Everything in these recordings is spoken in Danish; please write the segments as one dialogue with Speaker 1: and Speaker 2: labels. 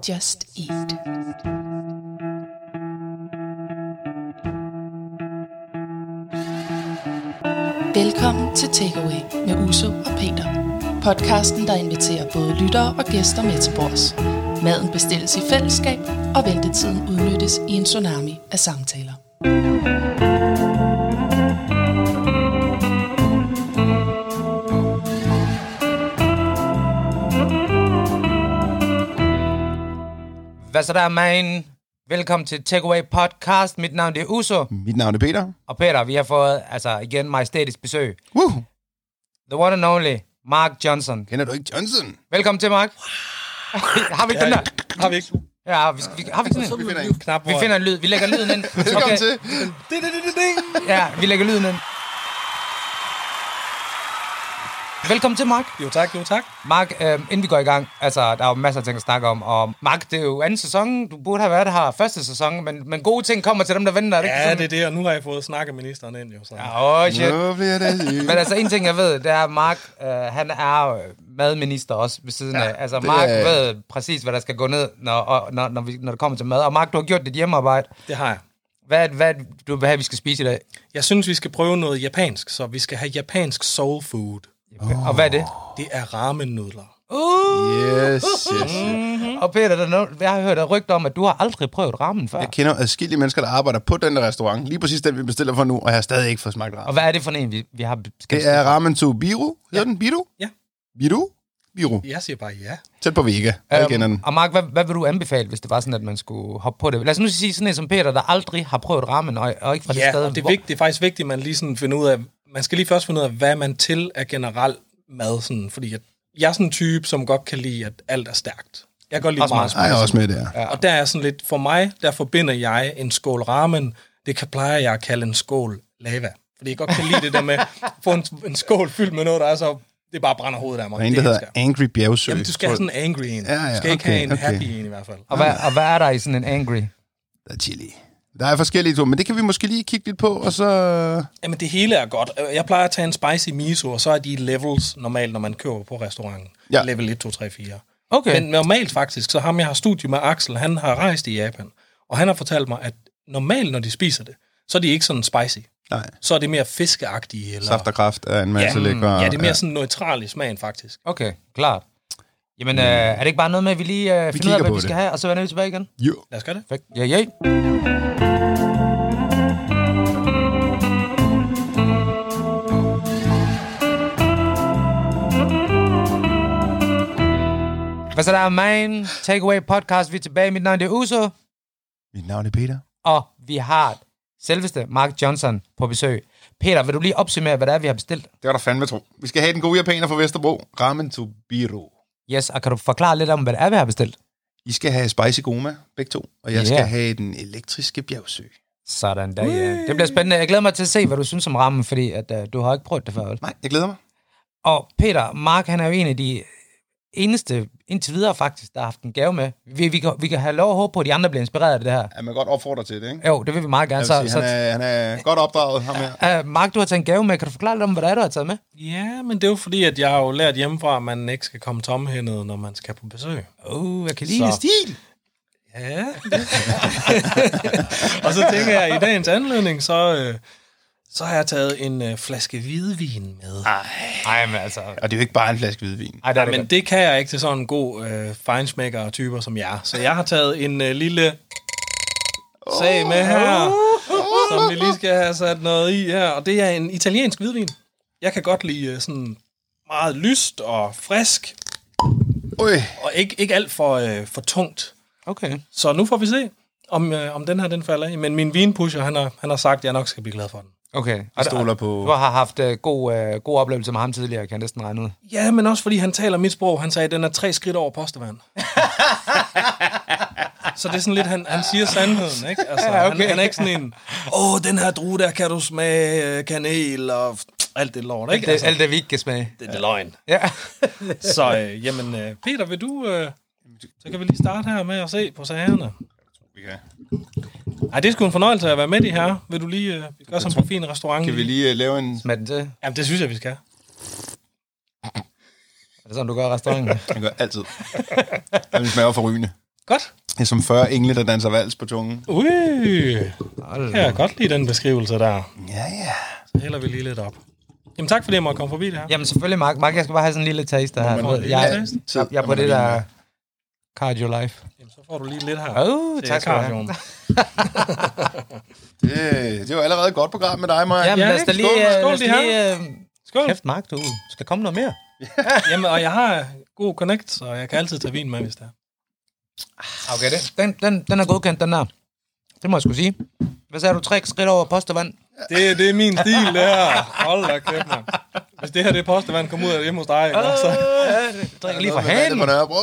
Speaker 1: Just eat. Velkommen til Takeaway med Uso og Peter. Podcasten, der inviterer både lyttere og gæster med til bords. Maden bestilles i fællesskab, og ventetiden udnyttes i en tsunami af samtaler.
Speaker 2: Hvad så der, man? Velkommen til Takeaway Podcast. Mit navn det er Uso.
Speaker 3: Mit navn er Peter.
Speaker 2: Og Peter, vi har fået, altså igen, majestætisk besøg.
Speaker 3: Woo!
Speaker 2: The one and only, Mark Johnson.
Speaker 3: Kender du ikke Johnson?
Speaker 2: Velkommen til, Mark. har vi ikke den der?
Speaker 4: Har vi ikke?
Speaker 2: Ja, vi, skal, vi, har vi ikke sådan en?
Speaker 3: finder en.
Speaker 4: Knap,
Speaker 2: Vi finder en lyd. Vi lægger lyden ind.
Speaker 3: Velkommen til.
Speaker 4: Det, det, det, det, det.
Speaker 2: Ja, vi lægger lyden ind. Velkommen til, Mark.
Speaker 4: Jo tak, jo tak.
Speaker 2: Mark, øh, inden vi går i gang, altså, der er jo masser af ting at snakke om, og Mark, det er jo anden sæson, du burde have været her første sæson, men, men gode ting kommer til dem, der venter, er ikke
Speaker 4: Ja,
Speaker 2: sådan?
Speaker 4: det er det, og nu har jeg fået snakket ministeren ind, jo. Så. Ja.
Speaker 2: Ja, oh, shit.
Speaker 3: Nu bliver det sygt.
Speaker 2: Men altså, en ting jeg ved, det er, at Mark, øh, han er øh, madminister også ved siden ja, af. Altså,
Speaker 3: det
Speaker 2: Mark
Speaker 3: er-
Speaker 2: ved præcis, hvad der skal gå ned, når, og, når, når, vi, når det kommer til mad. Og Mark, du har gjort dit hjemmearbejde.
Speaker 4: Det har jeg.
Speaker 2: Hvad, hvad du vil have, vi skal spise i dag?
Speaker 4: Jeg synes, vi skal prøve noget japansk, så vi skal have japansk soul food.
Speaker 2: Oh. Og hvad er det?
Speaker 4: Det er ramen-nudler.
Speaker 2: Uh!
Speaker 3: Yes, yes.
Speaker 2: Og Peter, der, er noget- jeg har hørt et rygte om, at du har aldrig prøvet rammen før.
Speaker 3: Jeg kender adskillige mennesker, der arbejder på den der restaurant. Lige præcis den, vi bestiller for nu, og jeg har stadig ikke fået smagt
Speaker 2: Og
Speaker 3: ramen.
Speaker 2: hvad er det for en, vi, vi har
Speaker 3: Det
Speaker 2: beskæftiget?
Speaker 3: er ramen to biru. Hedder den biru?
Speaker 4: Ja.
Speaker 3: Biru? Biru.
Speaker 4: Jeg siger bare ja.
Speaker 3: Tæt på vega.
Speaker 4: Øhm,
Speaker 3: Alle kender den.
Speaker 2: Øhm, og Mark, hvad, hvad vil du anbefale, hvis det var sådan, at man skulle hoppe på det? Lad os nu sige sådan en som Peter, der aldrig har prøvet rammen, og, og ikke fra det
Speaker 4: Ja,
Speaker 2: sted.
Speaker 4: og det er,
Speaker 2: hvor-
Speaker 4: vigtigt, det er faktisk vigtigt, at man lige sådan finder ud af, man skal lige først finde ud af, hvad man til er generelt mad, sådan, fordi jeg, jeg er sådan en type, som godt kan lide, at alt er stærkt. Jeg kan godt lide
Speaker 2: Også
Speaker 4: meget
Speaker 3: Ej, jeg er også med der.
Speaker 4: Ja. Og der er sådan lidt, for mig, der forbinder jeg en skål ramen, det kan plejer jeg at kalde en skål lava. Fordi jeg godt kan lide det der med, at få en, en skål fyldt med noget, der er så, det bare brænder hovedet af mig.
Speaker 3: Der er en,
Speaker 4: det
Speaker 3: der hedder
Speaker 4: elsker jeg.
Speaker 3: Angry Bjergsø.
Speaker 4: Jamen, du skal have sådan en angry en.
Speaker 3: Ja, ja,
Speaker 4: du skal ikke have en
Speaker 3: okay, okay.
Speaker 4: happy en i hvert fald.
Speaker 2: Og hvad, og hvad er der i sådan en angry?
Speaker 3: Der er chili. Der er forskellige to, men det kan vi måske lige kigge lidt på, og så...
Speaker 4: Jamen, det hele er godt. Øh, Jeg plejer at tage en spicy miso, og så er de levels normalt, når man køber på restauranten.
Speaker 3: Ja.
Speaker 4: Ja. Level 1, 2, 3, 4.
Speaker 2: Okay.
Speaker 4: Men normalt faktisk, så ham jeg har studie med Axel, han har rejst i Japan, og han har fortalt mig, at normalt, når de spiser det, så er de ikke sådan spicy.
Speaker 3: Nej.
Speaker 4: så er det mere fiskeagtige. Eller...
Speaker 3: Saft og kraft er en masse
Speaker 4: ja,
Speaker 3: lækre...
Speaker 4: ja, det er mere sådan neutral i smagen, faktisk.
Speaker 2: Okay, klart. Jamen, øh, er det ikke bare noget med, at vi lige øh, finder ud
Speaker 3: kigger
Speaker 2: af, hvad
Speaker 3: på
Speaker 2: vi
Speaker 3: det.
Speaker 2: skal have, og så vender vi tilbage igen?
Speaker 3: Jo.
Speaker 4: Lad os gøre det.
Speaker 2: Perfekt. Ja, ja. Hvad så der, man? Takeaway podcast. Vi er tilbage. Mit navn det er Uso,
Speaker 3: Mit navn er Peter.
Speaker 2: og vi har selveste Mark Johnson på besøg. Peter, vil du lige opsummere, hvad det er, vi har bestilt?
Speaker 3: Det var der fandme tro. Vi skal have den gode japaner fra Vesterbro. Ramen to biru.
Speaker 2: Yes, og kan du forklare lidt om, hvad det er, vi har bestilt?
Speaker 3: I skal have spicy goma, begge to. Og jeg
Speaker 2: Ja.
Speaker 3: yeah. skal have den elektriske bjergsø.
Speaker 2: Sådan der, ja. Det bliver spændende. Jeg glæder mig til at se, hvad du synes om rammen, fordi at, uh, du har ikke prøvet det før. vel?
Speaker 3: Nej, jeg glæder mig.
Speaker 2: Og Peter, Mark, han er jo en af de eneste, indtil videre faktisk, der har haft en gave med. Vi, vi, kan, vi kan have lov at håbe på, at de andre bliver inspireret af det her.
Speaker 3: Ja, man kan godt opfordre til det, ikke?
Speaker 2: Jo, det vil vi meget gerne.
Speaker 3: Jeg
Speaker 2: Så,
Speaker 3: vil sige,
Speaker 2: så,
Speaker 3: han, er, han er godt opdraget, ham her.
Speaker 2: uh, Mark, du har taget en gave med. Kan du forklare lidt om, hvad det er, du har taget med?
Speaker 4: Ja, men det er jo fordi, at jeg har jo lært hjemmefra, at man ikke skal komme tomhændet, når man skal på besøg.
Speaker 2: Uh, jeg kan
Speaker 4: Så.
Speaker 2: stil.
Speaker 4: Ja. og så tænker jeg, at i dagens anledning, så, øh, så har jeg taget en øh, flaske hvidvin med. Ah,
Speaker 2: Ej, men altså...
Speaker 3: Og det er jo ikke bare en flaske hvidvin.
Speaker 2: Ej, der er det
Speaker 4: men
Speaker 2: godt.
Speaker 4: det kan jeg ikke til sådan en god øh, fejnsmækker-typer som jeg. Så jeg har taget en øh, lille sag med her. som vi lige skal have sat noget i her. Og det er en italiensk hvidvin. Jeg kan godt lide øh, sådan meget lyst og frisk,
Speaker 3: Øj,
Speaker 4: og ikke, ikke alt for, øh, for tungt.
Speaker 2: Okay.
Speaker 4: Så nu får vi se, om, øh, om den her den falder i. Men min vinpusher, han har, han har sagt, at jeg nok skal blive glad for den.
Speaker 2: okay.
Speaker 3: jeg
Speaker 2: Og der-
Speaker 3: stoler
Speaker 2: Du
Speaker 3: på...
Speaker 2: har haft uh, god, uh, god oplevelse med ham tidligere, kan jeg næsten regne ud.
Speaker 4: Ja, men også fordi han taler mit sprog. Han sagde, at den er tre skridt over postevand. så det er sådan lidt, han, han siger sandheden, ikke? Altså,
Speaker 2: Ja,
Speaker 4: ja,
Speaker 2: okay.
Speaker 4: okay. han, han er ikke sådan en, åh, den her drue der kan du smage øh, kanel og alt det lort, ikke?
Speaker 2: Det, alt det, vi ikke kan smage.
Speaker 4: det, det er løgn.
Speaker 2: Ja.
Speaker 4: Så øh, jamen, øh, Peter, vil du... Øh, så kan vi lige starte her med at se på sagerne.
Speaker 3: Ja.
Speaker 4: Ej, det er sgu en fornøjelse at være med i her. Vil du lige øh, vi gør som på en fin restaurant?
Speaker 3: Kan vi lige uh, lave en,
Speaker 2: Smag den til.
Speaker 4: Jamen, det synes jeg, vi skal.
Speaker 2: Er det sådan, du gør i restauranten?
Speaker 3: jeg gør altid. Den smager for rygende.
Speaker 4: Godt.
Speaker 3: Det er som 40 engle, der danser vals på tungen.
Speaker 4: Ui, jeg kan godt lide den beskrivelse der.
Speaker 3: Ja, ja.
Speaker 4: Så hælder vi lige lidt op. Jamen tak fordi jeg måtte komme forbi det her.
Speaker 2: Jamen selvfølgelig, Mark. Mark, jeg skal bare have sådan en lille taster her.
Speaker 4: man
Speaker 2: Du
Speaker 4: få
Speaker 2: ved,
Speaker 4: en lille
Speaker 2: Jeg,
Speaker 4: taste?
Speaker 2: jeg, jeg er på det der cardio life.
Speaker 4: Jamen, så får du lige lidt her.
Speaker 2: Åh,
Speaker 4: til
Speaker 2: tak skal du have.
Speaker 4: cardioen.
Speaker 3: Det, det var allerede et godt program med dig, Maja.
Speaker 2: Jamen,
Speaker 4: Ja,
Speaker 2: lad os da
Speaker 4: ikke?
Speaker 2: lige...
Speaker 4: Skål,
Speaker 2: øh,
Speaker 4: skål,
Speaker 2: lad os
Speaker 4: de her.
Speaker 2: lige øh,
Speaker 4: Skål.
Speaker 2: kæft, Mark, du skal komme noget mere.
Speaker 4: Jamen, og jeg har god connect, så jeg kan altid tage vin med, hvis det er.
Speaker 2: Okay, det. Den, den, den er godkendt, den der. Det må jeg skulle sige. Hvad sagde du? Tre skridt over post og vand?
Speaker 4: Det, det er min stil, det her. Hold da kæft, mand. Hvis det her det postevand kommer ud af hjemme hos dig, ikke? så...
Speaker 2: Øh, drikker lige fra
Speaker 3: Hvad er det på
Speaker 2: hanen.
Speaker 3: Nørrebro?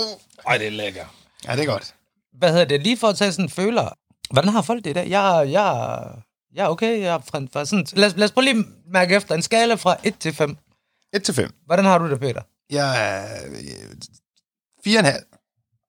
Speaker 4: Ej, det er lækker.
Speaker 3: Ja, det er godt.
Speaker 2: Hvad hedder det? Lige for at tage sådan en føler. Hvordan har folk det i dag? Jeg, jeg, jeg er okay. Jeg er fra, fra sådan, lad, os, lad os prøve lige mærke efter. En skala fra 1 til 5.
Speaker 3: 1 til 5.
Speaker 2: Hvordan har du det, Peter?
Speaker 3: Jeg er øh, 4,5.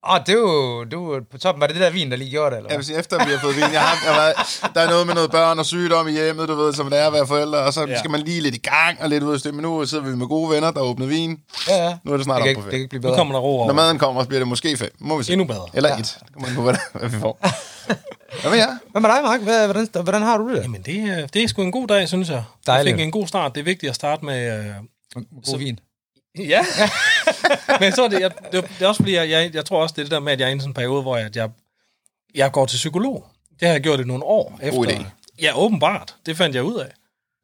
Speaker 2: Åh, oh, det er jo, det er jo på toppen. Var det det der vin, der lige gjorde det, eller
Speaker 3: Jeg
Speaker 2: hvad?
Speaker 3: vil sige, efter vi har fået vin, jeg har, jeg har, der er noget med noget børn og sygdom i hjemmet, du ved, som det er at være forældre, og så
Speaker 4: Ja.
Speaker 3: ja. skal man lige lidt i gang og lidt ud af stemmen. Nu sidder vi med gode venner, der har åbnet vin.
Speaker 2: Ja, ja.
Speaker 3: Nu er det
Speaker 2: Det
Speaker 3: snart
Speaker 2: kan,
Speaker 3: op
Speaker 2: ikke, det
Speaker 3: på
Speaker 2: kan
Speaker 3: fem.
Speaker 2: ikke blive
Speaker 4: Nu
Speaker 2: bedre.
Speaker 4: kommer der ro
Speaker 3: Når
Speaker 4: over.
Speaker 3: maden kommer, så bliver det måske 5. Må vi se.
Speaker 4: Endnu bedre.
Speaker 3: Eller 1. Det kommer an på, hvad, der- hvad vi får. Hvad med jer?
Speaker 2: Hvad med dig, Mark? Hvad, hvordan, hvordan har du det?
Speaker 4: Jamen, det, er- det er sgu en god dag, synes jeg.
Speaker 2: Dejligt.
Speaker 4: Jeg fik en god start. Det er vigtigt at starte med... Øh...
Speaker 2: God vin.
Speaker 4: Ja. Men så er det, jeg, det, det er også fordi, jeg, jeg, jeg tror også, det er det der med, at jeg er inde i sådan en periode, hvor jeg, at jeg, jeg går til psykolog. Det har jeg gjort i nogle år efter.
Speaker 3: idé.
Speaker 4: Ja, åbenbart. Det fandt jeg ud af.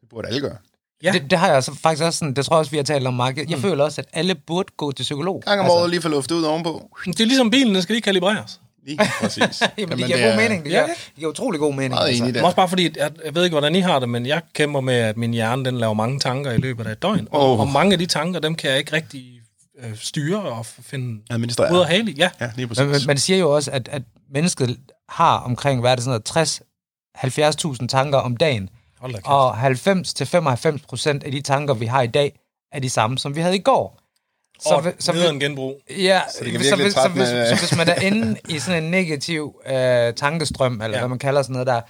Speaker 3: Det burde alle gøre.
Speaker 4: Ja.
Speaker 2: Det, det har jeg altså faktisk også sådan, det tror jeg også, vi har talt om, Mark. Jeg mm. føler også, at alle burde gå til psykolog.
Speaker 3: Gang om
Speaker 2: Altså,
Speaker 3: året lige få luftet ud ovenpå.
Speaker 4: Det er ligesom bilen, den skal lige kalibreres.
Speaker 3: Lige præcis.
Speaker 2: Jamen, det
Speaker 3: Jamen,
Speaker 2: giver
Speaker 3: det
Speaker 2: god
Speaker 3: er-
Speaker 2: mening. Det
Speaker 4: Ja,
Speaker 2: giver,
Speaker 4: ikke?
Speaker 2: det giver utrolig god mening. altså.
Speaker 3: Meget enig
Speaker 4: Ja.
Speaker 3: der.
Speaker 4: Også bare fordi, at jeg ved ikke, hvordan I har det, men jeg kæmper med, at min hjerne den laver mange tanker i løbet af et døgn. Oh. Og,
Speaker 3: Åh.
Speaker 4: og mange af de tanker, dem kan jeg ikke rigtig øh, styre og f- finde
Speaker 3: Administrere.
Speaker 4: ud af hale i. Ja.
Speaker 3: Ja, lige
Speaker 2: Men, men,
Speaker 3: præcis.
Speaker 2: man siger jo også, at, at mennesket har omkring, hvad er det sådan noget, 60-70.000 tanker om dagen.
Speaker 4: Hold da kæft.
Speaker 2: Og 90-95% af de tanker, vi har i dag, er de samme, som vi havde i går.
Speaker 4: Så, og
Speaker 2: vi-
Speaker 4: så,
Speaker 2: vi-
Speaker 4: nederen genbrug.
Speaker 2: Ja,
Speaker 3: det kan
Speaker 2: hvis- så,
Speaker 3: virkelig
Speaker 2: hvis, så,
Speaker 3: trætte
Speaker 2: hvis,
Speaker 3: med-
Speaker 2: så hvis man er inde i sådan en negativ øh, tankestrøm, eller
Speaker 4: Ja.
Speaker 2: ja. hvad man kalder sådan noget der,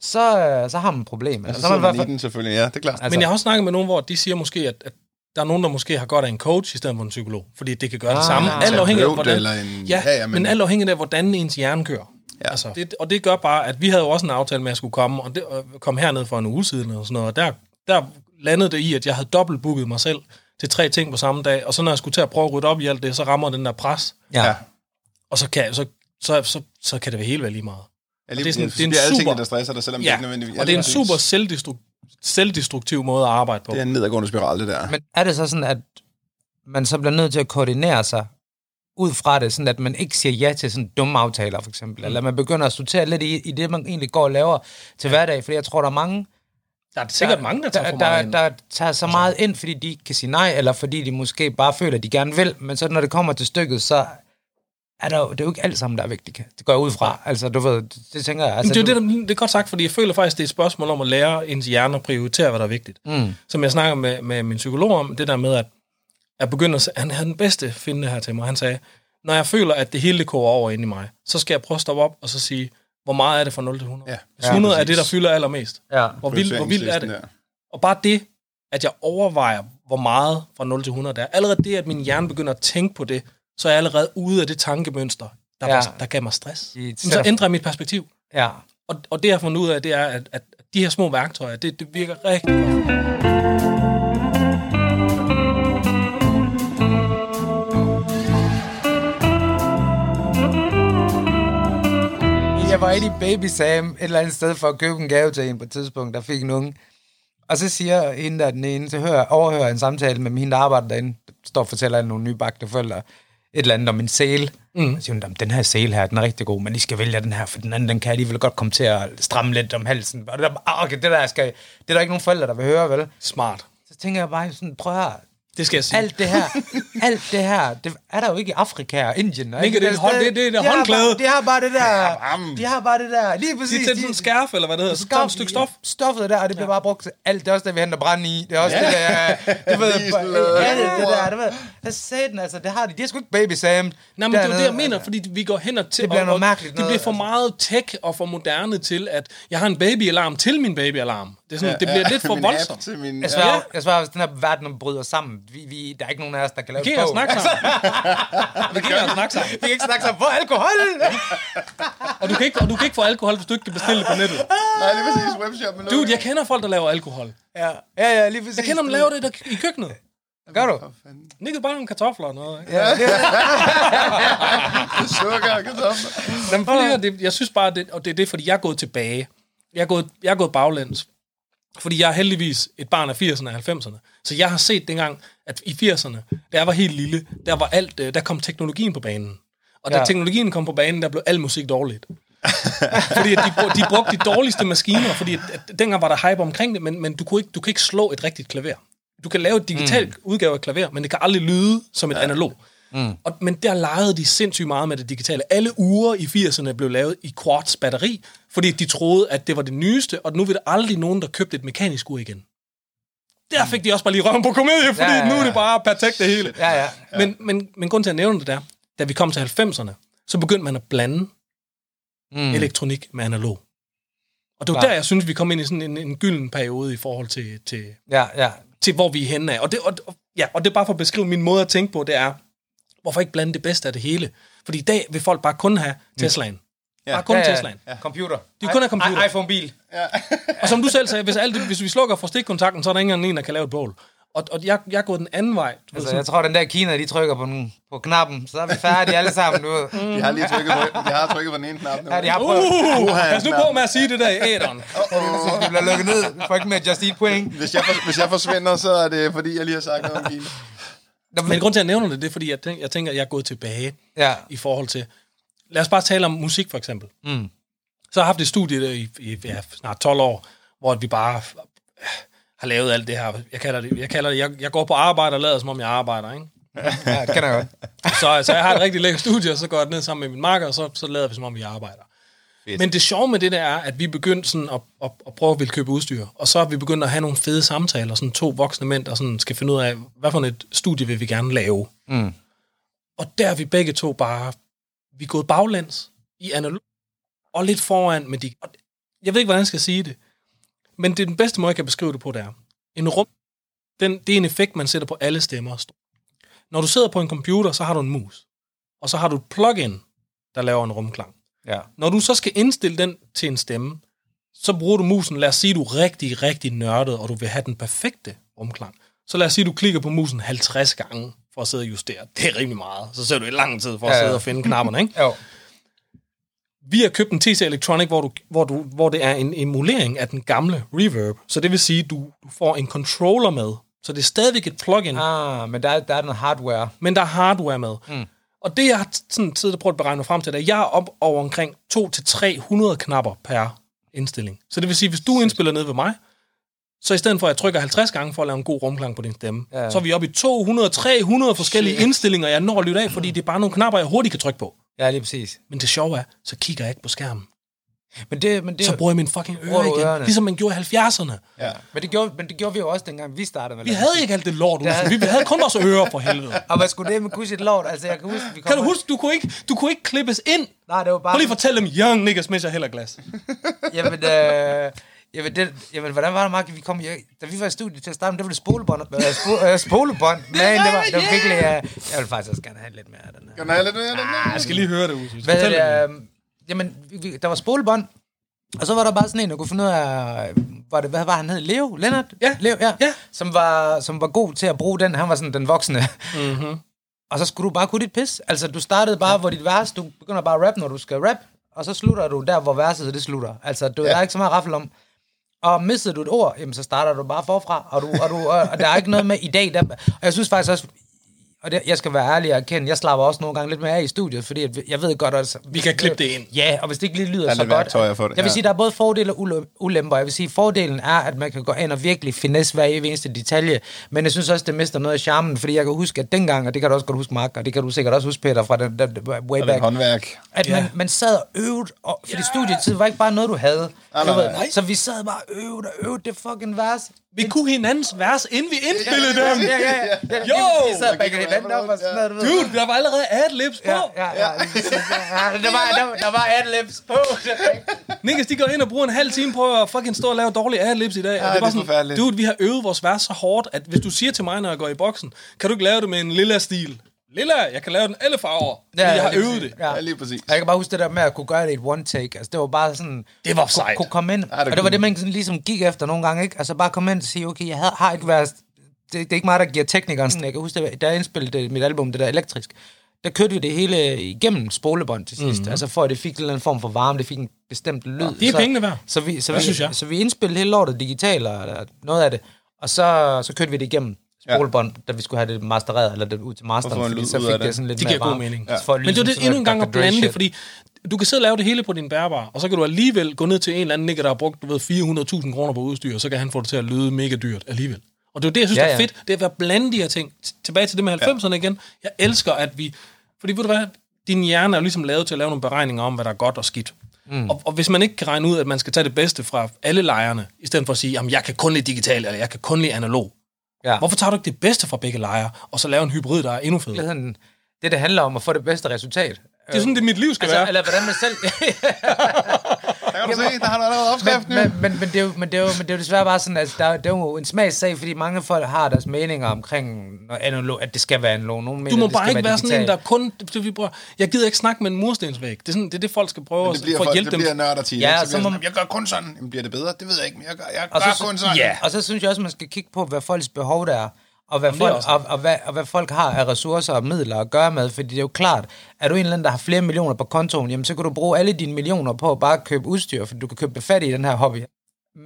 Speaker 2: så, øh, så har man et problem.
Speaker 3: Og så
Speaker 2: Altså, så er man i
Speaker 3: sidder
Speaker 2: hvert
Speaker 3: man i
Speaker 2: fald...
Speaker 3: den selvfølgelig. Ja, det er klart.
Speaker 2: Altså,
Speaker 4: Men jeg har også snakket med nogen, hvor de siger måske, at, at der er nogen, der måske har godt af en coach i stedet for en psykolog. Fordi det kan gøre det
Speaker 2: Ah.
Speaker 4: samme.
Speaker 2: En
Speaker 4: Alt afhængig af,
Speaker 3: terapeut
Speaker 4: hvordan,
Speaker 3: eller en-
Speaker 4: ja, ja, ja, men... men alt afhængig af, hvordan ens hjerne kører.
Speaker 3: Ja.
Speaker 4: Altså, det, og det gør bare, at vi havde jo også en aftale med, at jeg skulle komme, og, det, og komme herned for en uge siden, og sådan noget, og der, der landede det i, at jeg havde dobbeltbooket mig selv til tre ting på samme dag, og så når jeg skulle til at prøve at rydde op i alt det, så rammer den der pres,
Speaker 2: Ja.
Speaker 4: og så kan, så, så, så, så kan det være helt vel lige meget.
Speaker 3: Ja, lige,
Speaker 4: Og det er sådan-
Speaker 3: så
Speaker 4: det er en
Speaker 3: bliver alle
Speaker 4: super-
Speaker 3: tingene, der stresser dig, selvom det
Speaker 4: Ja,
Speaker 3: ikke nødvendigvis...
Speaker 4: og det er en
Speaker 3: lige
Speaker 4: super
Speaker 3: præcis.
Speaker 4: selvdestruk- selvdestruktiv måde at arbejde på.
Speaker 3: Det er en nedadgående spiral, det der.
Speaker 2: Men er det så sådan, at man så bliver nødt til at koordinere sig ud fra det, sådan at man ikke siger ja til sådan dumme aftaler, for eksempel, eller man begynder at sortere lidt i, i det, man egentlig går og laver til hverdag, fordi jeg tror, der er mange,
Speaker 4: Der er sikkert
Speaker 2: der,
Speaker 4: mange, der tager
Speaker 2: der,
Speaker 4: for
Speaker 2: der,
Speaker 4: meget ind.
Speaker 2: der, tager så meget ind, fordi de ikke kan sige nej, eller fordi de måske bare føler, at de gerne vil, men så når det kommer til stykket, så er der jo, det er jo ikke alt sammen, der er vigtigt. Det går jeg ud fra. Altså, du ved, det, det tænker jeg. Altså,
Speaker 4: Men det, er jo det, der, det er godt sagt, fordi jeg føler faktisk, det er et spørgsmål om at lære ens hjerne at prioritere, hvad der er vigtigt. Mm. Som jeg snakker med, med min psykolog om, det der med, at jeg begynder at se- han havde den bedste finde her til mig. Han sagde, når jeg føler, at det hele det koger over ind i mig, så skal jeg prøve at stoppe op og så sige, hvor meget er det fra 0 til 100?
Speaker 3: Ja.
Speaker 4: Hvis
Speaker 2: Ja,
Speaker 4: 100 er det,
Speaker 3: præcis.
Speaker 4: der fylder allermest.
Speaker 2: Ja.
Speaker 4: Hvor vildt, hvor vildt er det?
Speaker 3: Prioriteringslisten
Speaker 4: Og bare det, at jeg overvejer, hvor meget fra 0 til 100 der er. Allerede det, at min hjerne begynder at tænke på det, så er jeg allerede ude af det tankemønster, der, ja.
Speaker 2: Ja.
Speaker 4: var, der gav mig stress.
Speaker 2: I-
Speaker 4: Men så ændrer jeg mit perspektiv.
Speaker 2: Ja.
Speaker 4: Og, og det, jeg har fundet ud af, det er, at, at de her små værktøjer, det, det virker rigtig godt.
Speaker 2: Jeg var inde i Baby Sam et eller andet sted for at købe en gave til en på et tidspunkt, der fik en unge. Og så siger hende der den ene, så hører, overhører jeg en samtale med hende, der arbejder derinde, der står og fortæller nogle nye bagte forældre, et eller andet om en sæl. Mm. Så siger hun, "Jamen, den her sæl her, den er rigtig god, men I skal vælge den her, for den anden, den kan alligevel godt komme til at stramme lidt om halsen. Og det der, "Ah, okay, det der, skal, det er der ikke nogen forældre, der vil høre, vel?
Speaker 4: Smart.
Speaker 2: Så tænker jeg bare sådan, prøv her,
Speaker 4: Det skal jeg sige.
Speaker 2: alt det her, alt det her, det er der jo ikke i Afrika og Indien. Og
Speaker 4: Ikke
Speaker 2: alle de
Speaker 4: det
Speaker 2: der
Speaker 4: hånd-
Speaker 2: steder.
Speaker 4: det- det- det
Speaker 2: de har
Speaker 4: håndklæde.
Speaker 2: bare- De har bare det der,
Speaker 3: varmen.
Speaker 2: de har bare det der, lige
Speaker 4: det er
Speaker 2: præcis.
Speaker 4: sådan en skærf, eller hvad det hedder. Så tager du et stykke stof.
Speaker 2: Ja, stoffet der, og det bliver bare brugt til alt. Det er også det, vi henter brand i. Det er også ja. det, der, du ved,
Speaker 3: Diesel,
Speaker 2: ja, det, er det der,
Speaker 3: øh,
Speaker 2: du ved. Hvad sagde den, altså, det har de. De er sgu ikke baby Sam.
Speaker 4: Nej, men det er jo det,
Speaker 2: dernede.
Speaker 4: jeg mener, fordi vi går hen og til...
Speaker 2: Det bliver
Speaker 4: og-
Speaker 2: noget
Speaker 4: og
Speaker 2: mærkeligt
Speaker 4: Det
Speaker 2: noget,
Speaker 4: bliver for
Speaker 2: altså.
Speaker 4: meget tech og for moderne til, at jeg har en babyalarm til min babyalarm. Det, er sådan, ja, det bliver lidt for
Speaker 3: min
Speaker 4: voldsomt. Altså,
Speaker 3: app Til min,
Speaker 2: Jeg svarer, jeg svarer, hvis den her verden bryder sammen, vi, vi, der er ikke nogen af os, der kan lave
Speaker 4: Vi kan
Speaker 2: en
Speaker 4: jo
Speaker 2: bog.
Speaker 4: snakke sammen. Vi kan jo snakke sammen.
Speaker 2: Vi kan ikke snakke sammen for alkohol!
Speaker 4: Og du kan, ikke, og du kan ikke få alkohol, hvis du ikke kan bestille det på nettet.
Speaker 3: Nej, lige præcis webshoppen. er
Speaker 4: Dude,
Speaker 3: lukket.
Speaker 4: jeg kender folk, der laver alkohol.
Speaker 2: ja. ja, ja, lige præcis.
Speaker 4: Jeg kender dem lave det der, i køkkenet.
Speaker 2: Gør du?
Speaker 3: Åh, fanden.
Speaker 4: Nikket bare nogle kartofler og noget. Ikke?
Speaker 2: Ja,
Speaker 3: Sukker og kartofler.
Speaker 4: Jamen, prøv lige, at høre, det, jeg synes bare, det, og det er det, fordi jeg er gået tilbage. Jeg er gået, jeg er gået baglæns. Fordi jeg er heldigvis et barn af 80'erne og 90'erne. Så jeg har set dengang, at i 80'erne, da jeg var helt lille, der, var alt, øh, der kom teknologien på banen. Og da
Speaker 2: Ja.
Speaker 4: ja. teknologien kom på banen, der blev al musik dårligt. fordi at de, brug- de brugte de dårligste maskiner, fordi at, at dengang var der hype omkring det, men, men du, kunne ikke, du kan ikke slå et rigtigt klaver. Du kan lave et digitalt mm. udgave af klaver, men det kan aldrig lyde som et ja. analog. Mm. Og, men der legede de sindssygt meget med det digitale. Alle uger i 80'erne blev lavet i quartz batteri, fordi de troede, at det var det nyeste, og nu vil der aldrig nogen, der købte et mekanisk ur igen. Der fik de også bare lige røven på komedie, fordi
Speaker 2: Ja, ja,
Speaker 4: Mm. ja, ja, ja. nu
Speaker 2: ja.
Speaker 4: er det bare perfekt det hele.
Speaker 2: ja, ja.
Speaker 4: Men, men, men grunden til, at jeg nævner det der, da vi kom til 90'erne, så begyndte man at blande
Speaker 2: Mm.
Speaker 4: mm. elektronik med analog. Og det var
Speaker 2: Klart.
Speaker 4: der, jeg synes, vi kom ind i sådan en, en gylden periode i forhold til, til,
Speaker 2: ja, ja.
Speaker 4: til hvor vi er henne af. Og det, og, og- ja, og det er bare for at beskrive min måde at tænke på, det er, hvorfor ikke blande det bedste af det hele? Fordi i dag vil folk bare kun have Teslaen. Ja. Bare kun
Speaker 2: Mm. ja,
Speaker 4: ja,
Speaker 2: ja.
Speaker 4: ja. Teslaen.
Speaker 2: ja. Computer.
Speaker 4: De kun er computer.
Speaker 2: I- iPhone-bil.
Speaker 4: Og som du selv sagde, hvis, alt, det- hvis vi slukker for stikkontakten, så er der ikke engang en, der kan lave et bål. Og, og jeg, jeg er gået den anden vej. Du ved,
Speaker 2: Altså,
Speaker 4: sådan,
Speaker 2: jeg tror, den der Kina, de trykker på, den, på knappen, så er vi færdige alle sammen nu.
Speaker 4: Mm.
Speaker 3: De har lige trykket på, de har trykket på den ene knap nu.
Speaker 2: Ja, de har prøvet.
Speaker 4: uh,
Speaker 3: Uha,
Speaker 4: pas nu
Speaker 3: knap.
Speaker 4: på med at sige det der i æderen.
Speaker 2: Ja, lige præcis. Vi bliver lukket ned. Vi får ikke mere Just Eat point.
Speaker 3: Hvis jeg, for, hvis jeg forsvinder, så er det fordi, jeg lige har sagt noget om bilen.
Speaker 2: Nå,
Speaker 4: Men grund til, at jeg nævner det, det er, fordi jeg tænker, jeg, tænker, at jeg er gået tilbage.
Speaker 2: Ja,
Speaker 4: i forhold til... Lad os bare tale om musik, for eksempel. Mm. Så har jeg haft et studie der i, i ja, snart 12 år, hvor vi bare øh, har lavet alt det her. Jeg kalder det, jeg, kalder det, jeg, jeg går på arbejde og lader, som om jeg arbejder, ikke?
Speaker 2: ja det kender jeg godt.
Speaker 4: Så, så jeg har et rigtig lækkert studie, og så går jeg ned sammen med min marker, og så, så lader vi, som om vi arbejder. Fedt. Men det sjove med det der er, at vi begyndte sådan at, at, at prøve at ville købe udstyr, og så er vi begyndt at have nogle fede samtaler, sådan to voksne mænd, der sådan skal finde ud af, hvad for et studie vil vi gerne lave.
Speaker 2: Mm.
Speaker 4: Og der er vi begge to bare, vi er gået baglæns i analog, og lidt foran med de... og Jeg ved ikke, hvordan jeg skal sige det, men det er den bedste måde, jeg kan beskrive det på, det er. En rum, den, det er en effekt, man sætter på alle stemmer. Når du sidder på en computer, så har du en mus, og så har du et plugin, der laver en rumklang.
Speaker 2: Ja.
Speaker 4: Når du så skal indstille den til en stemme, så bruger du musen, lad os sige, du er rigtig, rigtig nørdet, og du vil have den perfekte rumklang. Så lad os sige, du klikker på musen 50 gange for at sidde og justere. Det er rimelig meget. Så ser du i lang tid for at
Speaker 2: Ja, ja.
Speaker 4: sidde og finde knapperne, ikke?
Speaker 2: Jo.
Speaker 4: Vi har købt en TC Electronic, hvor, du, hvor, du, hvor det er en emulering af den gamle reverb. Så det vil sige, du, du får en controller med. Så det er stadigvæk et plugin,
Speaker 2: Ah, men der, er- der er noget hardware.
Speaker 4: men der er hardware med. Mm. Og det, jeg har t- sådan siddet og prøvet at beregne mig frem til, det er, at jeg er op over omkring 2-300 knapper per indstilling. Så det vil sige, hvis du indspiller ned ved mig, så i stedet for, at jeg trykker 50 gange for at lave en god rumklang på din stemme,
Speaker 2: Ja.
Speaker 4: ja. så er vi oppe i 200-300 forskellige indstillinger, jeg når at lytte af,
Speaker 2: Mm.
Speaker 4: fordi det er bare nogle knapper, jeg hurtigt kan trykke på.
Speaker 2: Ja, lige præcis.
Speaker 4: Men det sjove er, så kigger jeg ikke på skærmen.
Speaker 2: Men det, men det,
Speaker 4: Så bruger jeg mine fucking
Speaker 2: Bruger
Speaker 4: ører
Speaker 2: du
Speaker 4: igen,
Speaker 2: ørerne?
Speaker 4: ligesom man gjorde i 70'erne.
Speaker 3: Ja.
Speaker 2: men, det gjorde, men det gjorde vi jo også, dengang vi startede med
Speaker 4: Vi havde ikke alt det lort, ja. vi havde kun vores ører for helvede.
Speaker 2: Og hvad skulle det med kudsigt lort? Altså, jeg kan huske, vi kom
Speaker 4: Kan du huske, du kunne ikke, du kunne ikke klippes ind?
Speaker 2: Nej, det var bare... Mm.
Speaker 4: Prøv lige at fortælle dem, young niggas misser heller glas.
Speaker 2: Jamen, øh, jamen, det, jamen, hvordan var det, Mark? Vi kom, jeg, da vi var i studiet til at starte, med, det var det spolebånd. Øh, spo, øh, spolebånd. Nej, det var, det var virkelig... Øh, jeg vil faktisk også gerne have lidt mere af den her.
Speaker 3: Kan du have lidt mere? af den der?
Speaker 4: Jeg skal lige høre det, Usus.
Speaker 2: Hvad
Speaker 4: Fortæl
Speaker 2: hedder
Speaker 4: dem.
Speaker 2: det? Øh, jamen, vi- vi, der var spolebånd, og så var der bare sådan en, der kunne finde ud af, øh, var det, hvad var han hed? Leo? Lennart?
Speaker 4: Ja.
Speaker 2: Leo, ja.
Speaker 4: Ja.
Speaker 2: Som, var, som var god til at bruge den. Han var sådan den voksne. Mm-hmm. Og så skulle du bare kunne dit pis. Altså, du startede bare, ja. hvor dit vers, du begynder bare at rap, når du skal rap, og så slutter du der, hvor verset det slutter. Altså, du, ja. der er ikke så meget raffel om. Og missede du et ord, jamen, så starter du bare forfra, og, du, og, du, og, og der er ikke noget med i dag. Der, og jeg synes faktisk også, og det, jeg skal være ærlig og erkende, jeg slapper også nogle gange lidt mere af i studiet, fordi at vi- jeg ved godt, at
Speaker 4: Vi kan klippe det ind.
Speaker 2: Ja, og hvis det ikke lige lyder
Speaker 3: Der er
Speaker 2: så
Speaker 3: lidt
Speaker 2: godt...
Speaker 3: værktøjer for det,
Speaker 2: Jeg vil
Speaker 3: ja.
Speaker 2: sige, der er både fordele og ule- ulemper. Jeg vil sige, fordelen er, at man kan gå ind og virkelig finesse hver evig eneste detalje, men jeg synes også, det mister noget af charmen, fordi jeg kan huske, at dengang, og det kan du også godt huske, Mark, og det kan du sikkert også huske, Peter, fra den, den, den way
Speaker 3: Og lidt
Speaker 2: back,
Speaker 3: håndværk.
Speaker 2: at man, man sad og øvede, og, fordi studietid var ikke bare noget, du havde.
Speaker 3: Nej,
Speaker 2: du
Speaker 3: nej,
Speaker 2: ved.
Speaker 3: nej.
Speaker 2: Så vi sad bare og øvede og øvede det fucking vers.
Speaker 4: Vi kunne hinandens vers, inden vi indspillede dem.
Speaker 2: Ja, ja, ja.
Speaker 4: Jo!
Speaker 2: Vi sad og bækkede hinanden op og sådan noget, du ved.
Speaker 4: Dude, der var allerede adlibs på.
Speaker 2: Ja, ja, ja. ja. Der var, der, der var adlibs på.
Speaker 4: Niklas, de går ind og bruger en halv time på at fucking stå og lave dårlige adlibs i dag. Ja, og
Speaker 3: det er
Speaker 4: var
Speaker 3: forfærdeligt.
Speaker 4: dude, vi har øvet vores vers så hårdt, at hvis du siger til mig, når jeg går i boksen, kan du ikke lave det med en lilla stil? Lilla, jeg kan lave den alle farver, fordi ja, jeg har
Speaker 2: lige
Speaker 4: øvet
Speaker 2: præcis.
Speaker 4: det.
Speaker 2: Ja.
Speaker 3: Ja, lige præcis.
Speaker 2: Og Jeg kan bare huske det der med at kunne gøre det i et one take. Altså, det var bare sådan...
Speaker 4: Det var
Speaker 2: Kunne,
Speaker 4: sejt.
Speaker 2: kunne komme ind. Ja, det
Speaker 3: det
Speaker 2: og det var
Speaker 3: kunne-
Speaker 2: det, man sådan ligesom gik efter nogle gange, ikke? Altså bare komme ind og sige, okay, jeg havde, har ikke været... Det, det er ikke mig, der giver teknikeren sådan. Jeg kan huske, da jeg- da jeg indspillede det- mit album, det der elektrisk, der kørte vi det hele igennem spolebånd til sidst. Mm-hmm. Altså for at det fik en eller anden form for varme, det fik en bestemt lyd. Ja,
Speaker 4: det er pengene værd.
Speaker 2: Så vi, så,
Speaker 4: Det
Speaker 2: vi,
Speaker 4: synes jeg.
Speaker 2: så vi indspillede hele lortet digitalt, og og noget af det. Og så, så kørte vi det igennem spolebånd, ja. da vi skulle have det mastereret, eller det ud til masteren,
Speaker 3: få en
Speaker 2: fordi
Speaker 3: lyd
Speaker 2: så
Speaker 3: ud
Speaker 2: fik
Speaker 3: af
Speaker 2: det.
Speaker 3: det.
Speaker 2: sådan lidt
Speaker 4: Det
Speaker 2: mere
Speaker 4: giver god
Speaker 2: varme.
Speaker 4: mening.
Speaker 2: Ja.
Speaker 4: Ja. Men det er jo
Speaker 2: ligesom
Speaker 4: det endnu en gang at blande det, fordi du kan sidde og lave det hele på din bærbare, og så kan du alligevel gå ned til en eller anden nigger, der har brugt du ved, 400.000 kroner på udstyr, og så kan han få det til at lyde mega dyrt alligevel. Og det er jo det, jeg synes, ja,
Speaker 2: Ja,
Speaker 4: ja. er
Speaker 2: ja.
Speaker 4: fedt, det er at være blande de her ting. T- Tilbage til det med 90'erne igen. Jeg elsker, at vi... Fordi ved du hvad, din hjerne er jo ligesom lavet til at lave nogle beregninger om, hvad der er godt og skidt. Mm. Og, og hvis man ikke kan regne ud, at man skal tage det bedste fra alle lejrene, i stedet for at sige, jamen jeg kan kun lide digitalt, eller jeg kan kun lide analog.
Speaker 2: Ja.
Speaker 4: Hvorfor tager du ikke det bedste fra begge lejre, og så lave en hybrid, der er endnu federe?
Speaker 2: virkeligheden det, det handler om at få det bedste resultat.
Speaker 4: Det er sådan, det mit liv skal
Speaker 2: altså,
Speaker 4: være.
Speaker 2: eller hvordan man selv...
Speaker 3: Der kan du se, der har du allerede opskriften. jo.
Speaker 2: men, men, men, det er jo, men, det er jo, men det er jo desværre bare sådan, at altså, der, det er jo en smagssag, fordi mange folk har deres meninger omkring, når analog, at det skal være analog. Nogen mener,
Speaker 4: Du må
Speaker 2: at det
Speaker 4: bare
Speaker 2: skal
Speaker 4: ikke være sådan en, der
Speaker 2: digitalt.
Speaker 4: kun... Det, vi prøver. Jeg gider ikke snakke med en murstensvæg. Det er, sådan, det, er det, folk skal prøve
Speaker 3: det
Speaker 4: at,
Speaker 3: bliver,
Speaker 4: for at
Speaker 3: folk,
Speaker 4: hjælpe
Speaker 3: det
Speaker 4: dem.
Speaker 3: bliver nørder til.
Speaker 2: Ja,
Speaker 3: Ja,
Speaker 2: og
Speaker 3: så
Speaker 2: så må
Speaker 3: bliver,
Speaker 2: man-
Speaker 3: man... jeg gør kun sådan. Jamen, bliver det bedre? Det ved jeg ikke, men jeg gør, jeg
Speaker 2: Og
Speaker 3: gør
Speaker 2: så,
Speaker 3: kun sådan.
Speaker 4: ja.
Speaker 2: og så synes jeg også, at man skal kigge på, hvad folks behov der er, og hvad,
Speaker 4: det er
Speaker 2: folk,
Speaker 4: også
Speaker 2: og, og, hvad, og hvad folk har af ressourcer og midler at gøre med. Fordi det er jo klart, er du en eller anden, der har flere millioner på kontoen, jamen så kan du bruge alle dine millioner på at bare købe udstyr, for du kan købe det fat i den her hobby.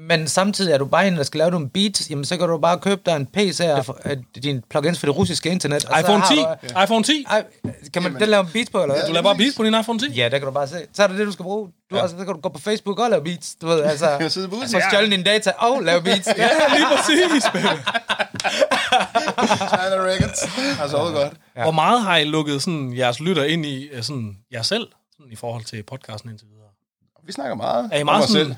Speaker 2: Men samtidig er du bare en, der skal lave nogle beats, jamen så kan du bare købe dig en PC af af øh, dine plugins for det russiske internet.
Speaker 3: Altså,
Speaker 2: og så
Speaker 4: iPhone
Speaker 2: har
Speaker 4: 10.
Speaker 2: du-
Speaker 4: Ja. iPhone 10.
Speaker 2: Ej, kan man den lave beats på, eller hvad?
Speaker 4: Du lader bare beats på din iPhone 10.
Speaker 2: Ja, der kan du bare se. Så er det det, du skal bruge. Du, ja. altså, så kan du gå på Facebook og lave beats. Du ved, altså,
Speaker 3: kan sidde på udsiden.
Speaker 2: få stjålet dine data og lave beats. ja.
Speaker 4: Ja, lige præcis.
Speaker 3: China Records. Har sovet godt.
Speaker 4: Hvor meget har I lukket sådan, jeres lytter ind i øh, sådan, jer selv sådan, i forhold til podcasten indtil videre?
Speaker 3: Vi snakker meget.
Speaker 4: Er I
Speaker 3: om
Speaker 4: meget
Speaker 3: os
Speaker 4: sådan...
Speaker 3: selv.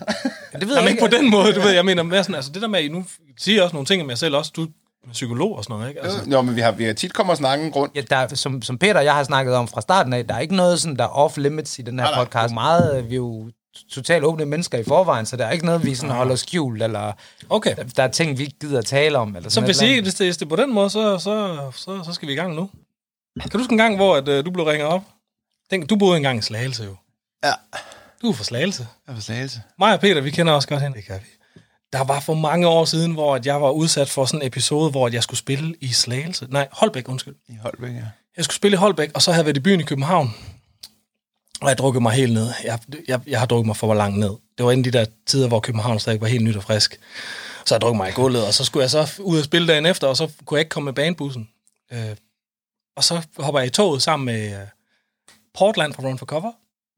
Speaker 2: Det ved
Speaker 4: Jamen
Speaker 2: jeg
Speaker 4: ikke
Speaker 2: ikke.
Speaker 4: på den måde, du ved. Jeg mener, mere sådan, altså, det der med, at I nu siger også nogle ting om jer selv også. Du er psykolog og sådan noget, ikke? Altså,
Speaker 3: Jo, men vi har, vi har tit kommet og snakket en grund.
Speaker 2: Ja, der, som, som Peter og jeg har snakket om fra starten af, der er ikke noget, sådan, der er off-limits i den her
Speaker 3: Nej, nej.
Speaker 2: podcast. Meget, øh, vi er jo totalt åbne mennesker i forvejen, så der er ikke noget, vi sådan holder skjult, eller
Speaker 4: okay.
Speaker 2: der- der er ting, vi ikke gider at tale om. Eller
Speaker 4: Så
Speaker 2: sådan et
Speaker 4: hvis,
Speaker 2: eller
Speaker 4: I,
Speaker 2: andet.
Speaker 4: hvis, det, hvis det er på den måde, så, så, så, så skal vi i gang nu. Kan du huske en gang, hvor at, øh, du blev ringet op? Den, du boede engang i Slagelse jo.
Speaker 3: Ja.
Speaker 4: Du er fra Slagelse.
Speaker 3: Jeg er forslagelse.
Speaker 4: Mig og Peter, vi kender også godt hende. Det kan vi. Der var for mange år siden, hvor at jeg var udsat for sådan en episode, hvor at jeg skulle spille i Slagelse. Nej, Holbæk, undskyld.
Speaker 3: I Holbæk, ja.
Speaker 4: Jeg skulle spille i Holbæk, og så havde jeg været i byen i København. Og jeg drukkede mig helt ned. Jeg, jeg, jeg har drukket mig for langt ned. Det var inden de der tider, hvor København stadig var helt nyt og frisk. Så jeg drukket mig i gulvet, og så skulle jeg så ud og spille dagen efter, og så kunne jeg ikke komme med banebussen. Øh, og så hopper jeg i toget sammen med øh, Portland fra Run for Cover.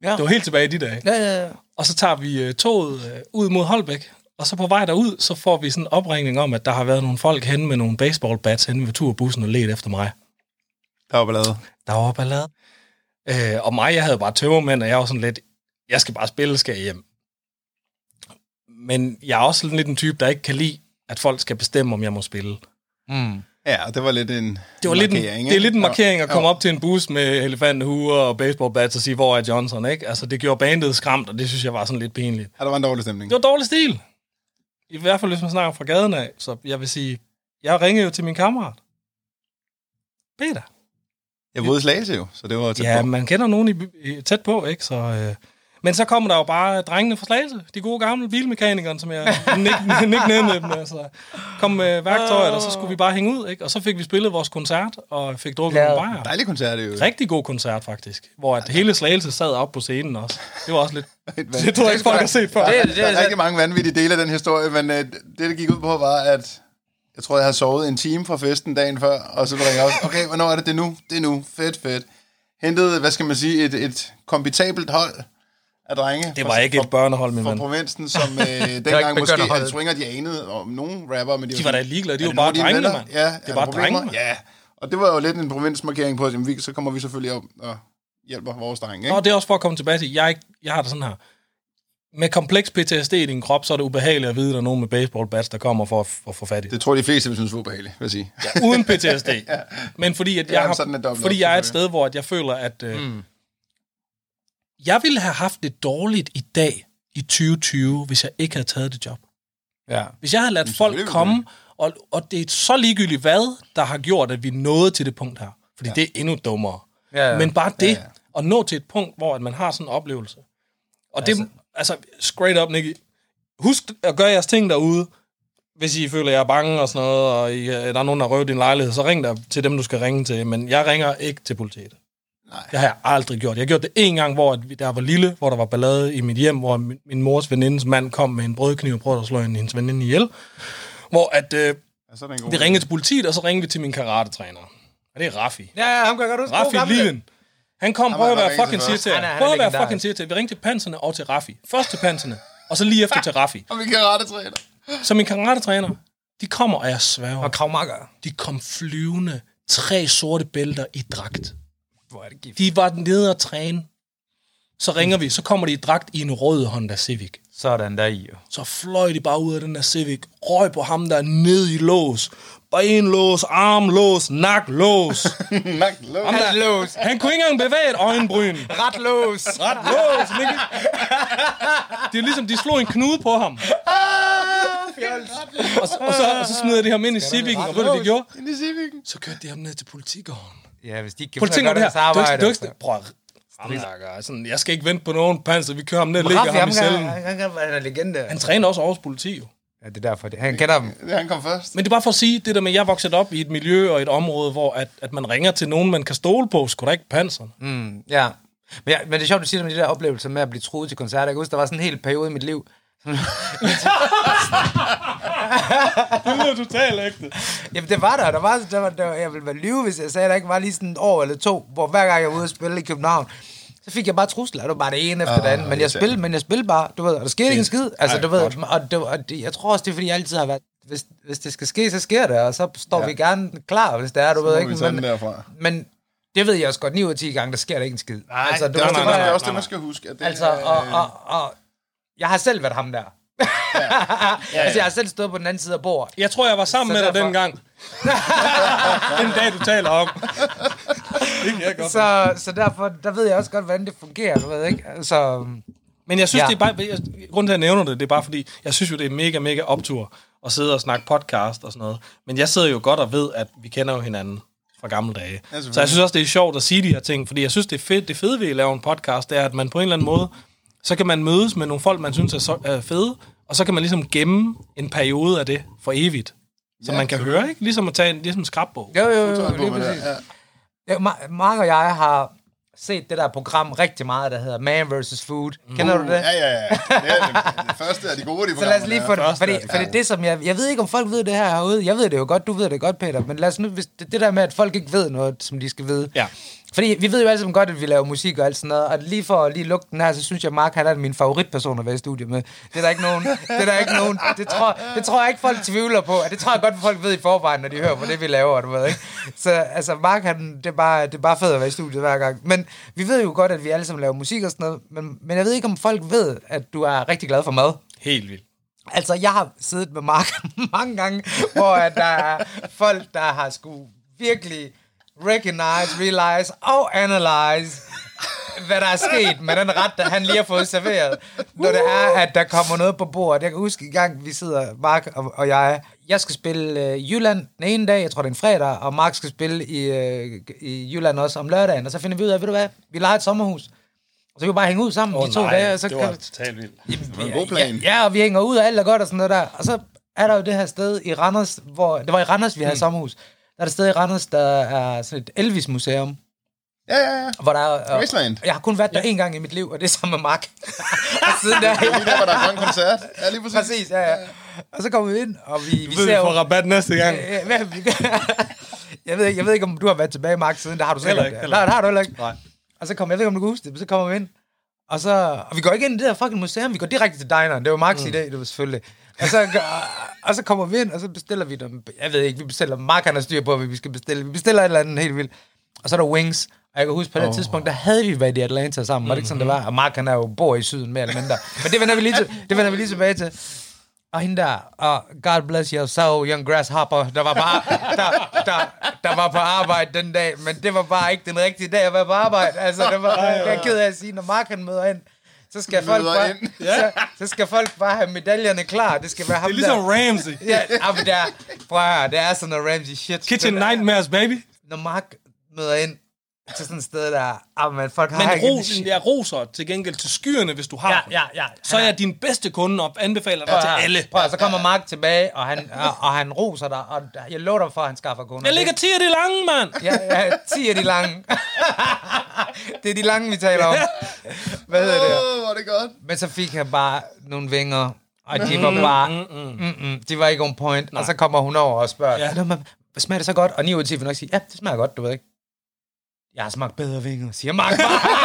Speaker 2: Ja.
Speaker 4: Det var helt tilbage i de dage.
Speaker 2: Ja, ja, ja.
Speaker 4: Og så tager vi øh, toget øh, ud mod Holbæk, og så på vej derud, så får vi sådan en opringning om, at der har været nogle folk henne med nogle baseballbats henne ved turbussen og let efter mig.
Speaker 3: Der var ballade.
Speaker 4: Der var ballade. Øh, og mig, jeg havde bare tømmermænd, og jeg var sådan lidt, jeg skal bare spille, skal jeg hjem. Men jeg er også sådan lidt en type, der ikke kan lide, at folk skal bestemme, om jeg må spille.
Speaker 2: Mm.
Speaker 3: Ja, og det var lidt en
Speaker 4: Det, var lidt en,
Speaker 3: markering,
Speaker 4: det er
Speaker 3: ikke?
Speaker 4: lidt en
Speaker 3: Ja.
Speaker 4: markering at
Speaker 3: Ja.
Speaker 4: komme op til en bus med elefanthuer og baseballbats og sige, hvor er Johnson, ikke? Altså, det gjorde bandet skræmt, og det synes jeg var sådan lidt pinligt.
Speaker 3: Ja, der var en dårlig stemning.
Speaker 4: Det var dårlig stil. I hvert fald, hvis man snakker fra gaden af. Så jeg vil sige, jeg ringede jo til min kammerat. Peter.
Speaker 3: Jeg boede i Slagelse jo, så det var tæt
Speaker 4: Ja,
Speaker 3: på.
Speaker 4: man kender nogen i, by- i, tæt på, ikke? Så, øh. Men så kommer der jo bare drengene fra Slagelse. De gode gamle bilmekanikere, som jeg ikke nik ned med Altså, kom med værktøjet, og så skulle vi bare hænge ud, ikke? Og så fik vi spillet vores koncert, og fik drukket
Speaker 2: Ja.
Speaker 4: nogle bajer.
Speaker 3: Dejlig koncert, det er jo.
Speaker 4: Rigtig god koncert, faktisk. Hvor at hele Slagelse sad op på scenen også. Det var også lidt... Det tror jeg ikke, folk har set før.
Speaker 2: Det, det,
Speaker 3: Der er
Speaker 2: det,
Speaker 3: rigtig mange vanvittige dele af den historie, men øh, det, det gik ud på, var, at jeg tror, jeg havde sovet en time fra festen dagen før, og så blev jeg også, okay, hvornår er det? Det er nu. Det er nu. Fedt, fedt. Hentede, hvad skal man sige, et, et kompetabelt hold af drenge.
Speaker 4: Det
Speaker 3: fra-
Speaker 4: var ikke
Speaker 3: fra-
Speaker 4: et børnehold, min
Speaker 3: fra
Speaker 4: mand.
Speaker 3: provinsen, som øh, dengang måske
Speaker 2: begynderholdet.
Speaker 3: havde swinger, de anede om nogle rapper, men de,
Speaker 4: De var da ligeglade, de
Speaker 3: "Er
Speaker 4: var
Speaker 3: det
Speaker 4: bare
Speaker 3: nu,
Speaker 4: drengene,
Speaker 3: venner?
Speaker 4: mand.
Speaker 3: Ja,
Speaker 4: Det
Speaker 3: er
Speaker 4: var
Speaker 3: der
Speaker 4: bare
Speaker 3: problemer?
Speaker 4: drengene.
Speaker 3: Ja, og det var jo lidt en provinsmarkering på, at jamen, vi, så kommer vi selvfølgelig op og hjælper vores drenge, ikke?
Speaker 4: Nå, det er også for at komme tilbage til, jeg, er ikke- jeg har det sådan her. med kompleks PTSD i din krop, så er det ubehageligt at vide, at der er nogen med baseballbats, der kommer for at, for at få fat i dig.
Speaker 3: Det tror jeg, de fleste vil synes var ubehageligt, vil jeg sige. Ja.
Speaker 4: Uden PTSD. Men fordi, at jeg,
Speaker 3: Jamen,
Speaker 4: har,
Speaker 3: sådan er dobbelt
Speaker 4: fordi
Speaker 3: op,
Speaker 4: jeg er et
Speaker 3: selvfølgelig.
Speaker 4: sted, hvor at jeg føler, at øh, mm. jeg ville have haft det dårligt i dag i 2020, hvis jeg ikke havde taget det job.
Speaker 2: Ja.
Speaker 4: Hvis jeg havde ladt folk
Speaker 3: selvfølgelig
Speaker 4: komme, og, og det er så ligegyldigt hvad, der har gjort, at vi nåede til det punkt her. Fordi ja. det er endnu dummere.
Speaker 2: Ja, ja.
Speaker 4: Men bare det, ja,
Speaker 3: ja.
Speaker 4: at nå til et punkt, hvor at man har sådan en oplevelse. Og altså. det, altså, straight up, Nicky. Husk at gøre jeres ting derude. Hvis I føler, at jeg er bange og sådan noget, og I, øh, der er nogen, der røver din lejlighed, så ring der til dem, du skal ringe til. Men jeg ringer ikke til politiet.
Speaker 3: Nej.
Speaker 4: Det har jeg aldrig gjort. Jeg gjorde det en gang, hvor at vi- der var lille, hvor der var ballade i mit hjem, hvor min, min mors venindes mand kom med en brødkniv og prøvede at slå hende- hendes veninde ihjel. Hvor at, øh,
Speaker 3: Ja, så er det en god
Speaker 4: vi ringede til politiet, og så ringede vi til min karatetræner. Og det er Raffi.
Speaker 2: Ja, ja, ham kan jeg godt huske. God
Speaker 4: Raffi
Speaker 2: gamle.
Speaker 4: Lien. Han kom,
Speaker 3: Han
Speaker 4: prøv
Speaker 3: var-
Speaker 4: at
Speaker 3: var
Speaker 4: være
Speaker 3: ringet
Speaker 4: fucking
Speaker 3: til først.
Speaker 4: siger til
Speaker 2: Han er-
Speaker 4: jer.
Speaker 2: han
Speaker 4: Prøv
Speaker 2: er
Speaker 4: at være fucking
Speaker 2: legendarisk.
Speaker 4: siger til jer. Vi ringte til panserne og til Raffi. Først til panserne, og så lige efter til Raffi.
Speaker 3: Og vi kan rette træner.
Speaker 4: Så min karatetræner, de kommer, og jeg sværger.
Speaker 2: Og kravmakker.
Speaker 4: De kom flyvende. Tre sorte bælter i dragt.
Speaker 2: Hvor er det gift.
Speaker 4: De var nede og træne. Så ringer vi, så kommer de i dragt i en rød Honda Civic.
Speaker 2: Sådan der i jo.
Speaker 4: Så fløj de bare ud af den der Civic, røg på ham der ned i lås. Benlås, armlås, naklås.
Speaker 3: Nak, lov.
Speaker 4: Ham der-
Speaker 2: Ret lås.
Speaker 4: Han kunne ikke engang bevæge et øjenbryn.
Speaker 2: Ret lås.
Speaker 4: Ret lås, Mikkel. Det er ligesom, de slog en knude på ham. Og så, og så, og så smider de ham ind i Civic'en, og ved du, hvad de gjorde?
Speaker 3: Ind i Civic'en.
Speaker 4: Så kørte de ham ned til politigården.
Speaker 2: Ja, hvis de ikke kan
Speaker 4: Prøv at tænke
Speaker 2: finde
Speaker 4: over
Speaker 2: at gøre deres
Speaker 4: det her. Du er
Speaker 2: arbejde.
Speaker 4: ikke, du er
Speaker 2: altså.
Speaker 4: ikke, prøv at- Hamlager, sådan, jeg skal ikke vente på nogen panser. Vi kører ham ned og ligger
Speaker 2: Raffi, ham
Speaker 4: ham i
Speaker 2: kan,
Speaker 4: cellen.
Speaker 2: han kan være en legende.
Speaker 4: Han træner også Aarhus politi, jo.
Speaker 2: Ja, det er derfor. Det. Han kender dem.
Speaker 3: Ja, han kom først.
Speaker 4: Men det er bare for at sige, det der med, at jeg er vokset op i et miljø og et område, hvor at, at man ringer til nogen, man kan stole på, skulle da ikke panserne.
Speaker 2: Mm, ja. Men, ja, men det er sjovt, du siger det med de der oplevelser med at blive truet til koncerter. Jeg kan huske, der var sådan en hel periode i mit liv.
Speaker 4: Det lyder totalt ægte.
Speaker 2: Jamen, det var der. Der var, der var, der var, jeg ville være lyve, hvis jeg sagde, at der ikke var lige sådan et år eller to, hvor hver gang jeg var ude og spille i København, så fik jeg bare trusler. Det var bare det ene efter Ah, det andet. Men jeg, spillede, men jeg spillede bare, du ved, og der skete ikke en skid. Altså,
Speaker 4: Ej,
Speaker 2: du ved,
Speaker 4: godt.
Speaker 2: og, det, og det, jeg tror også, det er, fordi jeg altid har været, hvis, hvis det skal ske, så sker det, og så står ja. vi gerne klar, hvis det er, du
Speaker 3: må
Speaker 2: ved
Speaker 3: vi
Speaker 2: ikke.
Speaker 3: tage
Speaker 2: men,
Speaker 3: den derfra.
Speaker 2: men det ved jeg også godt, 9 ud af 10 gange, der sker der ikke en skid. Nej, altså,
Speaker 3: Det er også det,
Speaker 4: nej,
Speaker 3: man-
Speaker 4: nej,
Speaker 3: det er også
Speaker 4: nej,
Speaker 3: det, man
Speaker 4: nej.
Speaker 3: skal huske. At det,
Speaker 2: Altså,
Speaker 3: øh,
Speaker 2: og, og, og jeg har selv været ham der. ja, ja. Altså, jeg har selv stået på den anden side af bordet.
Speaker 4: Jeg tror, jeg var sammen
Speaker 2: Så
Speaker 4: med dig
Speaker 2: derfor-
Speaker 4: dengang. den dag, du taler om. det kan jeg godt.
Speaker 2: Så, så derfor, der ved jeg også godt, hvordan det fungerer, du ved ikke? Altså,
Speaker 4: Men jeg synes, ja.
Speaker 2: Ja.
Speaker 4: det er bare... Jeg, grunden til, at jeg nævner det, det er bare fordi, jeg synes jo, det er mega, mega optur at sidde og snakke podcast og sådan noget. Men jeg sidder jo godt og ved, at vi kender jo hinanden fra gamle dage. Ja,
Speaker 3: selvfølgelig.
Speaker 4: så jeg synes også, det er sjovt at sige de her ting, fordi jeg synes, det, er fedt, det fede ved at lave en podcast, det er, at man på en eller anden måde, så kan man mødes med nogle folk, man synes er, så, er fede, og så kan man ligesom gemme en periode af det for evigt. Så ja, man kan høre, ikke? Ligesom at tage en ligesom en skrabbog.
Speaker 2: jo, jo, jo,
Speaker 3: tror jeg på,
Speaker 2: lige
Speaker 3: man er-
Speaker 2: præcis.
Speaker 3: ja.
Speaker 2: Ja, Ma- Mark og jeg har set det der program rigtig meget, der hedder Man vs. Food. Kender du det?
Speaker 3: Ja, ja, ja. Det er det, det første af de gode, de
Speaker 2: Så lad os lige få det,
Speaker 4: Første
Speaker 2: fordi,
Speaker 4: er det
Speaker 2: fordi det som jeg, jeg ved ikke om folk ved det her herude, jeg ved det jo godt, du ved det godt Peter, men lad os nu, hvis det, det der med at folk ikke ved noget, som de skal vide.
Speaker 4: Ja.
Speaker 2: Fordi vi ved jo alle sammen godt, at vi laver musik og alt sådan noget, og lige for at lige lukke den her, så synes jeg, Mark han er min favoritperson at være i studiet med. Det er der ikke nogen, det er der ikke nogen, det tror, det tror jeg ikke folk tvivler på, og det tror jeg godt, folk ved i forvejen, når de hører på det, vi laver, du ved ikke. Så altså, Mark han, det er bare, det er bare fedt at være i studiet hver gang. Men vi ved jo godt, at vi alle sammen laver musik og sådan noget, men, men jeg ved ikke, om folk ved, at du er rigtig glad for mad.
Speaker 4: Helt vildt.
Speaker 2: Altså, jeg har siddet med Mark mange gange, hvor at der er folk, der har skulle virkelig recognize, realize og analyze, hvad der er sket med den ret, der han lige har fået serveret, når det er, at der kommer noget på bordet. Jeg kan huske en gang, vi sidder, Mark og, og jeg, jeg skal spille øh, Jylland den ene dag, jeg tror det er en fredag, og Mark skal spille i, øh, i Jylland også om lørdagen, og så finder vi ud af, ved du hvad, vi leger et sommerhus. Og så kan vi bare hænge ud sammen oh, de to dage, og så
Speaker 4: det
Speaker 2: kan,
Speaker 4: var totalt vildt.
Speaker 2: det
Speaker 3: en god plan.
Speaker 2: Ja, ja, og vi hænger ud og alt er godt og sådan noget der. Og så er der jo det her sted i Randers, hvor... Det var i Randers, vi
Speaker 3: Hmm.
Speaker 2: havde sommerhus. Der er et sted i Randers, der er sådan et Elvis-museum,
Speaker 3: Ja, ja, ja.
Speaker 2: hvor der er...
Speaker 3: Wasteland.
Speaker 2: Jeg har kun været der én gang i mit liv, og det er sammen med Mark. og siden der...
Speaker 3: Det er lige der, hvor der er grøn koncert. Ja, lige præcis.
Speaker 2: Præcis, ja, ja. Og så kommer vi ind, og vi, vi
Speaker 4: Vi
Speaker 2: ser
Speaker 4: får
Speaker 2: jo...
Speaker 4: rabat næste gang.
Speaker 2: Ja, Øh, hvad- jeg, ved, ikke- jeg ved ikke, om du har været tilbage, Mark, siden. Der har du sikkert.
Speaker 4: Heller ikke, heller
Speaker 2: Nej, det har du heller ikke.
Speaker 4: Nej.
Speaker 2: Og så kommer, jeg ved ikke, om du kan huske det, men så kommer vi ind. Og så, og vi går ikke ind i det der fucking museum, vi går direkte til dineren. Det var Max mm. idé, det var selvfølgelig. Og så, og så kommer vi ind, og så bestiller vi dem. Jeg ved ikke, vi bestiller, Mark han har styr på, hvad vi skal bestille. Vi bestiller et eller andet helt vildt. Og så er der wings. Og jeg kan huske, på det oh. tidspunkt, der havde vi været i Atlanta sammen. Mm-hmm. Var det ikke sådan,
Speaker 4: Mhm.
Speaker 2: det var? Og Mark, han er jo bor i syden, mere eller mindre. Men det vender vi lige, til, det vender vi lige tilbage til. Og hende der, og Ah, God bless your soul, young grasshopper, der var, bare, der, der, der var på arbejde den dag, men det var bare ikke den rigtige dag at være på arbejde. Altså, det var, jeg er ked af at sige, når Mark han møder ind, så skal, folk
Speaker 3: Møder
Speaker 2: bare,
Speaker 3: ind.
Speaker 2: så, så skal folk bare have medaljerne klar. Det skal være ham
Speaker 4: Det er ligesom
Speaker 2: der.
Speaker 4: Ramsey.
Speaker 2: Ja, ah, men der, prøv at høre, det er sådan noget Ramsey shit.
Speaker 4: Kitchen
Speaker 2: Det der-
Speaker 4: Nightmares, baby.
Speaker 2: Når Mark møder ind til sådan et sted der, ah, man, folk har
Speaker 4: Men
Speaker 2: ikke Ah. en
Speaker 4: rosen, jeg roser til gengæld til skyerne, hvis du har
Speaker 2: Ja,
Speaker 4: den.
Speaker 2: ja, ja.
Speaker 4: Så er jeg din bedste kunde og anbefaler dig
Speaker 2: Prøv
Speaker 4: til
Speaker 2: at-
Speaker 4: alle.
Speaker 2: Prøv at- så kommer Mark tilbage, og han, og, og han roser dig, og jeg lover dig for, at han skaffer kunder.
Speaker 4: Jeg ligger 10 af de lange, mand.
Speaker 2: Ja, ja, 10 af de lange. det er de lange, vi taler om. Hvad hedder det?
Speaker 3: Åh, hvor er det godt.
Speaker 2: Men så fik han bare nogle vinger, og de var bare... Mm-mm, de var ikke on point. Nej. Og så kommer hun over og spørger,
Speaker 4: Ja.
Speaker 2: ja. smager det så godt? Og 9 ud af 10 vil nok sige, ja, det smager godt, du ved ikke. Jeg har smagt bedre vinger, siger Mark bare.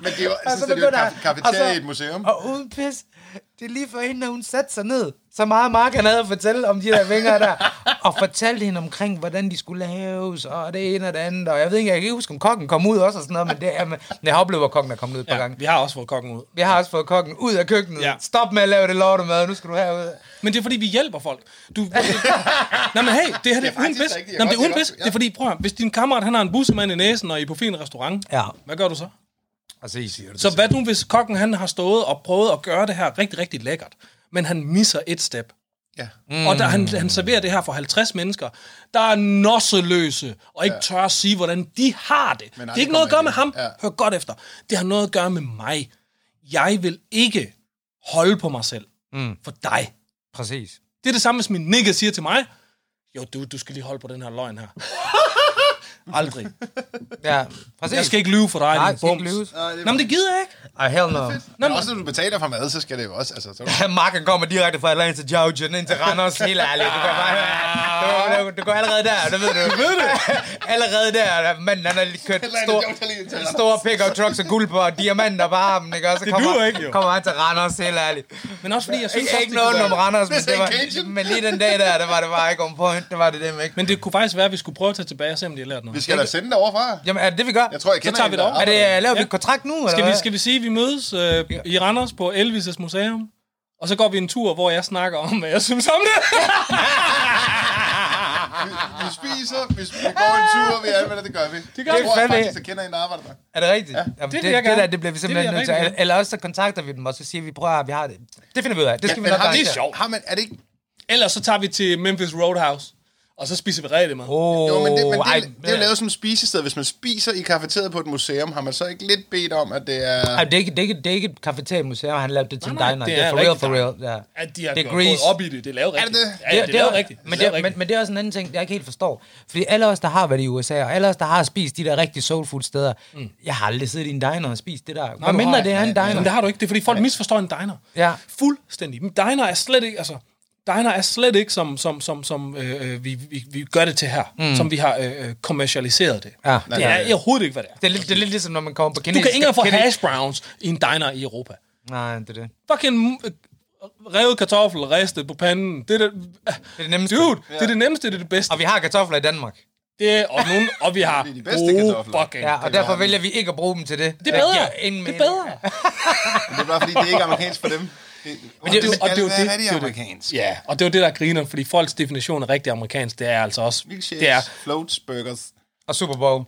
Speaker 3: Men det er jo, jeg synes,
Speaker 2: så
Speaker 3: det er jo
Speaker 2: begynder
Speaker 3: kaf-
Speaker 2: han-
Speaker 3: kafeteria
Speaker 2: og så-
Speaker 3: i et museum.
Speaker 2: altså, Og uden pis, det er lige for hende, når hun satte sig ned. Så meget Mark han havde at fortælle om de der vinger der. Og fortalte hende omkring, hvordan de skulle laves, og det ene og det andet. Og jeg ved ikke, jeg kan ikke huske, om kokken kom ud også og sådan noget, men det er med, jeg har oplevet, hvor kokken er kommet ud et par
Speaker 4: Ja,
Speaker 2: gange.
Speaker 4: vi har også fået kokken ud.
Speaker 2: Vi har også fået kokken ud af køkkenet.
Speaker 4: Ja.
Speaker 2: Ja. Stop med at lave det lortemad, nu skal du herud.
Speaker 4: Men det er fordi, vi hjælper folk. Du, Nå, men hey, det her det er uden
Speaker 3: faktisk
Speaker 4: pis.
Speaker 3: rigtigt. Jeg
Speaker 4: Nå, men det
Speaker 3: godt-
Speaker 4: er uden
Speaker 3: jeg
Speaker 4: pis.
Speaker 3: godt-
Speaker 4: Det er fordi, prøv at, høre, hvis din kammerat han har en bussemand i næsen, og I er på fin restaurant,
Speaker 2: Ja.
Speaker 4: hvad gør du så?
Speaker 2: Og så I siger det.
Speaker 4: Så hvad nu, hvis kokken han har stået og prøvet at gøre det her rigtig, rigtig lækkert, men han misser et step?
Speaker 3: Ja.
Speaker 4: Mm. Og da han, han serverer det her for 50 mennesker, der er nosseløse, og ikke ja. tør at sige, hvordan de har det.
Speaker 3: Men
Speaker 4: Men det er
Speaker 3: aldrig
Speaker 4: ikke noget at gøre med
Speaker 3: kommer
Speaker 4: ham.
Speaker 3: ind i
Speaker 4: Ja.
Speaker 3: det. Ja.
Speaker 4: Hør godt efter. Det har noget at gøre med mig. Jeg vil ikke holde på mig selv. Mm. For dig.
Speaker 2: Præcis.
Speaker 4: Det er det samme, som min nigga siger til mig. Jo, du, du skal lige holde på den her løgn her. Aldrig.
Speaker 2: Ja, præcis.
Speaker 4: Jeg skal ikke lyve for dig,
Speaker 2: Nej,
Speaker 4: Nej,
Speaker 2: det
Speaker 4: din
Speaker 2: skal ikke
Speaker 4: bums.
Speaker 2: lyves.
Speaker 3: Nej, det er
Speaker 4: Nå, men det gider jeg ikke.
Speaker 2: Ej, hell no.
Speaker 3: Men også når du betaler for mad, så skal det jo også... Altså, så er det
Speaker 2: Mark han kommer direkte fra Atlanta til Georgien ind til Randers, helt ærligt. Du kan bare høre. Du, du, du går allerede der, det ved du. ved det. allerede der, manden han har lige kørt
Speaker 3: Atlanta,
Speaker 2: stor,
Speaker 3: Georgia, lige til Randers.
Speaker 2: store pick-up trucks og guld på, og diamanter på armen, ikke? Og så kommer,
Speaker 4: duer ikke, jo.
Speaker 2: kommer han til Randers, helt ærligt.
Speaker 4: Men også fordi, jeg synes
Speaker 2: Ikke,
Speaker 4: også,
Speaker 2: ikke
Speaker 4: det kunne
Speaker 2: noget
Speaker 4: være-
Speaker 2: om Randers, men,
Speaker 3: This
Speaker 2: det var,
Speaker 3: ain't Cajun.
Speaker 2: men lige den dag der, der var det bare ikke on point. Det var det dem, ikke?
Speaker 4: Men det kunne faktisk være, at vi skulle prøve at tage tilbage og se, om de har lært noget.
Speaker 3: Vi skal da sende det overfra.
Speaker 2: Jamen, er det det, vi gør?
Speaker 3: Jeg tror, jeg
Speaker 4: Så
Speaker 3: kender
Speaker 4: tager vi
Speaker 3: en, der
Speaker 4: det over.
Speaker 2: Er det,
Speaker 3: arbejder-
Speaker 2: laver vi
Speaker 4: Ja.
Speaker 2: et kontrakt nu, eller
Speaker 4: Skal vi,
Speaker 2: hvad?
Speaker 4: skal vi sige, at vi mødes øh, i Randers på Elvis' museum? Og så går vi en tur, hvor jeg snakker om, hvad jeg synes om det.
Speaker 3: Vi, vi spiser, vi, vi går en tur, vi anmelder, det gør vi. Det
Speaker 4: gør
Speaker 3: jeg
Speaker 2: vi
Speaker 3: tror
Speaker 2: fandme.
Speaker 3: faktisk, jeg kender en, der arbejder der.
Speaker 2: Er det rigtigt? Ja, Jamen, det,
Speaker 4: det vil
Speaker 2: det,
Speaker 4: jeg
Speaker 2: det,
Speaker 4: gerne.
Speaker 2: der, det bliver vi simpelthen
Speaker 4: Det vil
Speaker 2: nødt
Speaker 4: jeg
Speaker 2: til.
Speaker 4: rigtig
Speaker 2: Eller også så kontakter vi dem, og så siger vi, prøv at høre, vi har det. Det finder vi ud af. Det skal vi
Speaker 3: Men
Speaker 2: nok
Speaker 3: har, det
Speaker 2: arrangere.
Speaker 3: sjovt. Har man, er det ikke...
Speaker 4: Ellers så tager vi til Memphis Roadhouse, og så spiser vi rigtig meget.
Speaker 2: Oh,
Speaker 3: Jo, men det, men det,
Speaker 2: ej,
Speaker 3: det, det er jo lavet som spisested. Hvis man spiser i kafeteriet på et museum, har man så ikke lidt bedt om, at det er...
Speaker 2: ej, det, er ikke, det, er ikke, det er ikke et kafeteriamuseum, han lavede det til en
Speaker 4: Nej, nej,
Speaker 2: diner.
Speaker 4: det
Speaker 2: Det er
Speaker 4: er
Speaker 2: for real,
Speaker 4: rigtig
Speaker 2: for real. Ja.
Speaker 4: At de har
Speaker 2: Det
Speaker 4: det
Speaker 2: er
Speaker 4: er
Speaker 2: Grease.
Speaker 4: gået op i det. Det er lavet rigtigt.
Speaker 3: det?
Speaker 4: Ja, ja, det, det er lavet rigtigt. Det er
Speaker 2: Men
Speaker 4: lavet
Speaker 2: det, men,
Speaker 4: rigtigt.
Speaker 2: men det er også en anden ting, jeg ikke helt forstår. Fordi alle os, der har været i USA, og alle os, der har spist de der rigtig soulful steder, mm. jeg har aldrig siddet i en diner og spist det der. Hvor
Speaker 4: du
Speaker 2: mindre
Speaker 4: har-
Speaker 2: det er en
Speaker 4: Men det
Speaker 2: diner.
Speaker 4: har du ikke. Det er fordi, folk misforstår en diner.
Speaker 2: Ja.
Speaker 4: Fuldstændig. Men diner er slet ikke, altså, diner er slet ikke, som, som, som, som øh, øh, vi, vi, vi gør det til her. Mm. Som vi har øh, øh, kommercialiseret det.
Speaker 2: Ja.
Speaker 4: Det er overhovedet ikke, hvad det er.
Speaker 2: Det er, lidt, det er lidt ligesom, når man kommer på
Speaker 4: Du
Speaker 2: kinesisk.
Speaker 4: kan ikke engang få
Speaker 2: kine-
Speaker 4: hash browns i en diner i Europa.
Speaker 2: Nej, det er det.
Speaker 4: fucking øh, revet kartoffel ristet på panden. Det er det,
Speaker 2: Det er det nemmeste.
Speaker 4: dude, det er det nemmeste, det er det bedste.
Speaker 2: Og vi har kartofler i Danmark.
Speaker 4: Det er, og, nogen, og vi har
Speaker 3: Det er de bedste
Speaker 4: gode
Speaker 3: kartofler.
Speaker 4: fucking...
Speaker 2: Ja, og derfor vælger vi ikke at bruge dem til det.
Speaker 4: Det er bedre.
Speaker 2: Ja, ingen
Speaker 4: det er
Speaker 2: mening.
Speaker 4: bedre.
Speaker 3: Det er bare, fordi det ikke er amerikansk for dem. Det, men
Speaker 4: det er jo- og det er jo det-
Speaker 3: Er
Speaker 4: det
Speaker 3: det
Speaker 4: er jo det.
Speaker 3: amerikansk?
Speaker 4: Ja, og det er jo det, der griner, fordi folks definition af rigtig amerikansk, det er altså også... Det er,
Speaker 3: Milkshakes, floats, burgers.
Speaker 2: Og Super Bowl.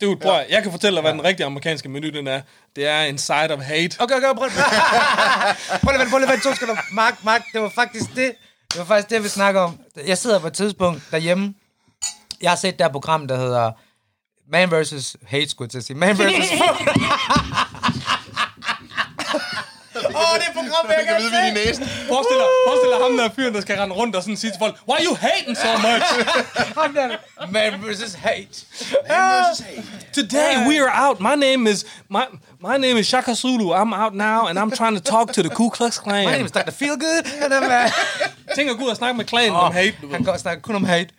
Speaker 4: dude, prøv, at- jeg kan fortælle dig, hvad den rigtige amerikanske menu, den er. Det er en side of hate.
Speaker 2: Okay, okay, prøv lige. prøv lige, at vente, prøv lige, at vente to sekunder. Mark, Mark, det var faktisk det. Det var faktisk det, vi snakker om. Jeg sidder på et tidspunkt derhjemme. Jeg har set der program, der hedder Man vs. Hate, skulle jeg til at sige. Man vs. Åh, oh, det er et program, jeg
Speaker 3: Jeg kan
Speaker 2: kan
Speaker 3: vide, vi er i
Speaker 2: se.
Speaker 3: næsen.
Speaker 4: Forestil dig, forestil dig ham der er fyren, der skal rende rundt og sådan sige til folk, Why you hating so much?
Speaker 2: Ham der. Man vs. Hate.
Speaker 4: Today we are out. My name is my my name is Shaka Zulu. I'm out now, and I'm trying to talk to the Ku Klux Klan.
Speaker 2: My name is Dr. Feelgood. And I'm, uh,
Speaker 4: Tænk at gå ud og snakke med klanen om hate. du ved.
Speaker 2: han går og snakker kun om hate.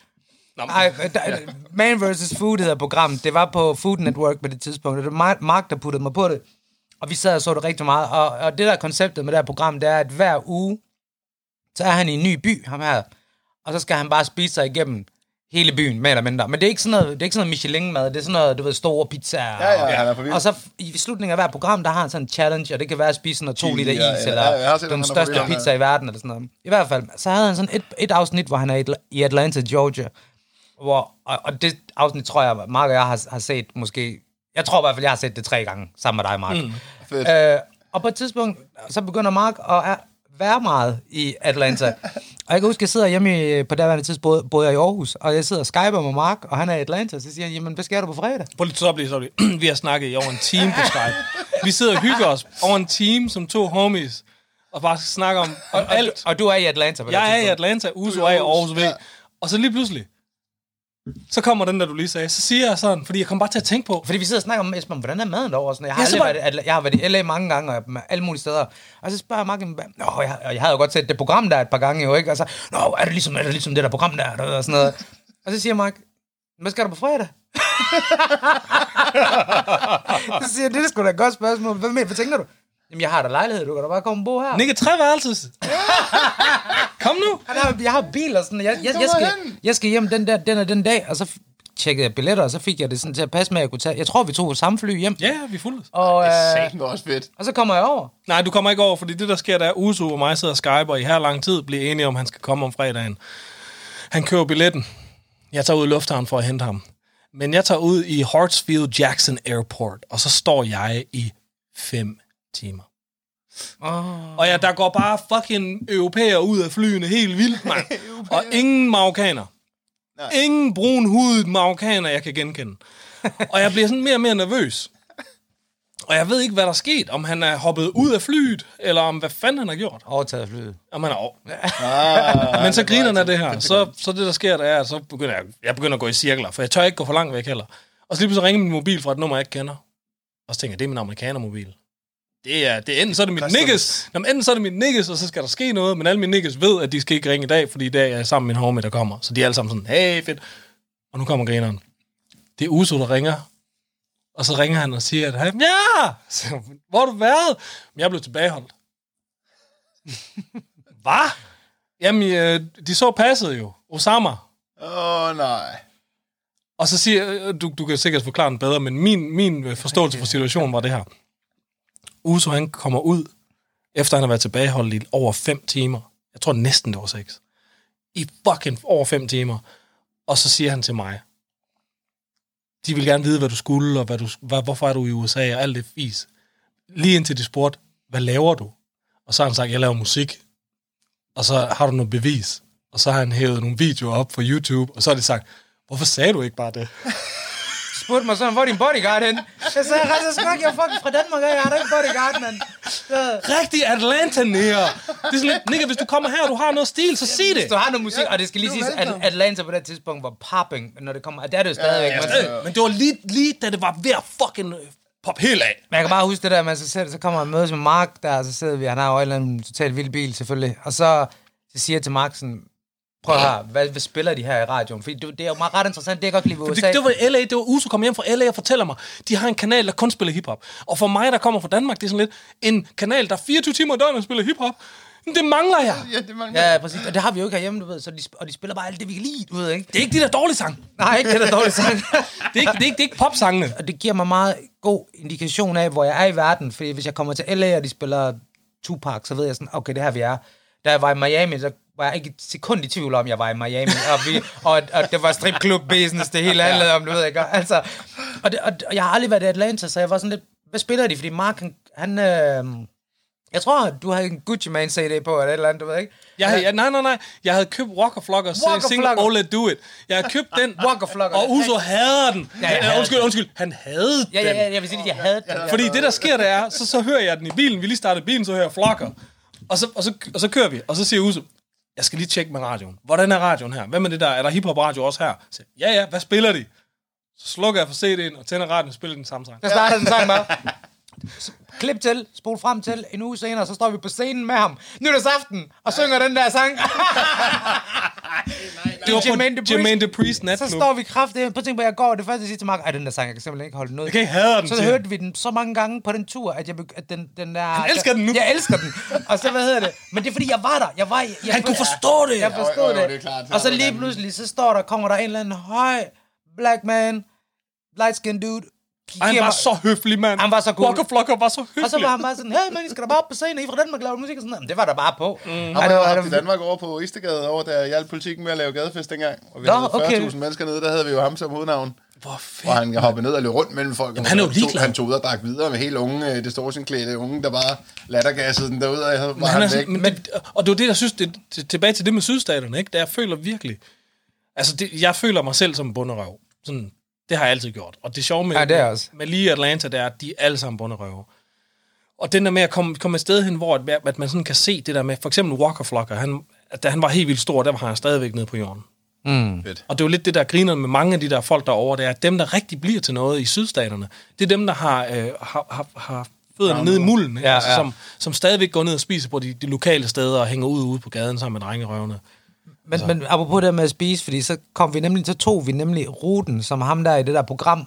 Speaker 4: Nå, men-
Speaker 2: Ej, øh, der, Man vs. Food hedder programmet. Det var på Food Network på det tidspunkt, og det var Mar- Mark, der puttede mig på det. Og vi sad og så det rigtig meget. Og, og det der er konceptet med det her program, det er, at hver uge, så er han i en ny by, ham her. Og så skal han bare spise sig igennem hele byen, mere eller mindre. Men det er ikke sådan noget, det er ikke sådan noget Michelin-mad, det er sådan noget, du ved, store pizzaer.
Speaker 3: Ja, ja, han er forvirret.
Speaker 2: Og så f- i slutningen af hver program, der har han sådan en challenge, og det kan være at spise sådan noget to
Speaker 3: Chili,
Speaker 2: liter is,
Speaker 3: ja, ja,
Speaker 2: eller
Speaker 3: ja, jeg har set,
Speaker 2: den
Speaker 3: han er
Speaker 2: største
Speaker 3: forvirret,
Speaker 2: pizza i verden, eller sådan noget. I hvert fald, så havde han sådan et, et afsnit, hvor han er i Atla- i Atlanta, Georgia, hvor, og, og det afsnit tror jeg, Mark og jeg har, har set måske, jeg tror i hvert fald, jeg har set det tre gange, sammen med dig, Mark. Mm.
Speaker 3: Fedt.
Speaker 2: Øh, og på et tidspunkt, så begynder Mark at er, være meget i Atlanta. og jeg kan huske, jeg sidder hjemme i, på daværende tidspunkt, boede jeg i Aarhus, og jeg sidder og skyper med Mark, og han er i Atlanta, så siger han, jamen, hvad sker der på fredag?
Speaker 4: Prøv lige, stop lige, stop lige. Vi har snakket i over en time på Skype. Vi sidder og hygger os over en time som to homies, og bare snakker om, om alt.
Speaker 2: Og du er i Atlanta på det
Speaker 4: Jeg er i
Speaker 2: tidspunkt.
Speaker 4: Atlanta, Uso
Speaker 3: Du er
Speaker 4: er
Speaker 3: i
Speaker 4: i
Speaker 3: Aarhus,
Speaker 4: Aarhus V.
Speaker 3: ja.
Speaker 4: Og så lige pludselig, så kommer den der, du lige sagde. Så siger jeg sådan, fordi jeg kom bare til at tænke på,
Speaker 2: Fordi vi sidder og snakker om, Esben, hvordan er maden derovre? og Sådan. Jeg, har
Speaker 4: Ja, så
Speaker 2: aldrig
Speaker 4: var-
Speaker 2: været, i Atla- jeg har været i LA mange gange, og jeg- alle mulige steder. Og så spørger jeg Mark, "Hvad- Nå, jeg, og jeg havde jo godt set det program der et par gange, jo ikke? Og så, Nå, er det ligesom, er det, ligesom det der program der? Du ved, Og, sådan noget. og så siger Mark, hvad skal du på fredag? så siger jeg, det er sgu da et godt spørgsmål. Hvad, mener, hvad tænker du? Jamen, jeg har da lejlighed, du kan da bare komme og bo her.
Speaker 4: Nikke treværelses. Kom nu.
Speaker 2: Han har, jeg har bil og sådan. Jeg, jeg, jeg, skal,
Speaker 3: Kom
Speaker 2: jeg skal hjem den der, den og den dag, og så f- tjekkede jeg billetter, og så fik jeg det sådan til at passe med, at jeg kunne tage... Jeg tror, vi tog samme fly hjem.
Speaker 4: Ja, ja, vi er fulde.
Speaker 2: Og,
Speaker 3: Det er
Speaker 2: øh,
Speaker 3: satme også fedt.
Speaker 2: og så kommer jeg over.
Speaker 4: Nej, du kommer ikke over, fordi det, der sker, der er Uso og mig sidder og skyper i her lang tid, bliver enige om, han skal komme om fredagen. Han køber billetten. Jeg tager ud i lufthavnen for at hente ham. Men jeg tager ud i Hartsfield Jackson Airport, og så står jeg i fem timer. Oh. Og ja, der går bare fucking europæer ud af flyene helt vildt, mand. og ingen marokkaner. Nej. Ingen brunhudet marokkaner, jeg kan genkende. og jeg bliver sådan mere og mere nervøs. Og jeg ved ikke, hvad der er sket. Om han er hoppet ud af flyet, eller om hvad fanden han har gjort.
Speaker 2: Overtaget flyet.
Speaker 4: Om han er over. Ja.
Speaker 3: Ah,
Speaker 4: Men så griner han af det her. Så, så det, der sker, der er, at så begynder jeg, jeg begynder at gå i cirkler, for jeg tør ikke gå for langt væk heller. Og så lige pludselig ringer min mobil fra et nummer, jeg ikke kender. Og så tænker jeg, det er min amerikanermobil. Det er, det er enten så er det mit
Speaker 3: Custom.
Speaker 4: nikkes, jamen, enten så er det mit nikkes, og så skal der ske noget, men alle mine nikkes ved, at de skal ikke ringe i dag, fordi i dag er jeg sammen med min homie, der kommer. Så de er alle sammen sådan, hey, fedt. Og nu kommer grineren. Det er Uso, der ringer. Og så ringer han og siger, at han, ja, så, hvor har du været? Men jeg blev tilbageholdt. Hvad? Jamen, øh, de så passet jo. Osama.
Speaker 3: Åh, oh, nej.
Speaker 4: Og så siger øh, du, du kan sikkert forklare den bedre, men min, min øh, forståelse for situationen var det her. Uso, han kommer ud, efter han har været tilbageholdt i over 5 timer. Jeg tror næsten, det var 6. I fucking over 5 timer. Og så siger han til mig, de vil gerne vide, hvad du skulle, og hvad du, hvad, hvorfor er du i USA, og alt det fis. Lige indtil de spurgte, hvad laver du? Og så har han sagt, jeg laver musik. Og så har du noget bevis. Og så har han hævet nogle videoer op på YouTube, og så har de sagt, hvorfor sagde du ikke bare det?
Speaker 2: Spurgte mig sådan, hvor er din bodyguard hen? Jeg sagde, jeg sgu ikke, jeg er fucking fra Danmark, og jeg har da ikke bodyguard, mand.
Speaker 4: rigtig atlanta nære. Det er sådan lidt, Nika, hvis du kommer her, og du har noget stil, så sig
Speaker 2: Hvis
Speaker 4: det.
Speaker 2: du har noget musik, og det skal lige
Speaker 3: du
Speaker 2: siges,
Speaker 3: er
Speaker 2: at
Speaker 3: velkommen.
Speaker 2: Atlanta på det tidspunkt var popping, når det kommer. Det er det jo stadigvæk.
Speaker 3: ja,
Speaker 2: men-
Speaker 3: stadig.
Speaker 4: Øh, Men det var lige, lige da det var ved at fucking øh, poppe helt af.
Speaker 2: Men jeg kan bare huske det der, man så sætter, så kommer han mødes med Mark der, og så sidder vi, han har jo en eller anden totalt vild bil selvfølgelig, og så, så siger jeg til Mark sådan, prøv her, hvad, hvad spiller de her i radioen? Fordi det, det er jo meget ret interessant, det er godt lige ved USA.
Speaker 4: Det, det var LA, det var Uso, kom hjem fra LA og fortæller mig, de har en kanal, der kun spiller hiphop. Og for mig, der kommer fra Danmark, det er sådan lidt en kanal, der 24 timer i døgnet spiller hiphop. Men Det mangler jeg.
Speaker 3: Ja, det mangler.
Speaker 2: Ja, præcis. Og det har vi jo ikke herhjemme, du ved, så de, sp- og de spiller bare alt det, vi kan lide, du ved, ikke?
Speaker 4: Det er ikke de der dårlige sang.
Speaker 2: Nej, ikke det der dårlige sang.
Speaker 4: Det er ikke, det er ikke, det er ikke popsangene.
Speaker 2: og det giver mig meget god indikation af, hvor jeg er i verden. Fordi hvis jeg kommer til LA, og de spiller Tupac, så ved jeg sådan, okay, det er her vi er. Da jeg var i Miami, så var jeg ikke et sekund i tvivl om, jeg var i Miami. Og, vi, og, og det var stripklub business, det hele handlede om, du ved ikke. Og Altså, og, det, og, og jeg har aldrig været i Atlanta, så jeg var sådan lidt, hvad spiller de? Fordi Mark, han... han øh, jeg tror, du havde en Gucci Man CD på, eller et eller andet, du ved ikke?
Speaker 4: Jeg havde, ja, nej, nej, nej. Jeg havde købt Rocker Flockers
Speaker 2: Walker
Speaker 4: single
Speaker 2: Flocker.
Speaker 4: Oh Let Do It. Jeg havde købt den.
Speaker 2: Walker Flocker.
Speaker 4: Og Uso hader den.
Speaker 2: Ja, jeg
Speaker 4: Ja,
Speaker 2: hader
Speaker 4: ja, undskyld, undskyld. Han havde
Speaker 2: Ja,
Speaker 4: den.
Speaker 2: ja, ja, jeg vil sige, at jeg havde den.
Speaker 4: Fordi det, der sker, det er, så, så hører jeg den i bilen. Vi lige startede bilen, så hører jeg flokker. Og så, og, så, og så kører vi, og så siger Uso, jeg skal lige tjekke med radioen. Hvordan er radioen her? Hvad med det der? Er der hiphop-radio også her? Så, ja, ja, hvad spiller de? Så slukker jeg for CD'en og tænder radioen og spiller den samme sang.
Speaker 2: Der starter den sang bare. S- Klip til, spol frem til, en uge senere, så står vi på scenen med ham, nytårsaften, og synger den der sang.
Speaker 4: det var på
Speaker 2: Jermaine Dupri-
Speaker 4: Jermaine Dupri's
Speaker 2: Så
Speaker 4: natklub.
Speaker 2: står vi kraftigt. Prøv at tænke på, at jeg går, og det første, jeg siger til Mark, ej, den der sang, jeg kan simpelthen ikke holde noget.
Speaker 4: Okay, jeg hader den
Speaker 2: Så
Speaker 4: til.
Speaker 2: hørte vi den så mange gange på den tur, at, jeg, begy- at den, den der... Han
Speaker 4: elsker den nu.
Speaker 2: Jeg elsker den. Og så, hvad hedder det? Men det er, fordi jeg var der. Jeg var, jeg, jeg
Speaker 4: Han kunne forstå det.
Speaker 2: Jeg forstod
Speaker 3: Jo, jo,
Speaker 2: det.
Speaker 3: jo, det er klart.
Speaker 2: og så lige pludselig, så står der, kommer der en eller anden høj black man, light skin dude.
Speaker 4: Og han
Speaker 2: giver
Speaker 4: var
Speaker 2: mig-
Speaker 4: så høflig, mand.
Speaker 2: Han var så cool.
Speaker 4: Walker Flocker var så høflig.
Speaker 2: Og så var han bare sådan, hey man, I skal da bare op på scenen, I er fra Danmark laver musik og sådan noget. Men det var der bare på. Mm.
Speaker 3: Han var jo haft i Danmark over på Istegade, over der jeg hjalp politikken med at lave gadefest dengang. Og vi
Speaker 2: Nå,
Speaker 3: havde 40.000
Speaker 2: okay.
Speaker 3: mennesker nede, der havde vi jo ham som hovednavn.
Speaker 4: Hvor fedt.
Speaker 3: Og han hoppede ned og løb rundt mellem folk. Jamen,
Speaker 4: han er jo ligeglad.
Speaker 3: Han tog ud og drak videre med helt unge, øh, distortionklædte unge, der bare lattergassede den derude, og jeg havde bare
Speaker 4: han er,
Speaker 3: ham væk.
Speaker 4: sådan- men det, og det var det, jeg synes, det, det, tilbage til det med sydstaterne, ikke? Der jeg føler virkelig... Altså, det, jeg føler mig selv som en bunderøv. Sådan, det har jeg altid gjort. Og det sjove med,
Speaker 2: Ja, det er jeg også.
Speaker 4: med, med lige Atlanta, det er, at de er alle sammen bunderøve. Og den der med at komme, komme et sted hen, hvor at, at man sådan kan se det der med, for eksempel Walker Flocker, han, at da han var helt vildt stor, der var han stadigvæk nede på jorden.
Speaker 2: Mm.
Speaker 3: Fedt.
Speaker 4: Og det er jo lidt det, der griner med mange af de der folk derovre, det er, at dem, der rigtig bliver til noget i sydstaterne, det er dem, der har, øh, har, har, har fødderne nede i mulden, ikke?
Speaker 2: Ja,
Speaker 4: altså,
Speaker 2: ja.
Speaker 4: Som, som stadigvæk går ned og spiser på de, de lokale steder og hænger ud ude på gaden sammen med drengerøvene.
Speaker 2: Men, men apropos det med at spise, fordi så kom vi nemlig, så tog vi nemlig ruten, som ham der i det der program,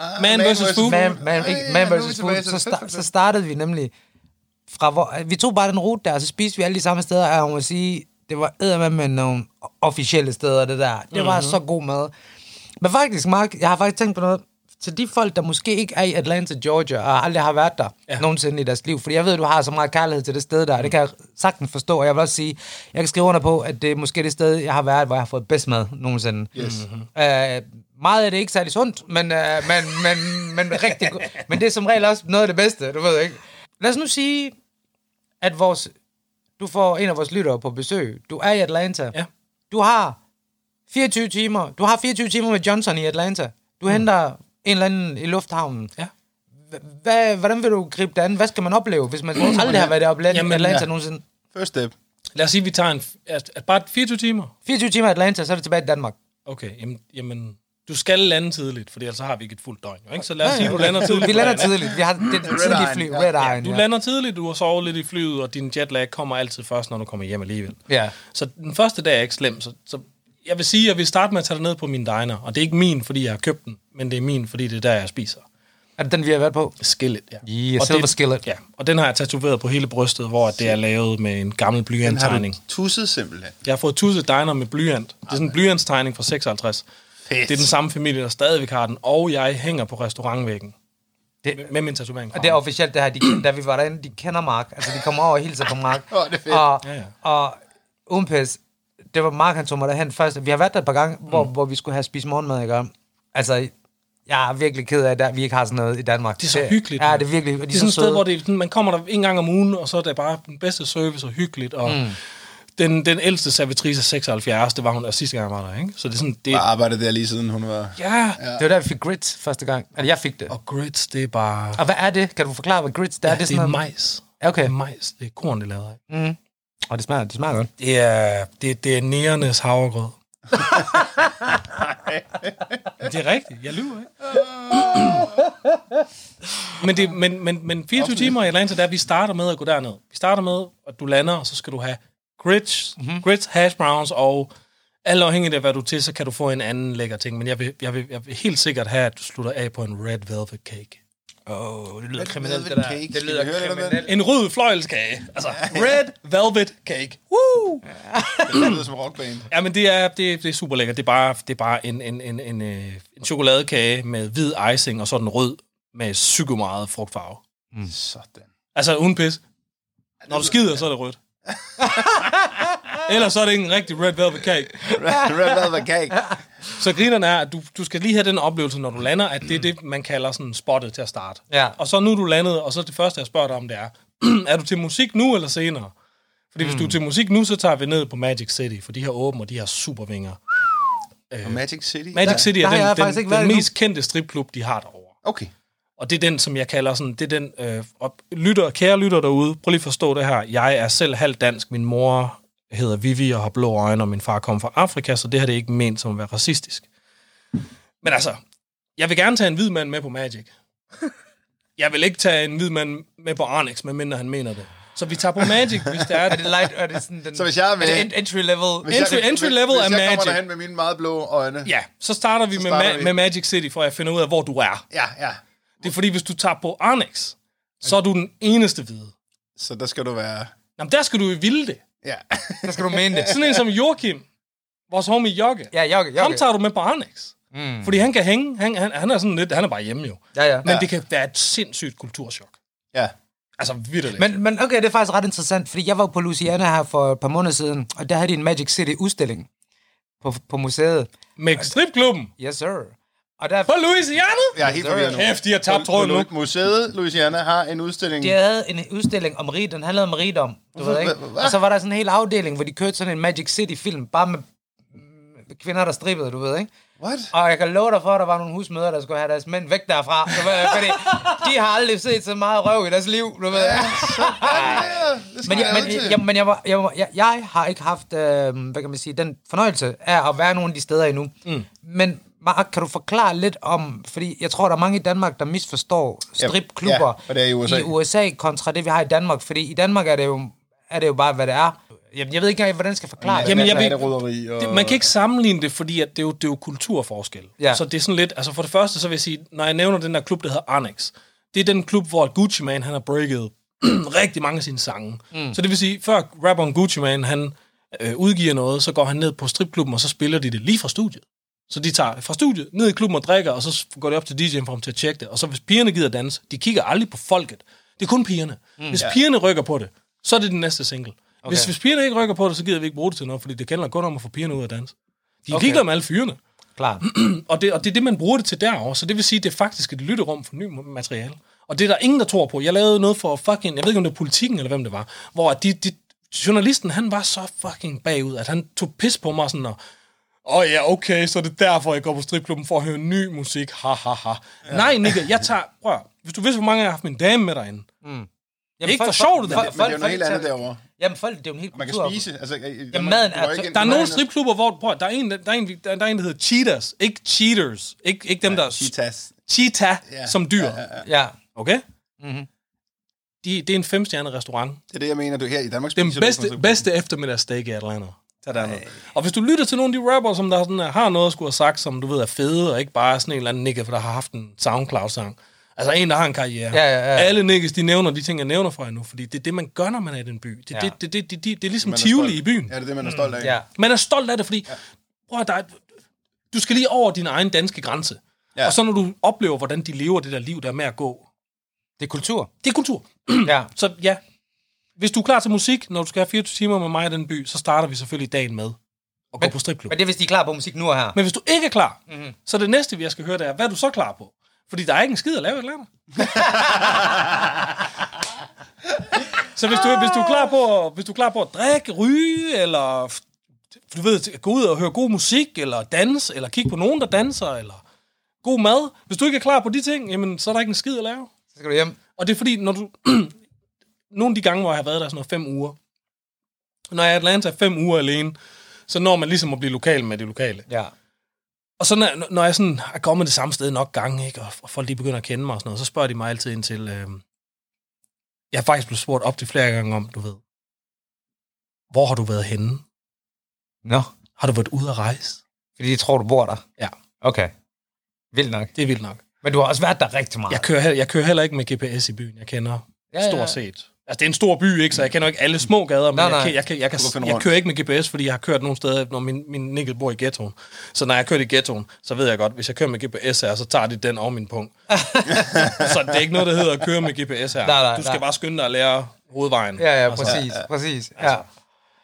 Speaker 3: Ah,
Speaker 4: Man versus food.
Speaker 2: Man, man,
Speaker 3: Ej,
Speaker 2: ikke,
Speaker 3: ja,
Speaker 2: man
Speaker 3: nu er vi
Speaker 2: versus
Speaker 3: tilbage
Speaker 2: food.
Speaker 3: til
Speaker 2: Så,
Speaker 3: det. Fedt,
Speaker 2: sta-
Speaker 3: fedt,
Speaker 2: så
Speaker 3: fedt.
Speaker 2: startede vi nemlig fra hvor... Vi tog bare den rute der, og så spiste vi alle de samme steder, og jeg må sige, det var eddermame med nogle officielle steder, det der. Det mm-hmm.
Speaker 3: Mhm.
Speaker 2: var så god mad. Men faktisk, Mark, jeg har faktisk tænkt på noget. Til de folk, der måske ikke er i Atlanta, Georgia, og aldrig har været der ja. nogensinde i deres liv. Fordi jeg ved, du har så meget kærlighed til det sted der, og det kan jeg sagtens forstå. Og jeg vil også sige, jeg kan skrive under på, at det er måske det sted, jeg har været, hvor jeg har fået bedst mad nogensinde.
Speaker 4: Mm.
Speaker 3: Yes.
Speaker 2: Øh, meget af det er ikke særlig sundt, men, øh, men, men, men, rigtig go- men det er som regel også noget af det bedste, du ved ikke. Lad os nu sige, at vores, du får en af vores lyttere på besøg. Du er i Atlanta.
Speaker 4: Ja.
Speaker 2: Du har 24 timer. Du har 24 timer med Johnson i Atlanta. Du mm. henter en eller anden i lufthavnen.
Speaker 4: Ja.
Speaker 2: H- Hvad, hvordan vil du gribe det an? Hvad skal man opleve, hvis man aldrig har været i Atlanta,
Speaker 4: Mm. Jamen,
Speaker 2: Atlanta
Speaker 3: ja.
Speaker 2: nogensinde?
Speaker 3: First step.
Speaker 4: Lad os sige, at vi tager en, at, at bare 24 timer.
Speaker 2: 24 timer i Atlanta, så er det tilbage i Danmark.
Speaker 4: Okay, jamen, jamen du skal lande tidligt, for ellers så har vi ikke et fuldt døgn. jo, Ikke? Så lad os sige, at du lander tidligt.
Speaker 2: Vi
Speaker 4: på
Speaker 2: lander
Speaker 4: dagen, ikke?
Speaker 2: tidligt. Vi har det, det tidlige fly.
Speaker 3: Red Eye,
Speaker 2: Red Eye.
Speaker 4: Du
Speaker 2: ja.
Speaker 4: lander tidligt, du har sovet lidt i flyet, og din jetlag kommer altid først, når du kommer hjem alligevel.
Speaker 2: Ja.
Speaker 4: Så den første dag er ikke slem, så, så jeg vil sige, at jeg vil starte med at tage det ned på min diner. Og det er ikke min, fordi jeg har købt den, men det er min, fordi det er der, jeg spiser.
Speaker 2: Er det den, vi har været på?
Speaker 4: Skillet, ja.
Speaker 2: Yeah,
Speaker 4: og
Speaker 2: silver
Speaker 4: det,
Speaker 2: skillet.
Speaker 4: Ja, og den har jeg tatoveret på hele brystet, hvor det er lavet med en gammel
Speaker 3: Den har du
Speaker 4: blyanttegning.
Speaker 3: tusset simpelthen.
Speaker 4: Jeg har fået tusset diner med blyant. Det er sådan en blyantstegning fra 56.
Speaker 3: Fedt.
Speaker 4: Det er den samme familie, der stadigvæk har den, og jeg hænger på restaurantvæggen. Det, med, med min tatovering. fra
Speaker 2: Og det er
Speaker 4: ham.
Speaker 2: officielt det her, de, da vi var derinde, de kender Mark. Altså, de kommer over og hilser på Mark.
Speaker 3: Åh, det er fedt.
Speaker 2: Og,
Speaker 4: Ja,
Speaker 2: og uden pis, det var Mark, han tog mig derhen først. Vi har været der et par gange, hvor,
Speaker 4: Mm.
Speaker 2: hvor vi skulle have spist morgenmad, ikke? Altså, jeg er virkelig ked af, at vi ikke har sådan noget i Danmark.
Speaker 4: Det er så hyggeligt.
Speaker 2: Ja,
Speaker 4: mand.
Speaker 2: det er virkelig. Og de
Speaker 4: det er sådan et sted,
Speaker 2: søde.
Speaker 4: hvor det, er sådan, man kommer der en gang om ugen, og så er det bare den bedste service og hyggeligt. Og mm. den, den ældste servitrice er 76, det var hun der sidste gang, jeg var der. Ikke? Så det er sådan, det,
Speaker 3: Jeg arbejdede der lige siden hun var...
Speaker 4: ja.
Speaker 2: det var der, vi fik grits første gang. Eller jeg fik det.
Speaker 4: Og grits, det er bare...
Speaker 2: Og hvad er Ah, det? Kan du forklare, hvad grits det er?
Speaker 4: Ja, det er, det er
Speaker 2: sådan
Speaker 4: majs.
Speaker 2: noget... Okay.
Speaker 4: Det er majs. Det er korn, det er lavet af.
Speaker 2: Og det smager, det smager godt.
Speaker 4: Det er, det, det er nærenes havregrød. det er rigtigt. Jeg lyver ikke. men, det, men, men, men 24 timer i Atlanta, der vi starter med at gå derned. Vi starter med, at du lander, og så skal du have grits, mm-hmm. grits hash browns, og alt afhængigt af, hvad du er til, så kan du få en anden lækker ting. Men jeg vil, jeg vil, jeg vil helt sikkert have, at du slutter af på en red velvet cake.
Speaker 2: Åh, oh, det lyder
Speaker 3: kriminelt, det der. cake. Det Skal vi lyder høre lidt om den? kriminelt.
Speaker 4: En rød fløjelskage. Altså, red velvet cake. Woo!
Speaker 3: Det lyder som rockband.
Speaker 4: Ja, men det er, det, det er super lækkert. Det er bare, det er bare en, en, en, en, øh, en chokoladekage med hvid icing, og så den rød med psyko meget frugtfarve.
Speaker 3: Sådan.
Speaker 4: Altså, uden pis. Når du skider, så er det rødt. Ellers så er det ikke en rigtig red velvet cake.
Speaker 3: Red Velvet Cake.
Speaker 4: Så grinerne er, at du, du skal lige have den oplevelse, når du lander, at det er det, man kalder sådan spottet til at starte.
Speaker 2: Ja.
Speaker 4: Og så nu er du landet, og så det første, jeg spørger dig om, det er, er du til musik nu eller senere? Fordi hvis du er til musik nu, så tager vi ned på Magic City, for de har åbent, og de har supervinger.
Speaker 3: Og Magic City.
Speaker 4: Magic City
Speaker 2: der har
Speaker 4: er
Speaker 2: jeg
Speaker 4: den,
Speaker 2: faktisk
Speaker 4: den,
Speaker 2: ikke været
Speaker 4: den
Speaker 2: endnu.
Speaker 4: mest kendte stripklub, de har derovre.
Speaker 3: Okay.
Speaker 4: Og det er den, som jeg kalder sådan, det er den, øh, og lytter, kære lytter derude, prøv lige at forstå det her. Jeg er selv halvt dansk, min mor hedder Vivi og har blå øjne, og min far kommer fra Afrika, så det her det er ikke ment som at være racistisk. Men altså, jeg vil gerne tage en hvid mand med på Magic. Jeg vil ikke tage en hvid mand med på Arnix, medmindre han mener det. Så vi tager på Magic, hvis der er
Speaker 2: Er det light, er det sådan den...
Speaker 3: Så hvis jeg er med-
Speaker 2: Er det en- entry level?
Speaker 3: Hvis jeg-
Speaker 4: Entry- entry
Speaker 3: hvis-
Speaker 4: level er
Speaker 3: Hvis jeg kommer
Speaker 4: magic.
Speaker 3: derhen med mine meget blå øjne.
Speaker 4: Ja, så starter vi, så starter
Speaker 3: starter
Speaker 4: med, ma-
Speaker 3: vi.
Speaker 4: med Magic City, for at finde ud af, hvor du er.
Speaker 3: Ja, ja.
Speaker 4: Det er fordi, hvis du tager på Onyx, så er du den eneste hvide.
Speaker 3: Så der skal du være...
Speaker 4: Jamen, der skal du jo vilde det.
Speaker 3: Ja.
Speaker 2: Så skal du mene det.
Speaker 4: Sådan en som Joachim, vores homie Jokke,
Speaker 2: Ja, Jokke, Jokke.
Speaker 4: ham tager du med på Onyx. Mm. Fordi han kan hænge, han, han, han er sådan lidt, han er bare hjemme jo.
Speaker 2: Ja, ja.
Speaker 4: Men det kan være et sindssygt kulturschok.
Speaker 3: ja.
Speaker 4: Altså, vildt
Speaker 2: Men, men okay, det er faktisk ret interessant, fordi jeg var på Louisiana her for et par måneder siden, og der havde de en Magic City-udstilling på, på museet.
Speaker 4: Med stripklubben
Speaker 2: Yes, sir. Og der,
Speaker 4: på Louisiana.
Speaker 3: Jeg er helt forvirret nu.
Speaker 4: Kæft, de har tabt tråden nu.
Speaker 3: Lu- Museet Louisiana har en udstilling.
Speaker 2: de havde en udstilling om rigdom. Han lavede om rigdom, du ved ikke?
Speaker 3: Hva?
Speaker 2: Og så var der sådan en hel afdeling, hvor de kørte sådan en Magic City-film, bare med med kvinder, der strippede, du ved, ikke?
Speaker 3: What?
Speaker 2: Og jeg kan love dig for, at der var nogle husmøder, der skulle have deres mænd væk derfra. Du ved, fordi de har aldrig set så meget røv i deres liv, du ved. ikke?
Speaker 3: Det skal
Speaker 2: Men, jeg,
Speaker 3: jeg,
Speaker 2: men, jeg, men jeg, var, jeg, var, jeg, jeg har ikke haft, øh, hvad kan man sige, den fornøjelse af at være nogen af de steder endnu. Mm. Men Mark, kan du forklare lidt om, fordi jeg tror, der er mange i Danmark, der misforstår stripklubber
Speaker 3: ja, og det er i USA.
Speaker 2: i USA kontra det, vi har i Danmark. Fordi i Danmark er det jo, er det jo bare, hvad det er. Jamen, jeg ved ikke engang, hvordan jeg skal forklare
Speaker 3: Mm.
Speaker 2: det.
Speaker 4: Jamen, jeg ved-
Speaker 3: det roderi, og...
Speaker 4: Det, man kan ikke sammenligne det, fordi at det, er jo, det er jo kulturforskel.
Speaker 2: Ja.
Speaker 4: Så det er sådan lidt... Altså for det første, så vil jeg sige, når jeg nævner den der klub, der hedder Onyx, det er den klub, hvor Gucci Man, han har breaket rigtig mange af sine sange. Mm. Så det vil sige, før rapperen Gucci Man, han øh, udgiver noget, så går han ned på stripklubben, og så spiller de det lige fra studiet. Så de tager fra studiet, ned i klubben og drikker, og så går det op til DJ'en for ham til at tjekke det. Og så hvis pigerne gider danse, de kigger aldrig på folket. Det er kun pigerne. Mm, hvis pigerne rykker på det, så er det den næste single. Okay. Hvis, hvis pigerne ikke rykker på det, så gider vi ikke bruge det til noget, fordi det gælder kun om at få pigerne ud at danse. De er okay. ligeglade med alle fyrene.
Speaker 2: Klart.
Speaker 4: Og det, og det er det, man bruger det til derovre. Så det vil sige, det er faktisk et lytterum for ny materiale. Og det er der ingen, der tror på. Jeg lavede noget for fucking... Jeg ved ikke, om det var politikken eller hvem det var. Hvor at de, de, journalisten, han var så fucking bagud, at han tog pis på mig sådan og... Åh oh ja, okay, så er det derfor, jeg går på stripklubben for at høre ny musik. Ha, ha, ha. Ja. Nej, Nikke, jeg tager... Prøv, at- hvis du vidste, hvor mange jeg har haft min dame med derinde.
Speaker 2: Jamen,
Speaker 4: Ikke for sjovt, det der.
Speaker 2: folk-
Speaker 3: Men det er jo
Speaker 2: folk-
Speaker 3: noget helt andet
Speaker 2: folk-
Speaker 3: derovre.
Speaker 2: Jamen, folk, det er jo en helt
Speaker 3: Man kan
Speaker 2: kultur.
Speaker 3: spise. Altså, Jamen,
Speaker 2: maden er-
Speaker 4: Der er nogle stripklubber, hvor... Prøv, at- der er en, der, der, er en, der, der er en, der hedder Cheetahs. Ikke Cheaters. Ikke, ikke dem, der...
Speaker 3: Cheetahs.
Speaker 4: Cheetah
Speaker 3: Ja.
Speaker 4: som dyr.
Speaker 2: Ja.
Speaker 4: Okay? Mm-hmm. De, det er en femstjernet restaurant.
Speaker 3: Det er det, jeg mener, du her i Danmark
Speaker 4: Den
Speaker 3: spiser. du
Speaker 4: bedste,
Speaker 3: på-
Speaker 4: bedste eftermiddagssteak i Atlanta. Tag derned. Og hvis du lytter til nogle af de rapper, som der sådan, er- har noget at skulle have sagt, som du ved er fede, og ikke bare er sådan en eller anden nikke, for der har haft en SoundCloud-sang. Altså en, der har en karriere.
Speaker 2: Ja, ja, ja.
Speaker 4: Alle nikkes, de nævner de ting, jeg nævner for jer nu, fordi det er det, man gør, når man er i den by. Det,
Speaker 2: Ja.
Speaker 4: ja. det, det, det, det, det, det er ligesom
Speaker 3: Man er
Speaker 4: Tivoli
Speaker 3: stolt.
Speaker 4: i byen. Mm.
Speaker 3: Ja, det er det, man er stolt af.
Speaker 2: Ja.
Speaker 4: Man er stolt af det, fordi ja. prøv, at- der er, du skal lige over din egen danske grænse. Ja.
Speaker 3: Ja.
Speaker 4: Og så når du oplever, hvordan de lever det der liv, der er med at gå.
Speaker 2: Det er kultur.
Speaker 4: Det er kultur.
Speaker 3: Mm.
Speaker 2: ja.
Speaker 4: Så ja, hvis du er klar til musik, når du skal have 24 timer med mig i den by, så starter vi selvfølgelig dagen med at gå på stripklub.
Speaker 2: Men Mhm.
Speaker 4: Men,
Speaker 2: det er, hvis de er klar på musik nu og her.
Speaker 4: men hvis du ikke er klar, mm-hmm. så det næste, jeg skal høre, det er, hvad er du så klar på? Fordi der er ikke en skid at lave eller andet. så hvis du, hvis, du er klar på, at- hvis du er klar på at drikke, ryge, eller f- du ved, gå ud og høre god musik, eller danse, eller kigge på nogen, der danser, eller god mad. Hvis du ikke er klar på de ting, jamen, så er der ikke en skid at lave.
Speaker 2: Så skal du hjem.
Speaker 4: Og det er fordi, når du... nogle af de gange, hvor jeg har været der sådan noget fem uger, når jeg er i Atlanta fem uger alene, så når man ligesom at blive lokal med det lokale.
Speaker 2: Ja.
Speaker 4: Og så når, når jeg sådan er kommet det samme sted nok gange, ikke, og, og folk lige begynder at kende mig og sådan noget, så spørger de mig altid ind til... Øh, jeg er faktisk blevet spurgt op til flere gange om, du ved, hvor har du været henne?
Speaker 2: Nå. No.
Speaker 4: Har du været ude at rejse?
Speaker 2: Fordi de tror, du bor der.
Speaker 4: Ja,
Speaker 2: Okay. Vildt nok.
Speaker 4: det er vildt nok.
Speaker 2: Men du har også været der rigtig meget.
Speaker 4: Jeg kører, heller, jeg kører heller ikke med GPS i byen. Jeg kender
Speaker 2: Ja, Ah.
Speaker 4: ja,
Speaker 2: ja.
Speaker 4: ja. stort set. Altså, det er en stor by, ikke? Så jeg kender ikke alle små gader, men
Speaker 2: Nej,
Speaker 4: nej,
Speaker 2: nej.
Speaker 4: nej. Jeg, kan, jeg, kan,
Speaker 3: Du kan finde
Speaker 4: jeg, kan, jeg
Speaker 3: rundt.
Speaker 4: kører ikke med GPS, fordi jeg har kørt nogle steder, når min, min nikkel bor i ghettoen. Så når jeg kørt i ghettoen, så ved jeg godt, hvis jeg kører med GPS her, så tager de den over min punkt. så det er ikke noget, der hedder at køre med GPS her.
Speaker 2: Nej, nej,
Speaker 4: du skal
Speaker 2: nej.
Speaker 4: bare skynde dig at lære hovedvejen.
Speaker 2: Ja, Altså, ja, Altså, præcis, præcis. Ja.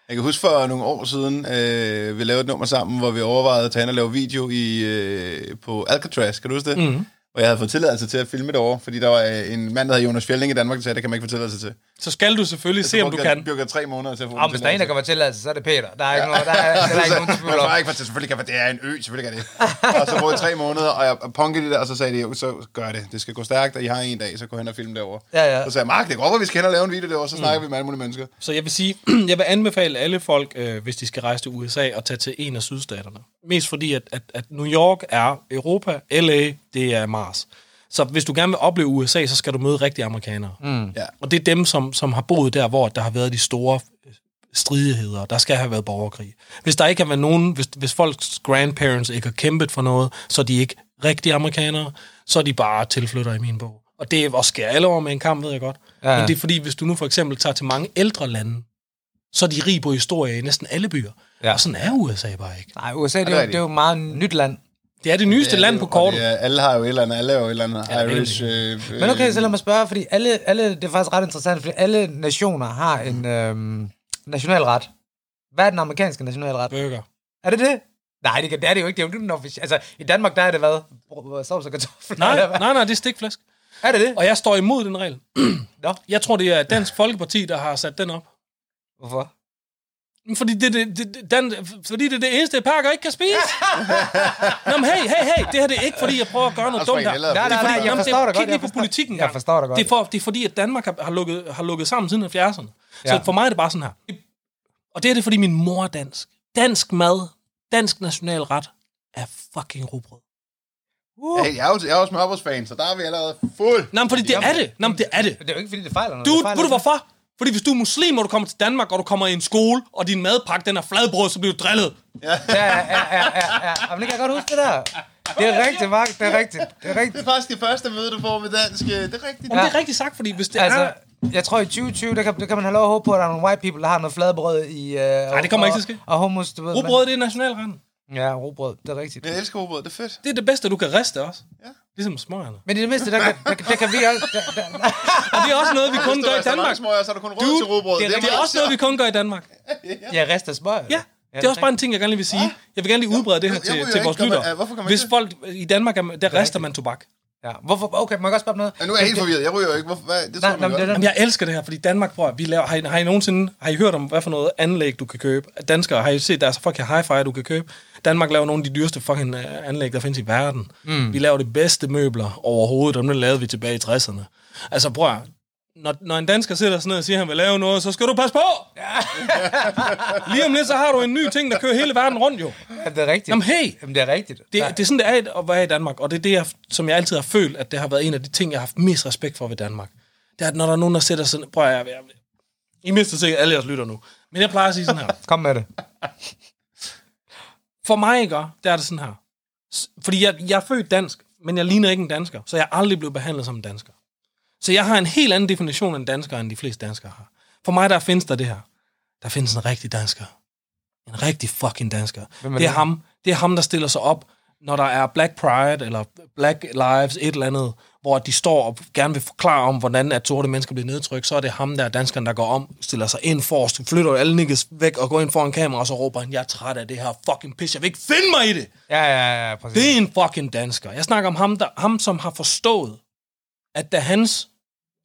Speaker 3: Jeg kan huske for nogle år siden, øh, vi lavede et nummer sammen, hvor vi overvejede at tage hen og lave video i, øh, på Alcatraz. Kan du huske det?
Speaker 2: Mhm.
Speaker 3: Mm-hmm. Og jeg havde fået tilladelse til at filme derovre, fordi der var øh, en mand, der hed Jonas Fjelding i Danmark, der sagde, det kan man ikke få tilladelse til.
Speaker 4: Så skal du selvfølgelig
Speaker 3: Så
Speaker 4: se, om du
Speaker 3: brugte
Speaker 4: kan.
Speaker 3: Jeg brugte tre måneder til at få
Speaker 2: Og hvis der er en, der kommer til, altså, så er det Peter. Der er ikke, noget, der er, der er ikke nogen tvivl om.
Speaker 3: Jeg ikke for selvfølgelig kan for det er en ø, selvfølgelig kan det. Og så brugte jeg tre måneder, og jeg punkede det der, og så sagde de, "Jo, så gør det. Det skal gå stærkt, og I har en dag, så gå hen og film derovre.
Speaker 2: Ja, ja.
Speaker 3: Så sagde jeg, Mark, det går over, vi skal hen og lave en video derovre, så snakker mm. vi med alle mulige mennesker.
Speaker 4: Så jeg vil sige, jeg vil anbefale alle folk, øh, hvis de skal rejse til USA, at tage til en af sydstaterne. Mest fordi, at, at, at New York er Europa, LA, det er Mars. Så hvis du gerne vil opleve USA, så skal du møde rigtige amerikanere. Mm.
Speaker 3: Ja.
Speaker 4: Og det er dem, som, som har boet der, hvor der har været de store øh, stridigheder. Der skal have været borgerkrig. Hvis der ikke har været nogen, hvis, hvis folks grandparents ikke har kæmpet for noget, så er de ikke rigtige amerikanere, så er de bare tilflyttere i min bog. Og det er også skære alle over med en kamp, ved jeg godt.
Speaker 2: Ja.
Speaker 4: Ja. Men det er fordi, hvis du nu for eksempel tager til mange ældre lande, så er de rige på historie i næsten alle byer.
Speaker 2: Ja.
Speaker 4: Ja. Og sådan er USA bare ikke.
Speaker 2: Nej, USA, det
Speaker 3: det
Speaker 2: er, jo,
Speaker 3: rigtigt?
Speaker 2: det er jo meget nyt land.
Speaker 4: Det er det nyeste
Speaker 3: Ja,
Speaker 4: land på
Speaker 3: det- og
Speaker 4: kortet.
Speaker 3: det er- alle har jo et eller andet, alle er jo et eller andet
Speaker 4: Ja, det er
Speaker 3: Irish... Øh, øh,
Speaker 2: Men okay, så lad mig spørge, fordi alle, alle, det er faktisk ret interessant, fordi alle nationer har en øhm, nationalret. Hvad er den amerikanske nationalret?
Speaker 4: Burger.
Speaker 2: Er det det? Nej, det, kan- det er det jo ikke. Det er jo ikke den officielle. Altså, i Danmark, der er det hvad? Br- Sovs og kartofler? eller
Speaker 4: Nej,
Speaker 2: hvad?
Speaker 4: nej, nej, det er stikflæsk.
Speaker 2: Er det det?
Speaker 4: Og jeg står imod den regel.
Speaker 2: Nå,
Speaker 4: Jeg tror, det er Dansk Folkeparti, der har sat den op.
Speaker 2: hvorfor?
Speaker 4: Fordi det, det, det, det- den, fordi det er det eneste, pakker ikke kan spise. Nå, men hey, hey, hey, det her det er ikke, fordi jeg prøver at gøre noget
Speaker 3: Altså,
Speaker 4: dumt her.
Speaker 3: hellere-
Speaker 2: Nej,
Speaker 4: Det er
Speaker 2: nej,
Speaker 4: fordi,
Speaker 2: nej, jeg
Speaker 4: jamen,
Speaker 2: forstår
Speaker 4: det,
Speaker 2: dig godt.
Speaker 4: Kig lige
Speaker 2: jeg
Speaker 4: på
Speaker 2: forstår-
Speaker 4: politikken.
Speaker 2: Jeg
Speaker 4: Jacob.
Speaker 2: forstår dig godt.
Speaker 4: Det er, for, det er fordi, at Danmark har, har, lukket, har lukket sammen siden 70'erne. Ja.
Speaker 2: Ja.
Speaker 4: Så for mig er det bare sådan her. Og det er det, fordi min mor er dansk. Dansk mad, dansk national ret er fucking rugbrød.
Speaker 2: Uh.
Speaker 3: Hey, jeg er jo, jeg er jo smørbrødsfan, så der er vi allerede fuld.
Speaker 4: Nå, men fordi det er det. Nå, men det er det.
Speaker 2: Det er jo ikke, fordi det fejler noget.
Speaker 4: Du,
Speaker 2: Det fejler
Speaker 4: ved du
Speaker 2: noget.
Speaker 4: hvorfor? Fordi hvis du er muslim, og du kommer til Danmark, og du kommer i en skole, og din madpakke, den er fladbrød, så bliver du drillet.
Speaker 2: Ja, ja, ja, ja, ja, ja. Jamen, det kan jeg godt huske, det der. Det er rigtigt, Mark. Det er rigtigt. Det er
Speaker 3: Det
Speaker 2: rigtigt.
Speaker 3: er faktisk det første møde, du får med dansk. øh, Det er rigtigt.
Speaker 4: Om ja. det er rigtigt sagt, fordi hvis det altså,
Speaker 2: Altså,
Speaker 4: er...
Speaker 2: jeg tror i 2020, der kan, der kan man have lov at håbe på, at der er nogle white people, der har noget fladbrød i... Øh, Nej,
Speaker 4: det kommer ikke til at ske.
Speaker 2: Og hummus, du ved. men-
Speaker 4: Rugbrød, det er nationalretten.
Speaker 2: Ja, robrød, det er rigtigt.
Speaker 3: Jeg elsker robrød, det er fedt.
Speaker 4: Det er det bedste, du kan riste også.
Speaker 3: Ja.
Speaker 4: Ligesom smøgerne.
Speaker 2: Men i det mindste, der kan, der, der kan vi også... Der, der,
Speaker 4: Og det er også noget, vi kun
Speaker 3: Hvis du
Speaker 4: gør i
Speaker 3: rester
Speaker 4: Danmark.
Speaker 3: Smøger, så er du kun
Speaker 4: Du,
Speaker 3: råd til robrød.
Speaker 2: det er
Speaker 4: Det er også noget, vi kun gør i Danmark.
Speaker 2: ja, rest af smøg.
Speaker 4: Ja, det er også bare en ting, jeg gerne lige vil sige. Jeg vil gerne lige udbrede det her
Speaker 3: Jeg
Speaker 4: til,
Speaker 3: ryger
Speaker 4: til
Speaker 3: ikke.
Speaker 4: vores
Speaker 3: Gør man- Ja,
Speaker 4: lyttere.
Speaker 3: hvorfor gør man
Speaker 4: Hvis
Speaker 3: ikke
Speaker 4: folk i Danmark, er- der rister man tobak.
Speaker 2: Ja. Hvorfor? Okay, må jeg godt spørge om noget?
Speaker 3: Ja, nu er jeg helt forvirret. Jeg ryger jo ikke. Hvorfor? Hvad? Det tror
Speaker 2: Nej,
Speaker 3: jeg,
Speaker 2: nej,
Speaker 3: man
Speaker 2: men det
Speaker 3: gør.
Speaker 2: er
Speaker 4: Jamen,
Speaker 2: der...
Speaker 4: jeg elsker det her, fordi Danmark, prøv at- vi laver, har, I, har I nogensinde, har I hørt om, hvad for noget anlæg, du kan købe? Danskere, har I set deres fucking hi-fi, du kan købe? Danmark laver nogle af de dyreste fucking øh, anlæg, der findes i verden. Mm. Vi laver de bedste møbler overhovedet, og dem lavede vi tilbage i 60'erne. Altså, prøv at- når, når en dansker sidder sådan ned og siger, at han vil lave noget, så skal du passe på! Lige om lidt, så har du en ny ting, der kører hele verden rundt, jo.
Speaker 2: Jamen, det er rigtigt.
Speaker 4: Jamen, hey!
Speaker 2: Jamen, det er rigtigt.
Speaker 4: Det,
Speaker 2: Der-
Speaker 4: det er sådan, det er i- at være i Danmark, og det er det, jeg, som jeg altid har følt, at det har været en af de ting, jeg har haft mest respekt for ved Danmark. Det er, at når der er nogen, der sætter sådan... Prøv at jeg, jeg, I mister sikkert alle jeres lytter nu. Men jeg plejer at sige sådan her.
Speaker 2: Kom med det.
Speaker 4: For mig, ikke, der er det sådan her. S- Fordi jeg, jeg er født dansk, men jeg ligner ikke en dansker, så jeg er aldrig blevet behandlet som en dansker. Så jeg har en helt anden definition af en dansker, end de fleste danskere har. For mig, der findes der det her. Der findes en rigtig dansker. En rigtig fucking dansker.
Speaker 2: Hvem er
Speaker 4: det? er
Speaker 2: det?
Speaker 4: ham, det er ham, der stiller sig op, når der er Black Pride eller Black Lives, et eller andet, hvor de står og gerne vil forklare om, hvordan at sorte mennesker bliver nedtrykt, så er det ham, der er danskeren, der går om, stiller sig ind forrest, flytter alle niggas væk og går ind foran kamera, og så råber han, jeg er træt af det her fucking pis, jeg vil ikke finde mig i det.
Speaker 2: Ja, ja, ja, præcis.
Speaker 4: Det er en fucking dansker. Jeg snakker om ham, der, ham som har forstået, at da hans,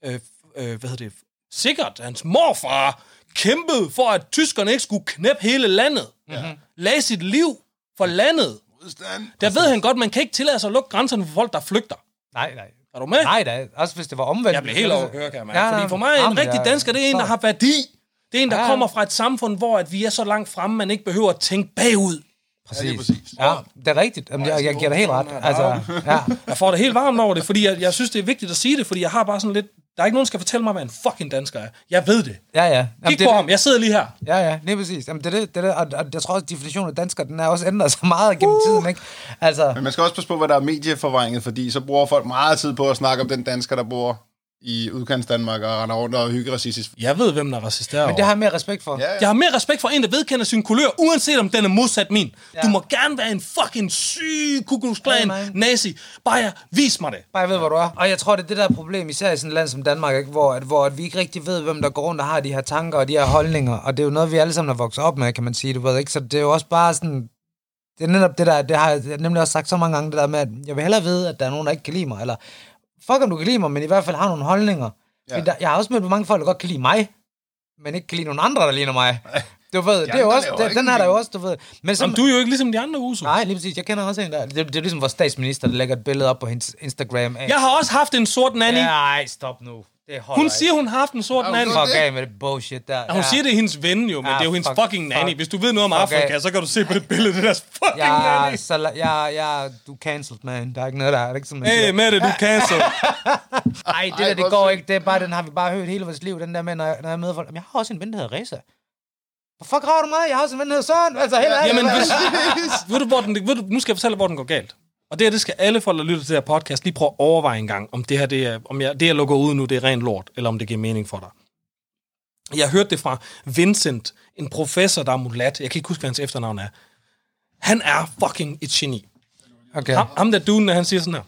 Speaker 4: øh, øh, hvad hedder det, sikkert hans morfar kæmpede for, at tyskerne ikke skulle knæppe hele landet,
Speaker 2: Mhm.
Speaker 4: mm-hmm. lagde sit liv for landet,
Speaker 3: Modstand.
Speaker 4: der ved han godt, man kan ikke tillade sig at lukke grænserne for folk, der flygter.
Speaker 2: Nej, nej.
Speaker 4: Er du med?
Speaker 2: Nej, da. Også hvis det var omvendt. Altså,
Speaker 4: Jeg bliver helt overkørt, kan jeg mærke.
Speaker 2: Ja,
Speaker 4: Fordi
Speaker 2: nej,
Speaker 4: for mig er
Speaker 2: jamen,
Speaker 4: en rigtig
Speaker 2: jeg-
Speaker 4: dansker, det er en, der har værdi. Det er en, der
Speaker 2: Ja.
Speaker 4: kommer fra et samfund, hvor at vi er så langt fremme, man ikke behøver at tænke bagud.
Speaker 2: Præcis.
Speaker 3: Ja, det er præcis.
Speaker 2: Ja, det er rigtigt. Jamen, jeg, jeg giver dig helt ret. Altså, ja.
Speaker 4: Jeg får det helt varmt over det, fordi jeg, jeg synes, det er vigtigt at sige det, fordi jeg har bare sådan lidt... Der er ikke nogen, der skal fortælle mig, hvad en fucking dansker er. Jeg ved det.
Speaker 2: Ja, ja.
Speaker 4: Kig
Speaker 2: det,
Speaker 4: på ham. Jeg sidder lige her.
Speaker 2: Ja, ja, lige præcis. Jamen, det er det, det er det. Og, og jeg tror også, at definitionen af dansker, den er også ændret sig meget
Speaker 4: Uh!
Speaker 2: gennem tiden, ikke? Altså,
Speaker 3: Men man skal også passe på, hvad der er medieforvrænget, fordi så bruger folk meget tid på at snakke om den dansker, der bor i udkants Danmark og render rundt og hygger racistisk.
Speaker 4: Jeg ved, hvem der racisterer
Speaker 2: men det har jeg mere respekt for.
Speaker 3: Ja,
Speaker 4: Jeg har mere respekt for en, der vedkender sin kulør, uanset om den er modsat min. Ja. Du må gerne være en fucking syg kukusklan
Speaker 2: Ja, man.
Speaker 4: nazi. Bare jeg, vis mig det.
Speaker 2: Bare jeg ved, hvor du er. Og jeg tror, det er det der er problem, især i sådan et land som Danmark, ikke? Hvor, at, hvor at vi ikke rigtig ved, hvem der går rundt og har de her tanker og de her holdninger. Og det er jo noget, vi alle sammen har vokset op med, kan man sige. Du ved, ikke? Så det er jo også bare sådan... Det er netop det der, det har jeg nemlig også sagt så mange gange, det der med, at jeg vil hellere vide, at der er nogen, der ikke kan lide mig. Eller, fuck om du kan lide mig, men i hvert fald har nogle holdninger. Ja. Der, jeg har også mødt på mange folk, der godt kan lide mig, men ikke kan lide nogen andre, der ligner mig. Du ved, det er jo
Speaker 3: andre
Speaker 2: også,
Speaker 3: laver
Speaker 2: det,
Speaker 3: ikke
Speaker 2: den er der
Speaker 3: en-
Speaker 2: jo også, du ved. Men så,
Speaker 4: Jamen, du er jo ikke ligesom de andre uso.
Speaker 2: Nej, lige præcis. Jeg kender også en der. Det, det er ligesom vores statsminister, der lægger et billede op på hendes Instagram af.
Speaker 4: Jeg har også haft en sort nanny.
Speaker 2: Nej, stop nu. Det holder
Speaker 4: Hun siger, hun har haft en sort
Speaker 3: Ja, hun
Speaker 4: nanny.
Speaker 3: gør
Speaker 4: Ja,
Speaker 3: det.
Speaker 2: Fuck af med det bullshit der.
Speaker 4: hun siger, det er hendes ven jo, men
Speaker 2: Ja,
Speaker 4: det er jo hendes
Speaker 2: fuck,
Speaker 4: fucking nanny.
Speaker 2: fuck.
Speaker 4: Hvis du ved noget om
Speaker 2: Fuck af.
Speaker 4: Afrika, så kan du se på det billede, det er deres fucking
Speaker 2: Ja,
Speaker 4: nanny.
Speaker 2: så, la- ja, ja, du er cancelled, man. Der er ikke noget der. Det er ikke sådan, man
Speaker 4: Hey,
Speaker 2: siger.
Speaker 4: Mette, du cancel.
Speaker 2: Ej, det
Speaker 3: Ej,
Speaker 2: der,
Speaker 3: hvor
Speaker 2: det går
Speaker 3: sygt.
Speaker 2: ikke. Det er bare, den har vi bare hørt hele vores liv, den der med, når jeg, når jeg møder folk. Jamen, jeg har også en ven, der hedder Reza. Hvor fuck graver du mig? Jeg har også en ven, der hedder Søren. Altså, helt ærligt.
Speaker 4: Jamen,
Speaker 2: hvad-
Speaker 4: hvis, ved du, hvor den, ved du, nu skal jeg fortælle, hvor den går galt. Og det her, det skal alle folk, der lytter til det her podcast, lige prøve at overveje en gang, om det her, det, er, om jeg, det jeg lukker ud nu, det er rent lort, eller om det giver mening for dig. Jeg hørte det fra Vincent, en professor, der er mulat. Jeg kan ikke huske, hvad hans efternavn er. Han er fucking et geni.
Speaker 2: Okay.
Speaker 4: Ham, ham der duden, han siger sådan her.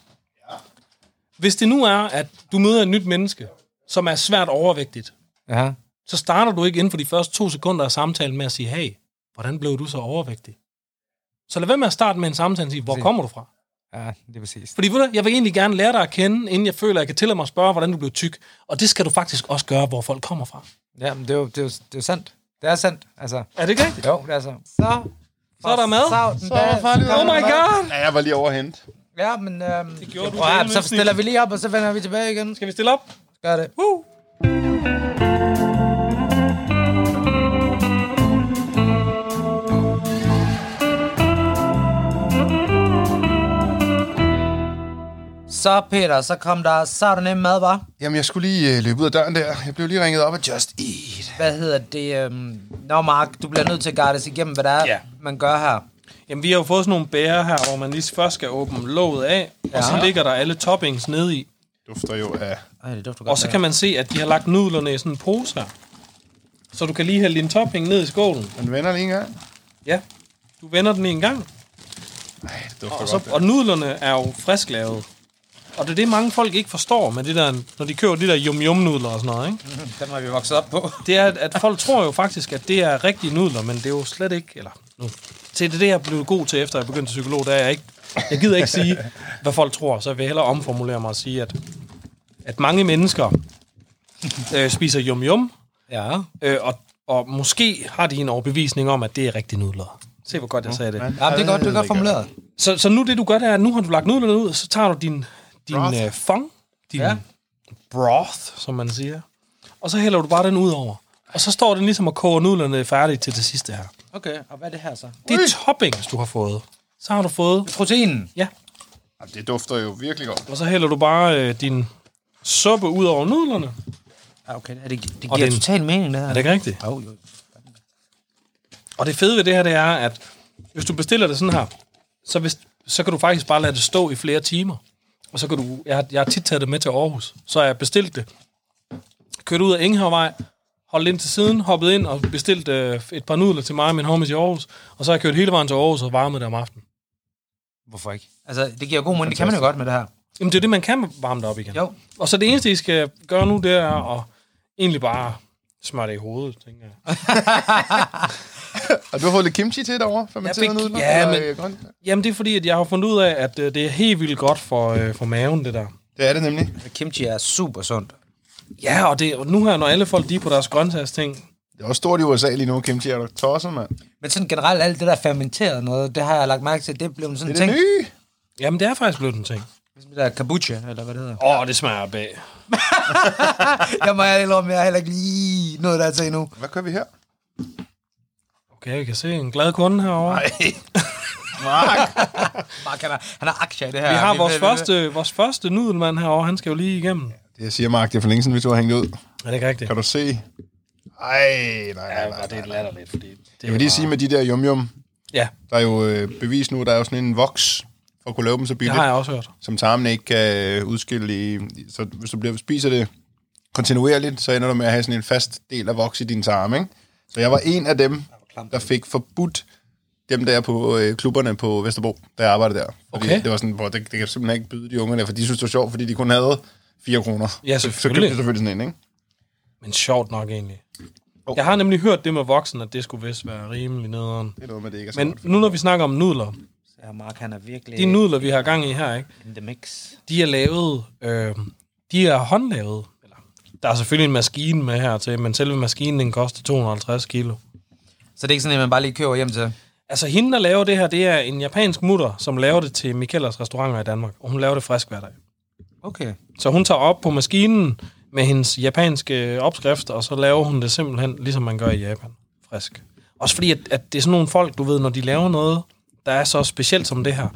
Speaker 4: Hvis det nu er, at du møder et nyt menneske, som er svært overvægtigt,
Speaker 2: Ja.
Speaker 4: så starter du ikke inden for de første to sekunder af samtalen med at sige, hey, hvordan blev du så overvægtig? Så lad være med at starte med en samtale og sige, hvor kommer du fra?
Speaker 2: Ja, det er præcis.
Speaker 4: Fordi ved du, jeg vil egentlig gerne lære dig at kende, inden jeg føler, at jeg kan tillade mig at spørge, hvordan du blev tyk. Og det skal du faktisk også gøre, hvor folk kommer fra.
Speaker 2: Ja, men det er jo, det er jo, det er jo sandt. Det er sandt, altså.
Speaker 4: Er det ikke rigtigt?
Speaker 2: Jo, det er så. Så,
Speaker 4: Så er der mad.
Speaker 2: Så,
Speaker 4: Oh my god!
Speaker 3: Ja, jeg var lige over at hente.
Speaker 2: Ja, men... Øhm, det
Speaker 4: gjorde du
Speaker 2: ja,
Speaker 4: dele
Speaker 2: så
Speaker 4: med
Speaker 2: stiller vi lige op, og så vender vi tilbage igen.
Speaker 4: Skal vi stille op?
Speaker 2: Gør det.
Speaker 4: Woo!
Speaker 2: Så Peter, så kom der, så er der nem mad, var.
Speaker 3: Jamen, jeg skulle lige øh, løbe ud af døren der. Jeg blev lige ringet op af Just Eat.
Speaker 2: Hvad hedder det? Øhm... Nå, Mark, du bliver nødt til at guide os igennem, hvad der er,
Speaker 4: Ja.
Speaker 2: man gør her.
Speaker 4: Jamen, vi har jo fået sådan nogle bærer her, hvor man lige først skal åbne låget af, ja. og så ligger der alle toppings nede i.
Speaker 3: Dufter jo af...
Speaker 2: Ej, det dufter godt.
Speaker 4: Og så kan man se, at de har lagt nudlerne i sådan en pose her. Så du kan lige hælde din topping ned i skålen.
Speaker 3: Man vender lige en gang.
Speaker 4: Ja, du vender den i en gang.
Speaker 3: Ej, det dufter
Speaker 4: Og,
Speaker 3: og
Speaker 4: så,
Speaker 3: godt. Så,
Speaker 4: og nudlerne er jo frisklavet. Og det er det, mange folk ikke forstår, med det der, når de køber de der yum-yum-nudler og sådan noget. Ikke?
Speaker 2: Mhm, Den har vi vokset op på.
Speaker 4: Det er, at- at folk tror jo faktisk, at det er rigtige nudler, men det er jo slet ikke... Eller, nu. Se, det er det, jeg blev god til, efter jeg begyndte til psykolog, der er jeg ikke... Jeg gider ikke sige, hvad folk tror, så jeg vil hellere omformulere mig og sige, at, at mange mennesker øh, spiser yum-yum,
Speaker 2: Ja.
Speaker 4: øh, og, og måske har de en overbevisning om, at det er rigtige nudler. Se, hvor godt jeg sagde det.
Speaker 2: ja det er godt, du er godt formuleret.
Speaker 4: Så, så nu det, du gør, det er, at nu har du lagt nudlerne ud, så tager du din, din
Speaker 3: Broth.
Speaker 4: øh, fong, din
Speaker 2: Ja.
Speaker 4: ja. broth, som man siger, og så hælder du bare den ud over. Og så står den ligesom og koger nudlerne færdigt til det sidste her.
Speaker 2: Okay, og hvad er det her så?
Speaker 4: Det er toppings, du har fået. Så har du fået,
Speaker 2: Proteinen.
Speaker 4: ja,
Speaker 3: Jamen, det dufter jo virkelig godt.
Speaker 4: og så hælder du bare øh, din suppe ud over nudlerne.
Speaker 2: Ja, okay, det, det, det
Speaker 4: Og
Speaker 2: giver
Speaker 4: den-
Speaker 2: total mening, det her.
Speaker 4: Er det ikke rigtigt?
Speaker 2: Jo, jo.
Speaker 4: Og det fede ved det her, det er, at hvis du bestiller det sådan her, så, hvis, så kan du faktisk bare lade det stå i flere timer. Og så kan du... Jeg, har- jeg har tit taget det med til Aarhus, så har jeg bestilt det. Kørt ud af Ingehavvej, holdt ind til siden, hoppet ind og bestilt øh, et par nudler til mig og min homies i Aarhus. Og så har jeg kørt hele vejen til Aarhus og varmet det om aftenen.
Speaker 2: Hvorfor ikke? Altså, det giver god mening. Det kan man jo godt med det her.
Speaker 4: Jamen, det er det, man kan varme det op igen.
Speaker 2: Jo.
Speaker 4: Og så det eneste, I skal gøre nu, det er at egentlig bare smøre det i hovedet, tænker jeg.
Speaker 3: Og du har fået lidt kimchi til derovre, fermenteret
Speaker 4: fik-
Speaker 3: nudler?
Speaker 4: ja,
Speaker 3: eller,
Speaker 4: men-
Speaker 3: øh, grønt?
Speaker 4: Jamen, det er fordi, at jeg har fundet ud af, at øh, det er helt vildt godt for, øh, for maven, det der.
Speaker 3: Det er det nemlig.
Speaker 2: Kimchi er super sundt.
Speaker 4: Ja, og, det, og nu her, når alle folk de er på deres grøntsagsting,
Speaker 3: Det er også stort i USA lige nu, kimchi. Er du tosset, mand?
Speaker 2: Men sådan generelt, alt det der fermenteret noget, det har jeg lagt mærke til, det blev sådan
Speaker 3: Det
Speaker 2: en
Speaker 3: er det
Speaker 2: ting.
Speaker 3: nye.
Speaker 4: jamen det er faktisk blevet en ting.
Speaker 2: Ligesom det der kombucha, eller hvad det hedder.
Speaker 4: Åh, oh, det smager af bag.
Speaker 2: jeg må ærligt om, jeg har heller ikke lige noget der til endnu.
Speaker 3: Hvad kører vi her?
Speaker 4: Okay, vi kan se en glad kunde herovre. Nej,
Speaker 3: Mark.
Speaker 2: Mark, han har, han har aktier i det her.
Speaker 4: vi har
Speaker 2: Vi
Speaker 4: vores,
Speaker 2: ved det.
Speaker 4: første, vores første nudelmand herovre, han skal jo lige igennem.
Speaker 3: Det jeg siger, Mark, det er for længe siden, vi to har hængt ud.
Speaker 4: Er det ikke rigtigt?
Speaker 3: Kan du se? Ej, nej, nej, nej.
Speaker 4: det er latterligt, fordi... Det
Speaker 3: Jeg vil lige sige med de der yum-yum,
Speaker 4: Ja,
Speaker 3: Der er jo øh, bevis nu, der er jo sådan en voks, for at kunne lave dem så
Speaker 4: det
Speaker 3: billigt,
Speaker 4: har jeg også hørt.
Speaker 3: som tarmen ikke kan øh, udskille i. Så hvis du bliver, spiser det kontinuerligt, så ender du med at have sådan en fast del af voks i din tarm, ikke? Så jeg var en af dem, der fik forbudt dem der på øh, klubberne på Vesterbro, der jeg arbejdede der. Fordi
Speaker 4: Okay.
Speaker 3: det var sådan, hvor det, det kan jeg simpelthen ikke byde de unge der, for de synes det var sjovt, fordi de kun havde 4 kroner.
Speaker 4: Ja,
Speaker 3: Så- Så
Speaker 4: selvfølgelig.
Speaker 3: købte jeg selvfølgelig sådan en, ikke?
Speaker 4: Men sjovt nok egentlig.
Speaker 3: Åh.
Speaker 4: Jeg har nemlig hørt det med voksne, at det skulle vist være rimelig nederen.
Speaker 3: Det er noget med, det ikke er så
Speaker 4: Men nu når vi snakker om nudler,
Speaker 2: Ja, Mark, han er virkelig
Speaker 4: de nudler, vi har gang i her, ikke?
Speaker 2: in the mix.
Speaker 4: de er lavet, øh, de er håndlavet. Eller, Der er selvfølgelig en maskine med her til, men selve maskinen den koster 250 kilo.
Speaker 2: Så det er ikke sådan, at man bare lige køber hjem til.
Speaker 4: Altså hende, der laver det her, det er en japansk mutter, som laver det til Michaelas restauranter i Danmark, og hun laver det frisk hver dag.
Speaker 2: Okay.
Speaker 4: Så hun tager op på maskinen, med hendes japanske opskrift, og så laver hun det simpelthen, ligesom man gør i Japan. Frisk. Også fordi, at, at det er sådan nogle folk, du ved, når de laver noget, der er så specielt som det her,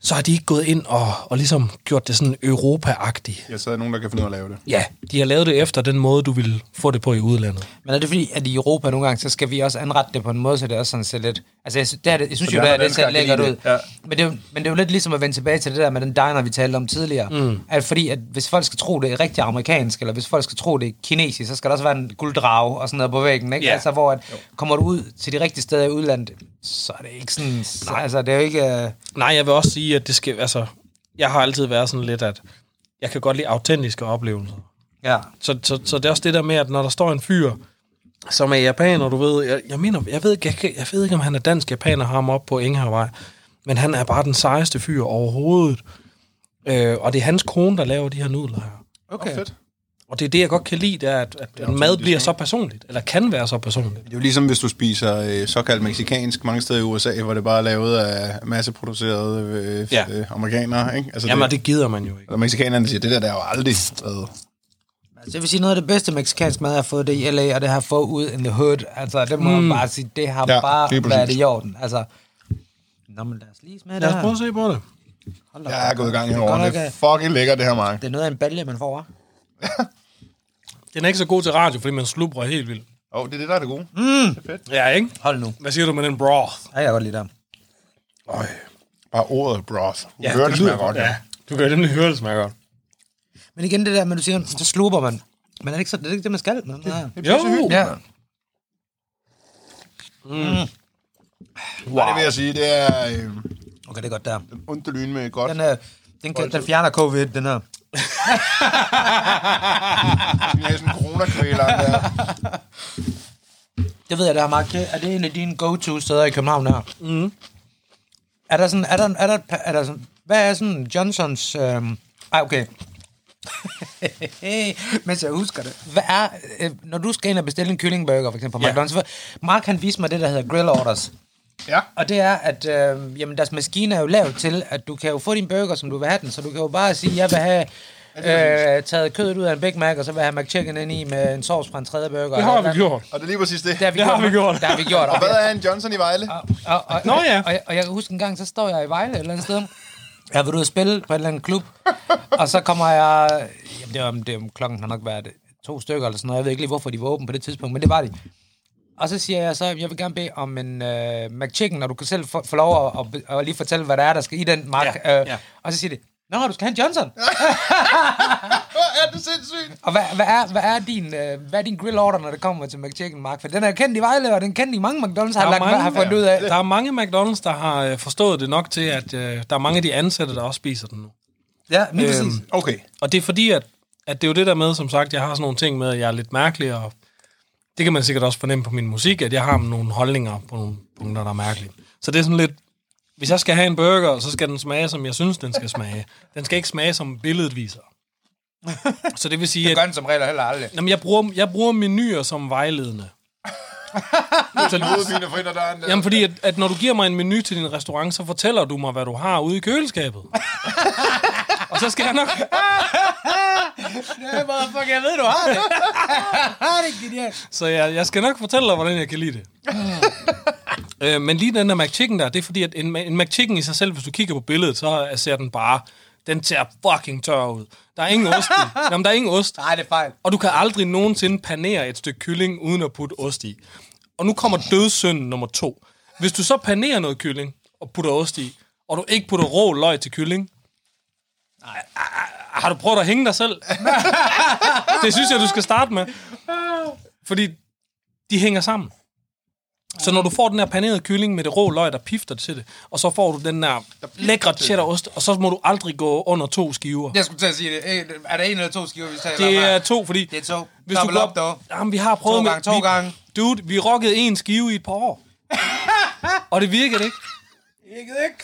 Speaker 4: så har de ikke gået ind og, og ligesom gjort det sådan Europa-agtigt.
Speaker 3: Jeg sad nogen, der kan finde ud af at lave det.
Speaker 4: Ja, de har lavet det efter den måde, du ville få det på i udlandet.
Speaker 2: Men er det fordi, at i Europa nogle gange, så skal vi også anrette det på en måde, så det også sådan ser lidt... Altså, jeg, sy- det er, det- jeg synes
Speaker 3: For
Speaker 2: jo,
Speaker 3: de
Speaker 2: det, er,
Speaker 3: andre
Speaker 2: det ser
Speaker 3: danskere kan
Speaker 2: lækkert
Speaker 3: lide
Speaker 2: ud.
Speaker 3: det, ja.
Speaker 2: Men, det er, jo- men det er jo lidt ligesom at vende tilbage til det der med den diner, vi talte om tidligere. Mm. At fordi, at hvis folk skal tro, det er rigtig amerikansk, eller hvis folk skal tro, det er kinesisk, så skal der også være en gulddrage og sådan noget på væggen, ikke?
Speaker 4: Ja.
Speaker 2: Altså, hvor at, kommer du ud til de rigtige steder i udlandet, så er det ikke sådan... Så, altså, det er jo ikke... Øh,
Speaker 4: Nej, jeg vil også sige, at det skal... Altså, jeg har altid været sådan lidt, at jeg kan godt lide autentiske oplevelser.
Speaker 2: ja.
Speaker 4: Så, så, så det er også det der med, at når der står en fyr, som er japaner, du ved, jeg, jeg mener, jeg ved, ikke- jeg, kan- jeg ved ikke, om han er dansk japaner, har ham op på Ingehavvej, men han er bare den sejeste fyr overhovedet. Øh, og det er hans kone, der laver de her nudler her.
Speaker 3: Okay. fedt.
Speaker 4: Og det er det, jeg godt kan lide, det er, at, at mad bliver så personligt, eller kan være så personligt.
Speaker 3: Det er jo ligesom, hvis du spiser øh, såkaldt meksikansk mange steder i USA, hvor det bare er lavet af masseproducerede øh,
Speaker 4: Ja.
Speaker 3: ja. øh, amerikanere, ikke? Altså,
Speaker 4: Jamen, og
Speaker 3: det,
Speaker 4: det gider man jo ikke.
Speaker 3: og mexikanerne siger, det der, der er jo aldrig været.
Speaker 2: Altså, det vil sige, noget af det bedste meksikansk mad, jeg har fået det i LA, og det har jeg fået ud in the hood. Altså, det må mm. man bare sige, det har ja,
Speaker 3: Ja,
Speaker 2: bare
Speaker 3: lige præcis.
Speaker 2: været i orden. Altså, Nå, men lad os lige smage det
Speaker 4: Lad os prøve
Speaker 2: her.
Speaker 4: at se på det.
Speaker 2: Hold da op.
Speaker 3: Jeg er gået i gang herovre.
Speaker 2: godt
Speaker 3: Det er
Speaker 2: nok,
Speaker 3: fucking lækkert, det her, Mark.
Speaker 2: Det er noget af en balje, man får, hva'?
Speaker 4: Den er ikke så god til radio, fordi man slubrer helt vildt.
Speaker 3: Åh, oh, det er det, der er det gode.
Speaker 4: Ja, ikke?
Speaker 2: Hold nu.
Speaker 4: Hvad siger du med den broth?
Speaker 2: Ja, jeg kan godt lide det.
Speaker 3: Øj. Bare ordet broth. Du ja, hører det,
Speaker 4: lyder
Speaker 3: smager godt, ja.
Speaker 4: Du kan nemlig høre, det smager godt.
Speaker 2: Men igen det der, men du siger, så sluber man. Men er det ikke, så, er det ikke det, man skal? Nå, nej.
Speaker 4: Jo,
Speaker 2: Ja.
Speaker 3: Wow. Det vil jeg sige, det er øh,
Speaker 2: Okay, det er godt der.
Speaker 3: ondt lyn med godt.
Speaker 2: Den, øh, den, kan, den fjerner covid, den her.
Speaker 3: Vi har sådan en coronakvæler der.
Speaker 2: Det ved jeg, der er Mark. Er det en af dine go-to-steder i København her? Mm. Er der sådan, er der, er der, er der sådan, hvad er sådan Johnsons, øhm, ej, okay. Mens jeg husker det. Hvad er, øh, når du skal ind og bestille en kyllingburger, for eksempel på
Speaker 4: Ja.
Speaker 2: McDonald's, for Mark han viste mig det, der hedder grill orders.
Speaker 3: Ja.
Speaker 2: Og det er, at øh, jamen, deres maskine er jo lavet til, at du kan jo få din burger, som du vil have den, så du kan jo bare sige, jeg vil have øh, taget kødet ud af en Big Mac, og så vil jeg have McChicken ind i med en sovs fra en tredje burger.
Speaker 4: det har vi gjort.
Speaker 3: Og det er lige præcis det.
Speaker 2: Det har vi,
Speaker 4: Det
Speaker 2: gjort.
Speaker 4: har vi gjort.
Speaker 2: Det har vi gjort.
Speaker 3: Og hvad er en Johnson i Vejle?
Speaker 2: Og, og,
Speaker 4: Nå ja.
Speaker 2: Og, jeg- og jeg kan huske en gang, så står jeg i Vejle et eller andet sted. Jeg vil ud og spille på en eller anden klub. og så kommer jeg... Jamen, det var, det var klokken har nok været to stykker eller sådan noget. Jeg ved ikke lige, hvorfor de var åbne på det tidspunkt, men det var de. Og så siger jeg så, jeg vil gerne bede om en øh, McChicken, og du kan selv få, få lov at, at, at, lige fortælle, hvad der er, der skal i den, Mark.
Speaker 4: Ja,
Speaker 2: øh,
Speaker 4: ja.
Speaker 2: Og så siger de, Nå, du skal have en Johnson.
Speaker 3: Hvor er det sindssygt?
Speaker 2: Og hvad, hvad, er, hvad, er din, øh, hvad er din grill order, når det kommer til McChicken, Mark? For den er jo kendt i Vejle, og den er kendt i mange McDonald's, har,
Speaker 4: er
Speaker 2: jeg lagt,
Speaker 4: mange,
Speaker 2: har fundet ud af.
Speaker 4: Der er mange McDonald's, der har øh, forstået det nok til, at øh, der er mange af de ansatte, der også spiser den nu.
Speaker 2: Ja, lige præcis.
Speaker 4: Øhm,
Speaker 3: Okay.
Speaker 4: og det er fordi, at, at det er jo det der med, som sagt, jeg har sådan nogle ting med, at jeg er lidt mærkelig, og det kan man sikkert også fornemme på min musik, at jeg har nogle holdninger på nogle punkter, der er mærkelige. Så det er sådan lidt, hvis jeg skal have en burger, så skal den smage, som jeg synes, den skal smage. Den skal ikke smage, som billedet viser. Så det vil sige, at
Speaker 2: Gør den som regel heller aldrig.
Speaker 4: jamen, jeg, bruger, jeg bruger menuer som vejledende. så,
Speaker 3: Hovedpine for ind ad døren. der.
Speaker 4: Jamen fordi, at, at når du giver mig en menu til din restaurant, så fortæller du mig, hvad du har ude i køleskabet. og så skal jeg nok...
Speaker 2: Motherfucker, jeg ved, du har det. har det genialt.
Speaker 4: Så jeg, jeg skal nok fortælle dig, hvordan jeg kan lide det. øh, men lige den der McChicken der, det er fordi, at en, en McChicken i sig selv, hvis du kigger på billedet, så ser den bare... Den ser fucking tør ud. Der er ingen ost i. Jamen, der er ingen ost.
Speaker 2: Nej, det er fejl.
Speaker 4: Og du kan aldrig nogensinde panere et stykke kylling uden at putte ost i. Og nu kommer dødssynden nummer to. Hvis du så panerer noget kylling og putter ost i, og du ikke putter rå løg til kylling, Ej, har du prøvet at hænge dig selv? det synes jeg, du skal starte med. Fordi de hænger sammen. Så når du får den her panerede kylling med det rå løg, der pifter til det, og så får du den der lækre cheddarost, og så må du aldrig gå under to skiver.
Speaker 2: Jeg skulle til at sige det. En- Er der en eller to skiver, vi taler om
Speaker 4: Det
Speaker 2: her?
Speaker 4: er to, fordi...
Speaker 2: Det er to.
Speaker 4: Hvis
Speaker 2: Double
Speaker 4: du
Speaker 2: up, dog.
Speaker 4: Jamen, vi har prøvet
Speaker 2: To
Speaker 4: med-
Speaker 2: gange, to
Speaker 4: vi,
Speaker 2: gange.
Speaker 4: Dude, vi rockede en skive i et par år. og det virkede ikke.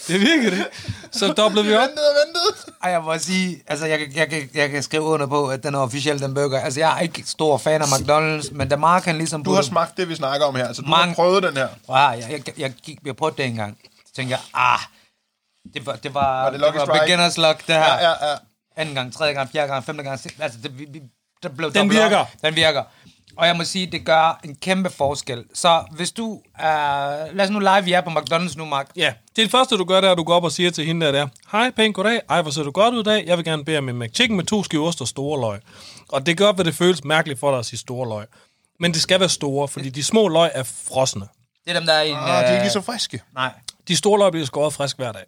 Speaker 4: Det virkede ikke. Så doblede vi op.
Speaker 3: Ventede og ventede.
Speaker 2: Ej, jeg må sige, altså, jeg, kan- jeg, kan- jeg kan skrive under på, at den er officiel, den burger. Altså, jeg er ikke stor fan af McDonald's, men da Mark han ligesom...
Speaker 3: Du har smagt det, vi snakker om her, så du
Speaker 2: Mange-
Speaker 3: har prøvet den her.
Speaker 2: Ah, jeg, jeg, jeg, gik, jeg prøvede det engang. Så tænkte jeg, ah, det var, det var,
Speaker 3: Var det lucky
Speaker 2: det var
Speaker 3: strike?
Speaker 2: beginner's luck, det her.
Speaker 3: Ja, ja, ja.
Speaker 2: anden gang, tredje gang, fjerde gang, femte gang. se- Altså, det, vi, vi, der blev
Speaker 4: Den
Speaker 2: dobbelt op.
Speaker 4: virker.
Speaker 2: Den virker. Og jeg må sige, det gør en kæmpe forskel. Så hvis du... Øh, lad os nu live, vi er på McDonald's nu, Mark.
Speaker 4: Ja, det første, du gør, det er, at du går op og siger til hende der, der Hej, pæn goddag. Ej, hvor ser du godt ud i dag. Jeg vil gerne bede om en McChicken med to skiver ost og store løg. Og det gør, at det føles mærkeligt for dig at sige store løg. Men det skal være store, fordi de små løg er frosne.
Speaker 2: Det er dem, der er i en... øh,
Speaker 3: Ah, de er ikke lige så friske.
Speaker 2: Nej.
Speaker 4: De store løg bliver skåret frisk hver dag.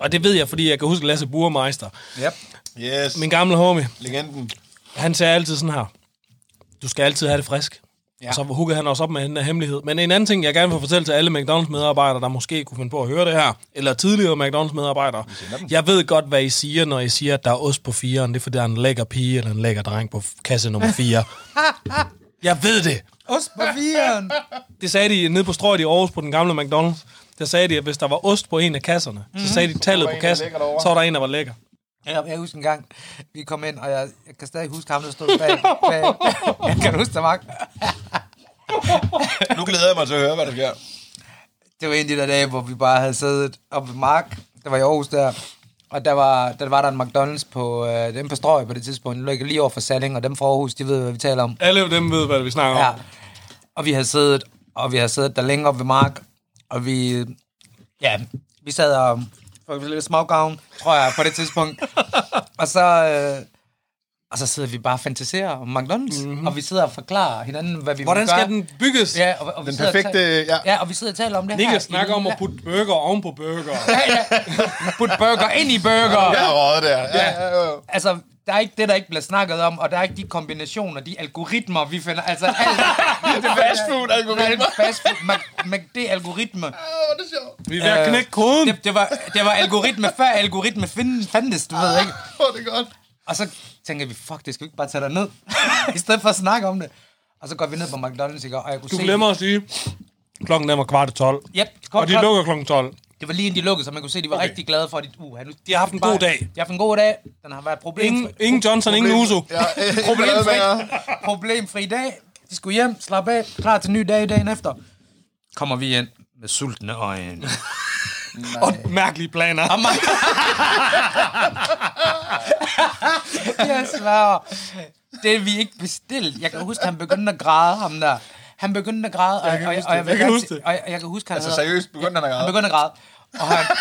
Speaker 4: Og det ved jeg, fordi jeg kan huske Lasse Burmeister.
Speaker 2: Yep.
Speaker 3: Yes,
Speaker 4: Min gamle homie,
Speaker 3: legenden.
Speaker 4: han sagde altid sådan her. Du skal altid have det frisk. Ja. Og så huggede han også op med den der hemmelighed. Men en anden ting, jeg gerne vil fortælle til alle McDonald's-medarbejdere, der måske kunne finde på at høre det her, eller tidligere McDonald's-medarbejdere. Jeg ved godt, hvad I siger, når I siger, at der er ost på firen. Det er, fordi der er en lækker pige eller en lækker dreng på f- kasse nummer 4. jeg ved det.
Speaker 2: Ost på viren.
Speaker 4: Det sagde de nede på strøget i Aarhus på den gamle McDonald's. Der sagde de, at hvis der var ost på en af kasserne, mm-hmm. så sagde de tallet
Speaker 3: var
Speaker 4: på
Speaker 3: en, der
Speaker 4: kassen,
Speaker 3: ligger derovre.
Speaker 4: så var der en, der var lækker.
Speaker 2: Jeg, jeg husker en gang, vi kom ind, og jeg, jeg kan stadig huske ham, der stod bag. bag. jeg kan du huske det, Mark.
Speaker 3: Nu glæder jeg mig til at høre, hvad der sker.
Speaker 2: det var en af de der dage, hvor vi bare havde siddet oppe ved Mark, der var i Aarhus der, og der var der, var der en McDonald's på, øh, dem på Strøg på det tidspunkt, den ligger lige over for Salling, og dem fra Aarhus, de ved, hvad vi taler om.
Speaker 4: Alle dem ved, hvad vi snakker
Speaker 2: Ja.
Speaker 4: om.
Speaker 2: Og vi havde siddet, og vi havde siddet der længe oppe ved Mark, og vi, ja, vi sad og og vi lidt smågavn, tror jeg, på det tidspunkt. og så... Øh, og så sidder vi bare og fantaserer om McDonald's, mm-hmm. og vi sidder og forklarer hinanden, hvad vi
Speaker 4: Hvordan
Speaker 2: vil gøre.
Speaker 4: skal den bygges?
Speaker 2: Ja, og, og vi
Speaker 3: Den
Speaker 2: sidder og
Speaker 3: perfekte,
Speaker 2: taler-
Speaker 3: ja.
Speaker 2: ja. og vi sidder og taler om det her.
Speaker 4: Nikke
Speaker 2: i
Speaker 4: snakker om
Speaker 2: lille-
Speaker 4: at putte burger oven på burger.
Speaker 2: Put burger ind i burger.
Speaker 3: Jeg
Speaker 2: Ja.
Speaker 3: har røget der. Ja, ja, ja.
Speaker 2: Altså, der er ikke det, der ikke bliver snakket om, og der er ikke de kombinationer, de algoritmer, vi finder. Altså, alt,
Speaker 3: Det er fast
Speaker 2: alt
Speaker 3: food, algoritmer.
Speaker 2: fast food, Mac- McD-algoritme.
Speaker 3: Åh, hvor er det sjovt.
Speaker 4: Vi er ved at knække koden.
Speaker 2: Det, det, var, det var algoritme, før algoritme find, fandtes, du ved ikke.
Speaker 3: Hvor er det godt.
Speaker 2: Og så tænker vi, fuck, det skal vi ikke bare tage ned i stedet for at snakke om det. Og så går vi ned på McDonald's, ikke? og jeg kunne
Speaker 4: Du
Speaker 2: se...
Speaker 4: glemmer at sige, klokken den var kvart til 12.
Speaker 2: Yep,
Speaker 4: Og de lukker klokken 12.
Speaker 2: Det var lige inden de lukkede, så man kunne se, at de var okay. rigtig glade for, at de, uh, nu,
Speaker 4: De har haft en god dag.
Speaker 2: De har haft en god dag. Den har været problemfri.
Speaker 4: Ingen, ingen Johnson, ingen Uso.
Speaker 3: Ja, øh, problemet
Speaker 2: problemfri,
Speaker 3: er...
Speaker 2: problemfri dag. De skulle hjem, slappe af, klar til ny dag dagen efter. Kommer vi ind med sultne øjne.
Speaker 4: Og mærkelige planer.
Speaker 2: jeg svarer. Det er vi ikke bestilt. Jeg kan huske, han begyndte at græde, ham der. Han begyndte at græde, og jeg kan huske, og, jeg,
Speaker 4: Jeg kan
Speaker 2: vil
Speaker 4: huske
Speaker 2: rigtig-
Speaker 4: det.
Speaker 2: og jeg, jeg kan huske han
Speaker 3: Altså
Speaker 2: hedder-
Speaker 3: seriøst, begyndte han at
Speaker 2: Han
Speaker 3: græde.
Speaker 2: begyndte at græde. Og han,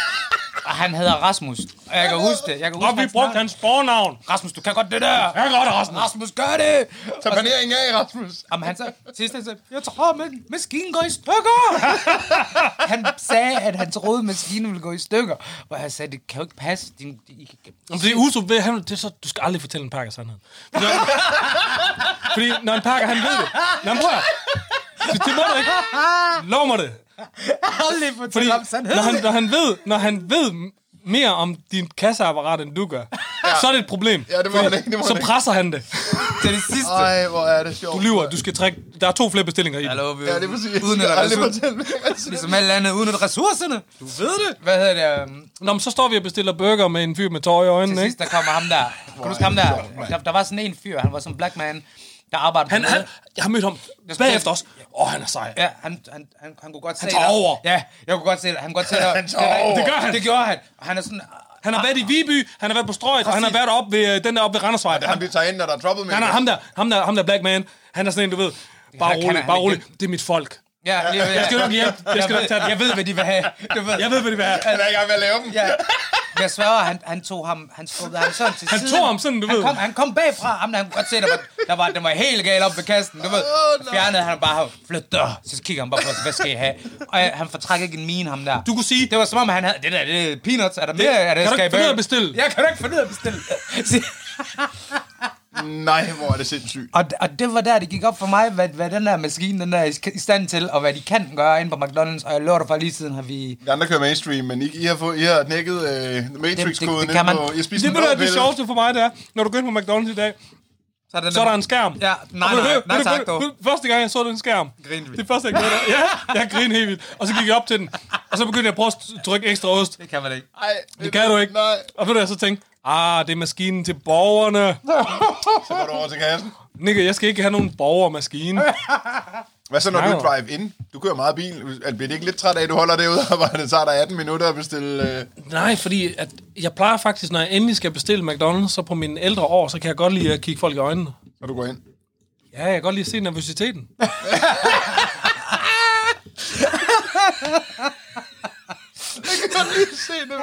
Speaker 2: og han hedder Rasmus. Og jeg kan huske det. Jeg kan huske,
Speaker 4: Og vi brugte
Speaker 2: navn.
Speaker 4: hans fornavn.
Speaker 2: Rasmus, du kan godt det der.
Speaker 4: Jeg kan godt, Rasmus.
Speaker 2: Rasmus, gør det!
Speaker 3: Tag paneringen af, Rasmus.
Speaker 2: Jamen, han så, sidst han sagde, jeg tror, men maskinen går i stykker. han sagde, at han troede, at maskinen ville gå i stykker. Og jeg sagde, det kan jo ikke passe. Din, I kan-
Speaker 4: Jamen, Fordi Uso, ved, han, det er så, du skal aldrig fortælle en pakker sandheden. Fordi, fordi når en pakker, han ved det. Nå, men prøv at høre. det, det må du ikke. Lov mig det.
Speaker 2: Aldrig
Speaker 4: Fordi
Speaker 2: fortælle om sandheden.
Speaker 4: når han, når, han ved, når han ved m- mere om din kasseapparat, end du gør, så er det et problem.
Speaker 3: Ja, det må
Speaker 4: Fordi
Speaker 3: han ikke, det må
Speaker 4: så
Speaker 3: han ikke.
Speaker 4: presser han det.
Speaker 2: til det sidste.
Speaker 3: Ej, hvor er det sjovt.
Speaker 4: Du lyver, du skal trække... Der er to flere bestillinger i.
Speaker 2: Hallo, vi
Speaker 3: Ja, det er præcis.
Speaker 2: Uden
Speaker 3: Jeg
Speaker 2: at
Speaker 3: har aldrig
Speaker 2: ressourcer.
Speaker 3: fortalt mig.
Speaker 2: Ligesom alle andet, uden at ressourcerne. Du ved det. Hvad hedder det? øhm,
Speaker 4: Nå, men så står vi og bestiller burger med en fyr med tårer i
Speaker 2: Til
Speaker 4: øjnene, ikke?
Speaker 2: sidst, der kommer ham der. Kan du huske ham der? der? Der var sådan en fyr, han var sådan en black man, der arbejdede
Speaker 4: Han,
Speaker 2: med-
Speaker 4: han, jeg har mødt ham bagefter også. Åh, oh, han er sej.
Speaker 2: Ja, han, han, han, han kunne godt se
Speaker 4: tager
Speaker 2: dig.
Speaker 4: over.
Speaker 2: Ja, jeg kunne godt se det. Han kunne godt se det.
Speaker 3: Han tager over.
Speaker 4: Det gør han.
Speaker 2: Det gjorde han. Og han er sådan...
Speaker 4: Han har været i Viby, han har været på Strøget, og han har været oppe ved, øh, den der oppe ved Randersvej.
Speaker 3: Ham, vi tager ind, når der er trouble med.
Speaker 4: Han er ham der, ham der, ham der black man. Han er sådan en, du ved. Bare
Speaker 2: Han kan-
Speaker 4: rolig,
Speaker 2: han
Speaker 4: bare
Speaker 2: ikke.
Speaker 4: rolig. Det er mit folk.
Speaker 2: Ja, lige, jeg
Speaker 4: skal nok hjælpe. Jeg skal nok
Speaker 2: ved-
Speaker 4: tage den.
Speaker 2: Jeg ved, hvad de vil have. Du ved.
Speaker 4: Jeg ved, hvad det vil have.
Speaker 3: Han er i gang med at lave dem.
Speaker 2: Ja. Jeg sværger, han, han tog ham, han skubbede ham sådan til
Speaker 4: Han
Speaker 2: siden.
Speaker 4: tog ham sådan, du
Speaker 2: han
Speaker 4: ved.
Speaker 2: Kom, han kom bagfra ham, der han kunne godt se, der var, der var, den var helt gal op ved kassen, du ved.
Speaker 3: Åh, nej.
Speaker 2: Fjernede han bare, flyt dør. Så kigger han bare på os, hvad skal I have? Og øh, han fortræk ikke en mine, ham der.
Speaker 4: Du kunne sige,
Speaker 2: Det var som om, han havde, det der, det er peanuts, er der mere, er der
Speaker 4: kan du
Speaker 2: skal
Speaker 4: ikke
Speaker 2: i
Speaker 4: finde ud af
Speaker 2: bøger?
Speaker 4: at bestille?
Speaker 2: Ja, kan du ikke finde ud af at bestille?
Speaker 3: Nej, hvor er det sindssygt.
Speaker 2: og, og det var der, det gik op for mig, hvad, hvad den der maskine, den der er i- i stand til, og hvad de kan gøre inde på McDonald's, og jeg lover dig for, lige siden har vi...
Speaker 3: De andre kører mainstream, men I, I, har, fået, I har knækket øh,
Speaker 2: Det- det-
Speaker 3: Matrix-koden
Speaker 2: det kan
Speaker 3: ind
Speaker 2: man.
Speaker 3: på... Jeg spiser
Speaker 4: det
Speaker 3: en
Speaker 4: er det
Speaker 3: blå pille.
Speaker 4: sjoveste for mig, det er, når du går ind på McDonald's i dag,
Speaker 2: Så er, den
Speaker 4: så er der en skærm.
Speaker 2: Ja, nej,
Speaker 4: Og vil du
Speaker 2: nej,
Speaker 4: høre-
Speaker 2: nej,
Speaker 4: vil du-
Speaker 2: tak
Speaker 4: vil du-
Speaker 2: dog.
Speaker 4: vil du- Første gang, jeg så den skærm.
Speaker 2: Grinede vi.
Speaker 4: Det første, jeg gjorde, der- ja, jeg grinede helt vildt. Og så gik jeg op til den, og så begyndte jeg at prøve at trykke ekstra ost.
Speaker 2: Det kan man ikke.
Speaker 3: Ej,
Speaker 4: Det kan du ikke.
Speaker 3: Nej.
Speaker 4: Og ved du, jeg så tænkte, ah, det er maskinen til borgerne.
Speaker 3: Så går du over til kassen.
Speaker 4: Nikke, jeg skal ikke have nogen borgermaskine.
Speaker 3: Hvad så, når
Speaker 4: Nej,
Speaker 3: du
Speaker 4: nej.
Speaker 3: drive in? Du kører meget bil. Altså, Bliver det ikke lidt træt af, at du holder det ud og det tager dig 18 minutter at bestille... Øh...
Speaker 4: Nej, fordi at jeg plejer faktisk, når jeg endelig skal bestille McDonald's, så på mine ældre år, så kan jeg godt lide at kigge folk i øjnene.
Speaker 3: Når du går ind.
Speaker 4: Ja, jeg kan godt lide at se nervøsiteten.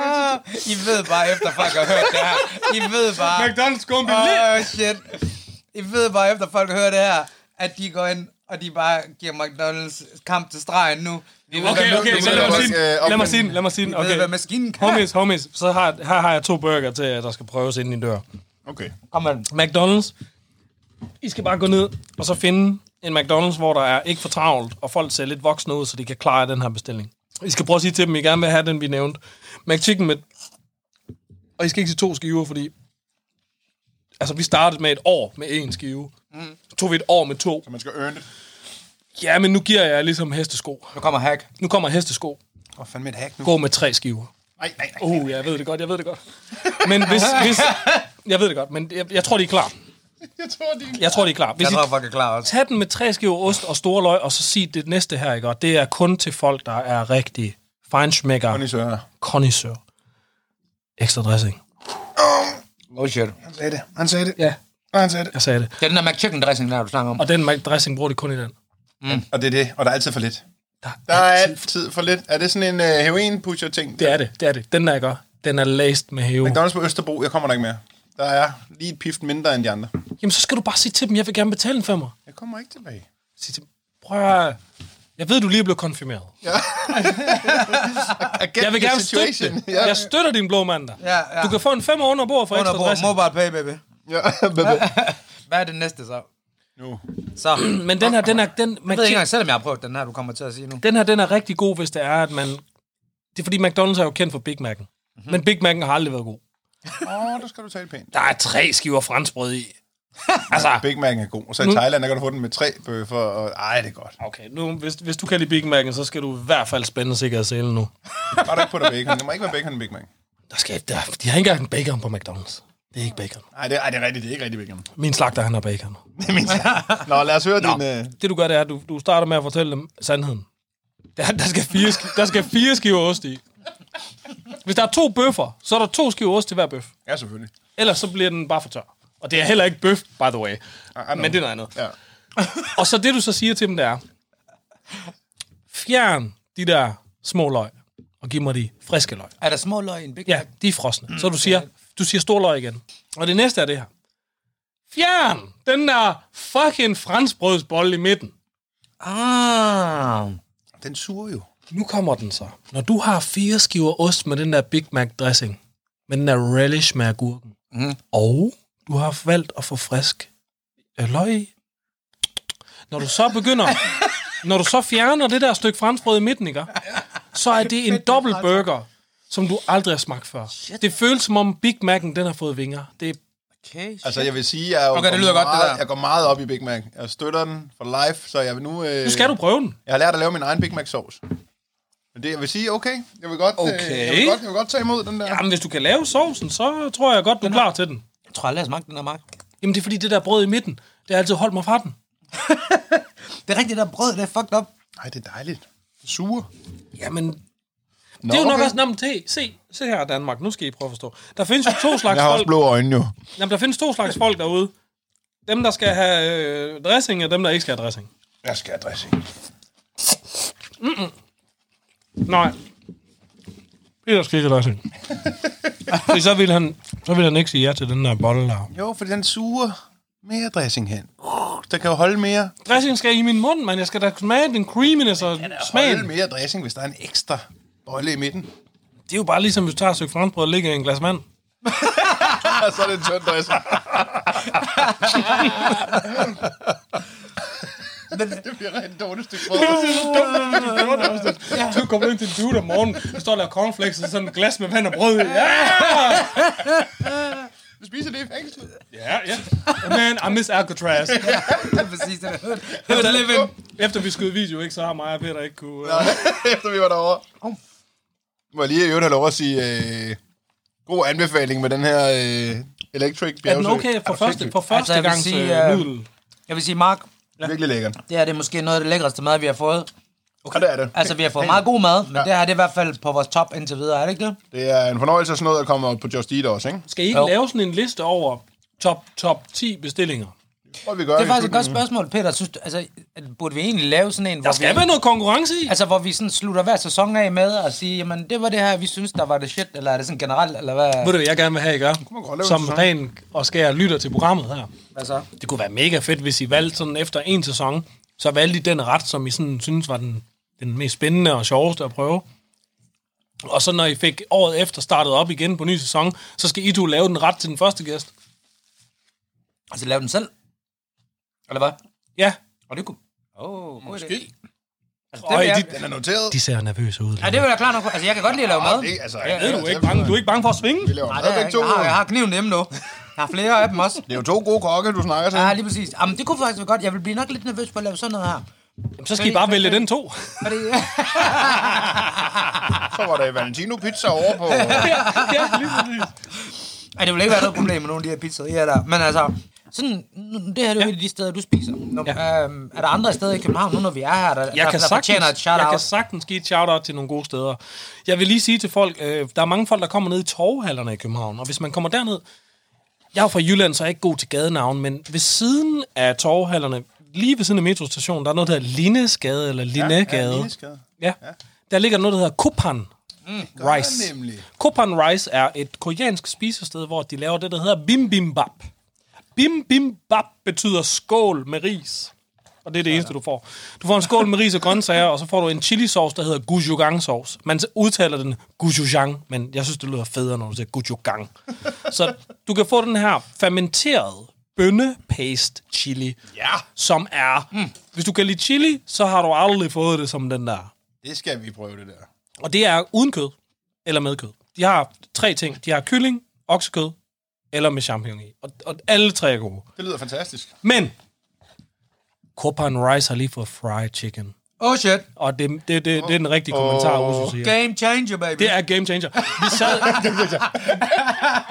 Speaker 2: Ah, I ved bare, efter folk har hørt det her. I ved bare...
Speaker 4: McDonald's skumpe
Speaker 2: Åh, oh, shit. I ved bare, efter folk hører det her, at de går ind, og de bare giver McDonald's kamp til stregen nu. Vi ved,
Speaker 4: Okay,
Speaker 2: hvad-
Speaker 4: okay,
Speaker 2: vi
Speaker 4: så
Speaker 2: ved,
Speaker 4: lad
Speaker 2: hvad-
Speaker 4: mig
Speaker 3: også,
Speaker 4: sige
Speaker 3: øh,
Speaker 4: den. Lad mig
Speaker 3: opfinde-
Speaker 4: sige den, lad mig sige den.
Speaker 2: Vi ved, hvad
Speaker 4: Okay.
Speaker 2: maskinen kan.
Speaker 4: Homies, homies, så har, her har jeg to burger til, jer, der skal prøves inden I dør.
Speaker 3: Okay.
Speaker 2: Kom med den.
Speaker 4: McDonald's. I skal bare gå ned og så finde en McDonald's, hvor der er ikke for travlt, og folk ser lidt voksne ud, så de kan klare den her bestilling. I skal prøve at sige til dem, at I gerne vil have den, vi nævnte. McChicken med... Og I skal ikke sige to skiver, fordi... Altså, vi startede med et år med én skive. Mm. Så tog vi et år med to.
Speaker 3: Så man skal earn det.
Speaker 4: Ja, men nu giver jeg jer ligesom hestesko.
Speaker 2: Nu kommer hack.
Speaker 4: Nu kommer hestesko.
Speaker 3: Åh, oh, fandme et hack nu.
Speaker 4: Gå med tre skiver.
Speaker 3: Nej, nej, nej.
Speaker 4: Uh, jeg ved det godt, jeg ved det godt. Men hvis... hvis jeg ved det godt, men jeg, jeg tror, de er klar.
Speaker 3: Jeg tror, de...
Speaker 4: Jeg tror, de er klar. Hvis
Speaker 2: Jeg
Speaker 4: I
Speaker 2: tror, folk er klar også.
Speaker 4: Tag den med tre skiver ost og store løg, og så sig det næste her, ikke? Og det er kun til folk, der er rigtig feinschmecker,
Speaker 3: Connoisseur.
Speaker 4: connoisseur. Ekstra dressing.
Speaker 2: Oh shit.
Speaker 3: Han sagde det. Han sagde det.
Speaker 4: Ja.
Speaker 3: Og han sagde det.
Speaker 4: Jeg sagde det.
Speaker 2: Det er den der McChicken dressing, der du snakker om.
Speaker 4: Og den Mac dressing bruger de kun i den.
Speaker 3: Og det er det. Og der er altid for lidt.
Speaker 4: Der,
Speaker 3: Der er altid for lidt. Er det sådan en øh, heroin-pusher-ting?
Speaker 4: Det er det, det er det. Den der, jeg gør, den er laced med hæve.
Speaker 3: McDonald's på Østerbro, jeg kommer der ikke mere. Der er lige et pift mindre end de andre.
Speaker 4: Jamen, så skal du bare sige til dem, jeg vil gerne betale en femmer.
Speaker 3: Jeg kommer ikke tilbage.
Speaker 4: Sig til dem, prøv at... høre, Jeg ved, du lige er blevet konfirmeret.
Speaker 3: Again,
Speaker 4: Jeg vil gerne støtte det.
Speaker 3: Ja,
Speaker 4: Jeg støtter din blå mandag.
Speaker 2: Ja, ja.
Speaker 4: Du kan få en femmer under bord for
Speaker 2: Under
Speaker 4: ekstra
Speaker 2: bordet.
Speaker 4: dressing.
Speaker 2: Mobile pay, baby.
Speaker 3: ja. baby.
Speaker 2: Hvad er det næste så?
Speaker 3: Nu.
Speaker 2: Så. Jeg
Speaker 4: Men den her, den er... Den,
Speaker 2: ved ikke engang, selvom jeg har prøvet den her, du kommer til at sige nu.
Speaker 4: Den her, den er rigtig god, hvis det er, at man... Det er fordi, McDonald's er jo kendt for Big Mac'en. Mm-hmm. Men Big Mac'en har aldrig været god.
Speaker 3: Åh, oh, der skal du tale pænt.
Speaker 4: Der er tre skiver franskbrød i. altså,
Speaker 3: Big Mac'en er god. Og så i Thailand, der kan du få den med tre bøffer. Og... Ej, det er godt.
Speaker 4: okay, nu, hvis, hvis du kan lide Big Mac'en, så skal du i hvert fald spænde sikkerhedsselen nu.
Speaker 3: Bare der ikke putter bacon. Det må ikke være bacon i Big Mac.
Speaker 4: Der skal, der, de har ikke engang bacon på McDonald's. Det er ikke bacon.
Speaker 3: Nej, det, ej, det er rigtigt. Det er ikke rigtig bacon.
Speaker 4: Min slagter, han har bacon.
Speaker 3: Det er min sag. Nå, lad os høre din... Øh...
Speaker 4: Det du gør, det er, at du, du starter med at fortælle dem sandheden. Der, der, skal fire, ski- der skal fire skiver ost i. Hvis der er to bøffer, så er der to skiver ost til hver bøf.
Speaker 3: Ja, selvfølgelig.
Speaker 4: Ellers så bliver den bare for tør. Og det er heller ikke bøf, by the way.
Speaker 3: know.
Speaker 4: Men det er noget andet.
Speaker 3: Ja.
Speaker 4: Og så det, du så siger til dem, det er, fjern de der små løg, og giv mig de friske løg.
Speaker 2: Er der små løg i en big
Speaker 4: Ja, de er frosne. Så du siger, du siger stor løg igen. Og det næste er det her. Fjern den der fucking franskbrødsbolle i midten.
Speaker 2: Ah.
Speaker 3: Den suger jo.
Speaker 4: Nu kommer den så. Når du har fire skiver ost med den der Big Mac dressing, med den der relish med agurken,
Speaker 2: Mhm.
Speaker 4: og du har valgt at få frisk øh, løg i, når du så begynder, når du så fjerner det der stykke franskbrød i midten, ikke? så er det en dobbelt burger, som du aldrig har smagt før. Shit. Det føles som om Big Mac'en, den har fået vinger. Det er,
Speaker 2: Okay.
Speaker 3: Altså, jeg vil sige, jeg, er jo-
Speaker 2: Okay, det lyder godt, det
Speaker 3: meget,
Speaker 2: der.
Speaker 3: jeg går meget op i Big Mac. Jeg støtter den for life, så jeg vil nu... Øh...
Speaker 4: nu skal du prøve den.
Speaker 3: Jeg har lært at lave min egen Big Mac-sovs. Men det, jeg vil sige, okay, jeg vil godt, Øh,
Speaker 4: Okay.
Speaker 3: jeg vil godt, jeg vil godt tage imod den der.
Speaker 4: Jamen, hvis du kan lave sovsen, så tror jeg godt, du er klar til den.
Speaker 2: Jeg tror aldrig, jeg smagte den her mark.
Speaker 4: Jamen, det er fordi, det der brød i midten, det har altid holdt mig fra den.
Speaker 2: Det er rigtigt, der brød, det er fucked up.
Speaker 3: Nej, det er dejligt. Det suger.
Speaker 4: Jamen,
Speaker 3: Nå,
Speaker 4: Det er jo nok
Speaker 3: okay.
Speaker 4: også, nå, men te, se, se her Danmark, nu skal I prøve at forstå. Der findes jo to slags
Speaker 3: Jeg har også
Speaker 4: folk,
Speaker 3: blå øjne jo.
Speaker 4: jamen, der findes to slags folk derude. Dem, der skal have øh, dressing, og dem, der ikke skal have dressing.
Speaker 3: Jeg skal have dressing.
Speaker 4: Nej. Peter skal ikke have dressing. Fordi så vil han, så vil han ikke sige ja til den der bolle der.
Speaker 3: Jo, for den suger mere dressing hen. Uh, der kan jo holde mere.
Speaker 4: Dressing skal i min mund, men jeg skal da smage den creaminess og
Speaker 3: Holde
Speaker 4: smagen.
Speaker 3: mere dressing, hvis der er en ekstra bolle i midten.
Speaker 4: Det er jo bare ligesom, hvis du tager et stykke franskbrød og ligger i en glas vand.
Speaker 3: Og så er det en tynd dressing. det bliver et rigtig dårligt stykke brød.
Speaker 4: Du kommer ind til en dude om morgenen, der står og laver cornflakes og sådan et glas med vand og brød. i. Ja!
Speaker 3: Du spiser det i fængslet.
Speaker 4: Ja, ja. Man, I miss Alcatraz.
Speaker 2: Det er præcis det, der hedder. live in.
Speaker 4: Efter vi skød video, ikke, så har mig og Peter ikke kunne... Øh,
Speaker 3: efter vi var derovre.
Speaker 2: Au.
Speaker 3: Må jeg lige i øvrigt have lov at sige øh, god anbefaling med den her øh, Electric
Speaker 4: er den
Speaker 3: bjergsø.
Speaker 4: okay for første, for første
Speaker 2: Altså, jeg vil
Speaker 4: gangs
Speaker 2: sige,
Speaker 4: øh,
Speaker 2: øh,
Speaker 4: nudel?
Speaker 2: Jeg vil sige, Mark,
Speaker 3: Ja. Virkelig lækkert.
Speaker 2: Det her det er måske noget af det lækreste mad, vi har fået.
Speaker 3: Okay. Og det er det.
Speaker 2: Altså, vi har fået meget god mad, men ja. det her det er i hvert fald på vores top indtil videre, er det ikke det?
Speaker 3: Det er en fornøjelse at sådan noget at komme op på Just Eat også, ikke?
Speaker 4: Skal I ikke
Speaker 2: Jo.
Speaker 4: lave sådan en liste over top, top 10 bestillinger?
Speaker 3: Prøv, vi gør
Speaker 2: Det er
Speaker 3: i
Speaker 2: faktisk et godt
Speaker 3: slutningen.
Speaker 2: spørgsmål, Peter. Synes du, altså, burde vi egentlig lave sådan en,
Speaker 4: Der
Speaker 2: hvor
Speaker 4: skal
Speaker 2: vi,
Speaker 4: være noget konkurrence i.
Speaker 2: altså, hvor vi sådan slutter hver sæson af med at sige, jamen, det var det her, vi synes, der var det shit, eller er det sådan generelt, eller hvad,
Speaker 4: Ved du, hvad jeg gerne vil have, I gør?
Speaker 3: man godt lave en
Speaker 4: Som
Speaker 3: sæson.
Speaker 4: ren og skær lytter til programmet her.
Speaker 2: hvad så?
Speaker 4: Det kunne være mega fedt, hvis I valgte sådan efter en sæson, så valgte I den ret, som I sådan synes var den, den mest spændende og sjoveste at prøve. Og så når I fik året efter startet op igen på ny sæson, så skal I to lave den ret til den første gæst.
Speaker 2: Altså, lave den selv? Eller hvad?
Speaker 4: Ja.
Speaker 2: Og det kunne... Åh, oh, måske. Altså, det,
Speaker 4: Og
Speaker 2: vil jeg,
Speaker 4: de,
Speaker 3: Den er noteret.
Speaker 4: de ser nervøse ud.
Speaker 2: ja, det vil jeg klar nok. Altså, jeg kan godt lide at lave mad.
Speaker 3: Det, altså,
Speaker 2: Ja,
Speaker 4: er du, ikke bange, du er ikke bange for at svinge?
Speaker 3: Vi laver
Speaker 2: Nej, det
Speaker 3: mad
Speaker 2: er jeg,
Speaker 3: begge
Speaker 2: ikke.
Speaker 3: to.
Speaker 2: jeg, har, jeg har kniven hjemme nu. Jeg har flere af dem også.
Speaker 3: Det er jo to gode kokke, du snakker til.
Speaker 4: Ah,
Speaker 2: Ja, lige præcis. Jamen, det kunne faktisk være godt. Jeg vil blive nok lidt nervøs for at lave sådan noget her.
Speaker 4: Jamen, så skal I bare vælge den to.
Speaker 2: Fordi...
Speaker 3: Så var der Valentino Pizza over på... øh,
Speaker 4: ja, lige præcis.
Speaker 2: Ej, det vil ikke være noget problem med nogle af de her pizzerier der. Men altså, sådan, nu- det her er jo et af de steder, du spiser. Nå, ja. øhm, er der andre steder i København, nu når vi er her, der, Altså, der,
Speaker 4: jeg kan
Speaker 2: der
Speaker 4: sagtens,
Speaker 2: fortjener et
Speaker 4: jeg kan
Speaker 2: shout-out?
Speaker 4: sagtens give et shout-out til nogle gode steder. Jeg vil lige sige til folk, øh, der er mange folk, der kommer ned i torvhallerne i København, og hvis man kommer derned... Jeg er jo fra Jylland, så jeg er ikke god til gadenavn, men ved siden af torvhallerne, lige ved siden af metrostationen, der er noget, der hedder Linesgade, eller Linnegade. Ja,
Speaker 3: Lineskade.
Speaker 4: ja, ja. Der ligger noget, der hedder Kopan Rice.
Speaker 3: Ja, nemlig.
Speaker 4: Kopan Rice er et koreansk spisested, hvor de laver det, der hedder bimbimbap. Bimbimbap betyder skål med ris. Og det er det eneste, du får. Du får en skål med ris og grøntsager, og så får du en chilisauce, der hedder gochujang sauce. Man udtaler den gochujang, men jeg synes, det lyder federe, når du siger gochujang. Så du kan få den her fermenterede bønnepaste chili, ja. som er... Mm. Hvis du kan lide chili, så har du aldrig fået det som den der.
Speaker 3: Det skal vi prøve, det der.
Speaker 4: Og det er uden kød eller med kød. De har tre ting. De har kylling, oksekød eller med champignon i. Og, og alle tre er gode.
Speaker 3: Det lyder fantastisk.
Speaker 4: Men Copan Rice har lige fået fried chicken.
Speaker 2: Oh shit.
Speaker 4: Og det, det, det, det er den rigtige kommentar, Uso siger.
Speaker 2: Game changer, baby.
Speaker 4: Det er game changer. Vi sad,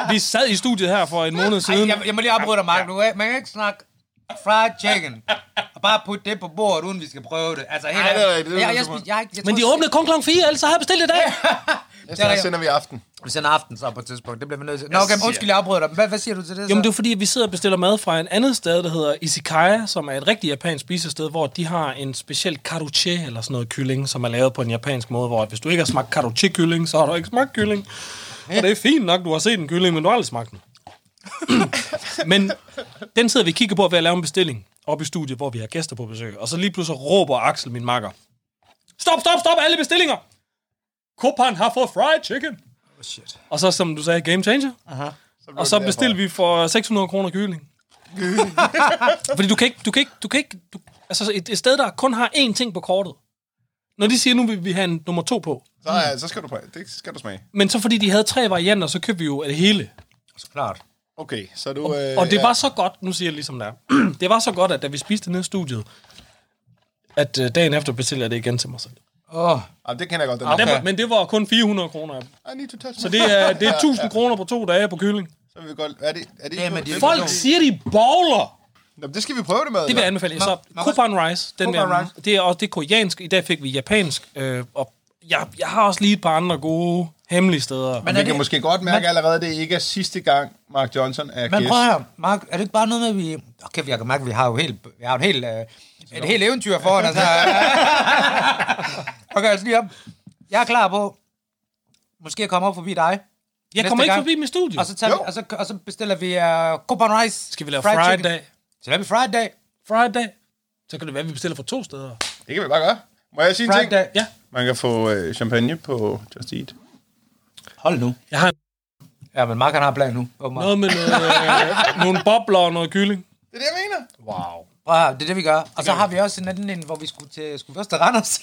Speaker 4: vi sad i studiet her for en måned
Speaker 2: Ej,
Speaker 4: siden.
Speaker 2: jeg, jeg må lige afbryde dig, Mark. Du, kan- man kan ikke snakke fried chicken og bare putte det på bordet, uden vi skal prøve det. Altså, helt
Speaker 3: Ej, det er rigtigt. Det er
Speaker 2: jeg, jeg, jeg,
Speaker 3: super.
Speaker 2: spiste- jeg, har ikke- jeg,
Speaker 4: Men de
Speaker 2: tror-
Speaker 4: åbnede kun klokken 4, ellers så havde jeg bestilt i dag.
Speaker 3: Næste gang
Speaker 2: rigtigt.
Speaker 3: sender vi i aften.
Speaker 2: Vi sender aften så på et tidspunkt. Det bliver vi nødt til. Nå, okay, men undskyld, jeg afbryder dig. Hvad, hvad siger du til det? Så?
Speaker 4: Jamen, det er jo fordi, at vi sidder og bestiller mad fra en andet sted, der hedder Isikaya, som er et rigtigt japansk spisested, hvor de har en speciel karuche, eller sådan noget kylling, som er lavet på en japansk måde, hvor at hvis du ikke har smagt karuche-kylling, så har du ikke smagt kylling. Og det er fint nok, du har set en kylling, men du har aldrig smagt den. men den sidder vi og kigger på ved at lave en bestilling op i studiet, hvor vi har gæster på besøg. Og så lige pludselig råber Axel, min makker, stop, stop, stop, alle bestillinger! Kopan har fået fried chicken!
Speaker 2: Oh, shit.
Speaker 4: Og så, som du sagde, game changer. Og så bestilte vi for 600 kroner kylling. Fordi du kan ikke, du kan ikke, du kan ikke, du, altså et, et sted, der kun har én ting på kortet. Når de siger, nu vil vi have en nummer to på.
Speaker 3: Så, ja, så skal du prøve. Det skal du smage.
Speaker 4: Men så fordi de havde tre varianter, så købte vi jo det hele.
Speaker 2: Så klart.
Speaker 3: Okay, så du... Øh,
Speaker 4: Og det
Speaker 3: ja.
Speaker 4: var så godt, nu siger jeg ligesom det er. Det var så godt, at da vi spiste det nede i studiet, at øh, dagen efter bestiller jeg det igen til mig selv.
Speaker 2: Åh, oh,
Speaker 3: Ah, det kender jeg godt, den
Speaker 4: Okay.
Speaker 3: der.
Speaker 4: Derfor, men det var kun 400 kroner. af dem.
Speaker 3: I need to touch
Speaker 4: Så
Speaker 3: my-
Speaker 4: det er, det er 1000 kroner på to dage på kylling.
Speaker 3: Så vil vi godt... Er det, er det,
Speaker 2: Jamen, det er
Speaker 4: Folk siger, de bowler.
Speaker 3: Nå, men det skal vi prøve det med.
Speaker 4: Det vil jeg
Speaker 3: eller?
Speaker 4: anbefale. Så
Speaker 2: Nå,
Speaker 4: Coupon Rice, den
Speaker 2: Coupon
Speaker 4: der,
Speaker 2: Rice.
Speaker 4: det er også det er koreansk. I dag fik vi japansk, øh, og jeg, jeg har også lige et par andre gode hemmelige steder. Men,
Speaker 2: Men
Speaker 3: Vi
Speaker 2: er
Speaker 3: kan
Speaker 2: det,
Speaker 3: måske godt mærke allerede, at det ikke er sidste gang, Mark Johnson er
Speaker 2: men
Speaker 3: gæst.
Speaker 2: prøv her, Mark, er det ikke bare noget med, at vi... Okay, jeg kan mærke, at vi har jo helt, vi har jo et helt, øh, et helt eventyr foran os her. okay, altså lige op. Jeg er klar på, måske at komme op forbi dig.
Speaker 4: jeg
Speaker 2: næste
Speaker 4: kommer ikke
Speaker 2: gang.
Speaker 4: forbi mit studie.
Speaker 2: Og så, tager vi,
Speaker 3: Jo.
Speaker 2: og, så, og så bestiller vi uh, Coupon Rice.
Speaker 4: Altså, Skal vi lave Friday?
Speaker 2: Så laver vi fried day.
Speaker 4: Friday? Så kan det være, at vi bestiller fra to steder.
Speaker 3: Det kan vi bare gøre. Må jeg sige en ting?
Speaker 2: Fried day.
Speaker 4: Ja,
Speaker 3: Man kan få øh, champagne på Just Eat.
Speaker 2: Hold nu.
Speaker 4: jeg har
Speaker 2: Ja, men Mark han har plan nu. åbenbart.
Speaker 4: noget med noget, øh, nogle bobler og noget kylling.
Speaker 3: Det er det, jeg mener.
Speaker 4: Wow.
Speaker 2: Prøv at høre, det er det, vi gør. Og så har vi også en anden en, hvor vi skulle, til, skulle først til Randers.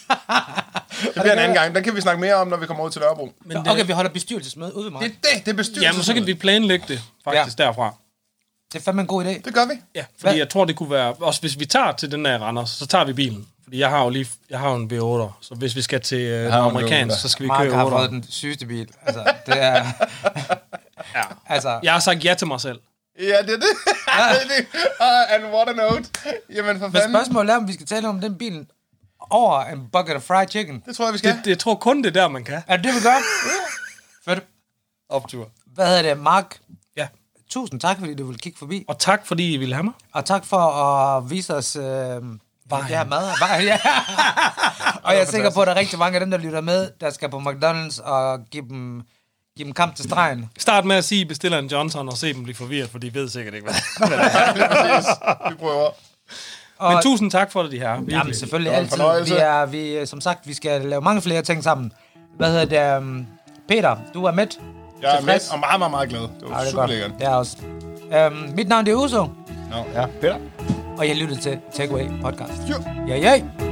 Speaker 3: Det bliver en anden gang. Den kan vi snakke mere om, når vi kommer ud til Nørrebro.
Speaker 4: Men det,
Speaker 2: okay, vi holder bestyrelsesmøde ude ved mig.
Speaker 3: Det
Speaker 2: Det,
Speaker 3: er det. Det er bestyrelsen.
Speaker 4: Jamen, så kan vi planlægge det faktisk ja. derfra.
Speaker 2: det er fandme en god idé.
Speaker 3: Det gør vi.
Speaker 4: Ja, fordi
Speaker 2: Hvad?
Speaker 4: jeg tror, det kunne være... Også hvis vi tager til den der Randers, så tager vi bilen. Fordi jeg har jo lige... Jeg har jo en V8'er, så hvis vi skal til øh, den
Speaker 3: har jo en
Speaker 4: amerikansk,
Speaker 3: V8'er.
Speaker 4: så skal vi
Speaker 2: Mark
Speaker 4: køre
Speaker 2: har fået
Speaker 4: 8'er.
Speaker 2: den sygeste bil. Altså, det er...
Speaker 4: Ja.
Speaker 2: altså, ja.
Speaker 4: Jeg har sagt ja til mig selv.
Speaker 3: Ja, det er det. Ah, and what a note. Jamen, for
Speaker 2: Men
Speaker 3: fanden.
Speaker 2: spørgsmålet er, om vi skal tale om den bil over en bucket of fried chicken.
Speaker 3: Det tror jeg, vi skal.
Speaker 4: Det, det, jeg tror kun det er der, man kan.
Speaker 2: Er det det, vi gør? Fedt.
Speaker 4: Optur.
Speaker 2: Hvad hedder det, Mark?
Speaker 4: Ja.
Speaker 2: Tusind tak, fordi du ville kigge forbi.
Speaker 4: Og tak, fordi I ville have mig.
Speaker 2: Og tak for at vise os øh, vejen. det her mad. Vejen, ja. og jeg er sikker på, at der er rigtig mange af dem, der lytter med, der skal på McDonald's og give dem, give dem kamp til stregen.
Speaker 4: Start med at sige, at I bestiller en Johnson og se dem blive forvirret, for de ved sikkert ikke, hvad.
Speaker 3: Lige præcis. Vi prøver.
Speaker 4: Men tusind tak for det, de her. Virkelig.
Speaker 2: Jamen selvfølgelig
Speaker 3: Det var en
Speaker 2: altid.
Speaker 3: fornøjelse.
Speaker 2: Vi er, vi, øh, som sagt, vi skal lave mange flere ting sammen. Hvad hedder det? Um, Peter, du er med.
Speaker 3: Jeg er med
Speaker 2: Tilfreds?
Speaker 3: og meget, meget, meget glad. Det var
Speaker 2: Ja, det er
Speaker 3: super
Speaker 2: godt.
Speaker 3: lækkert.
Speaker 2: Det er også. Um, mit navn det er Uso,
Speaker 3: Nå, ja. Peter.
Speaker 2: og jeg lytter til Takeaway Podcast.
Speaker 3: Jo.
Speaker 2: Ja, ja.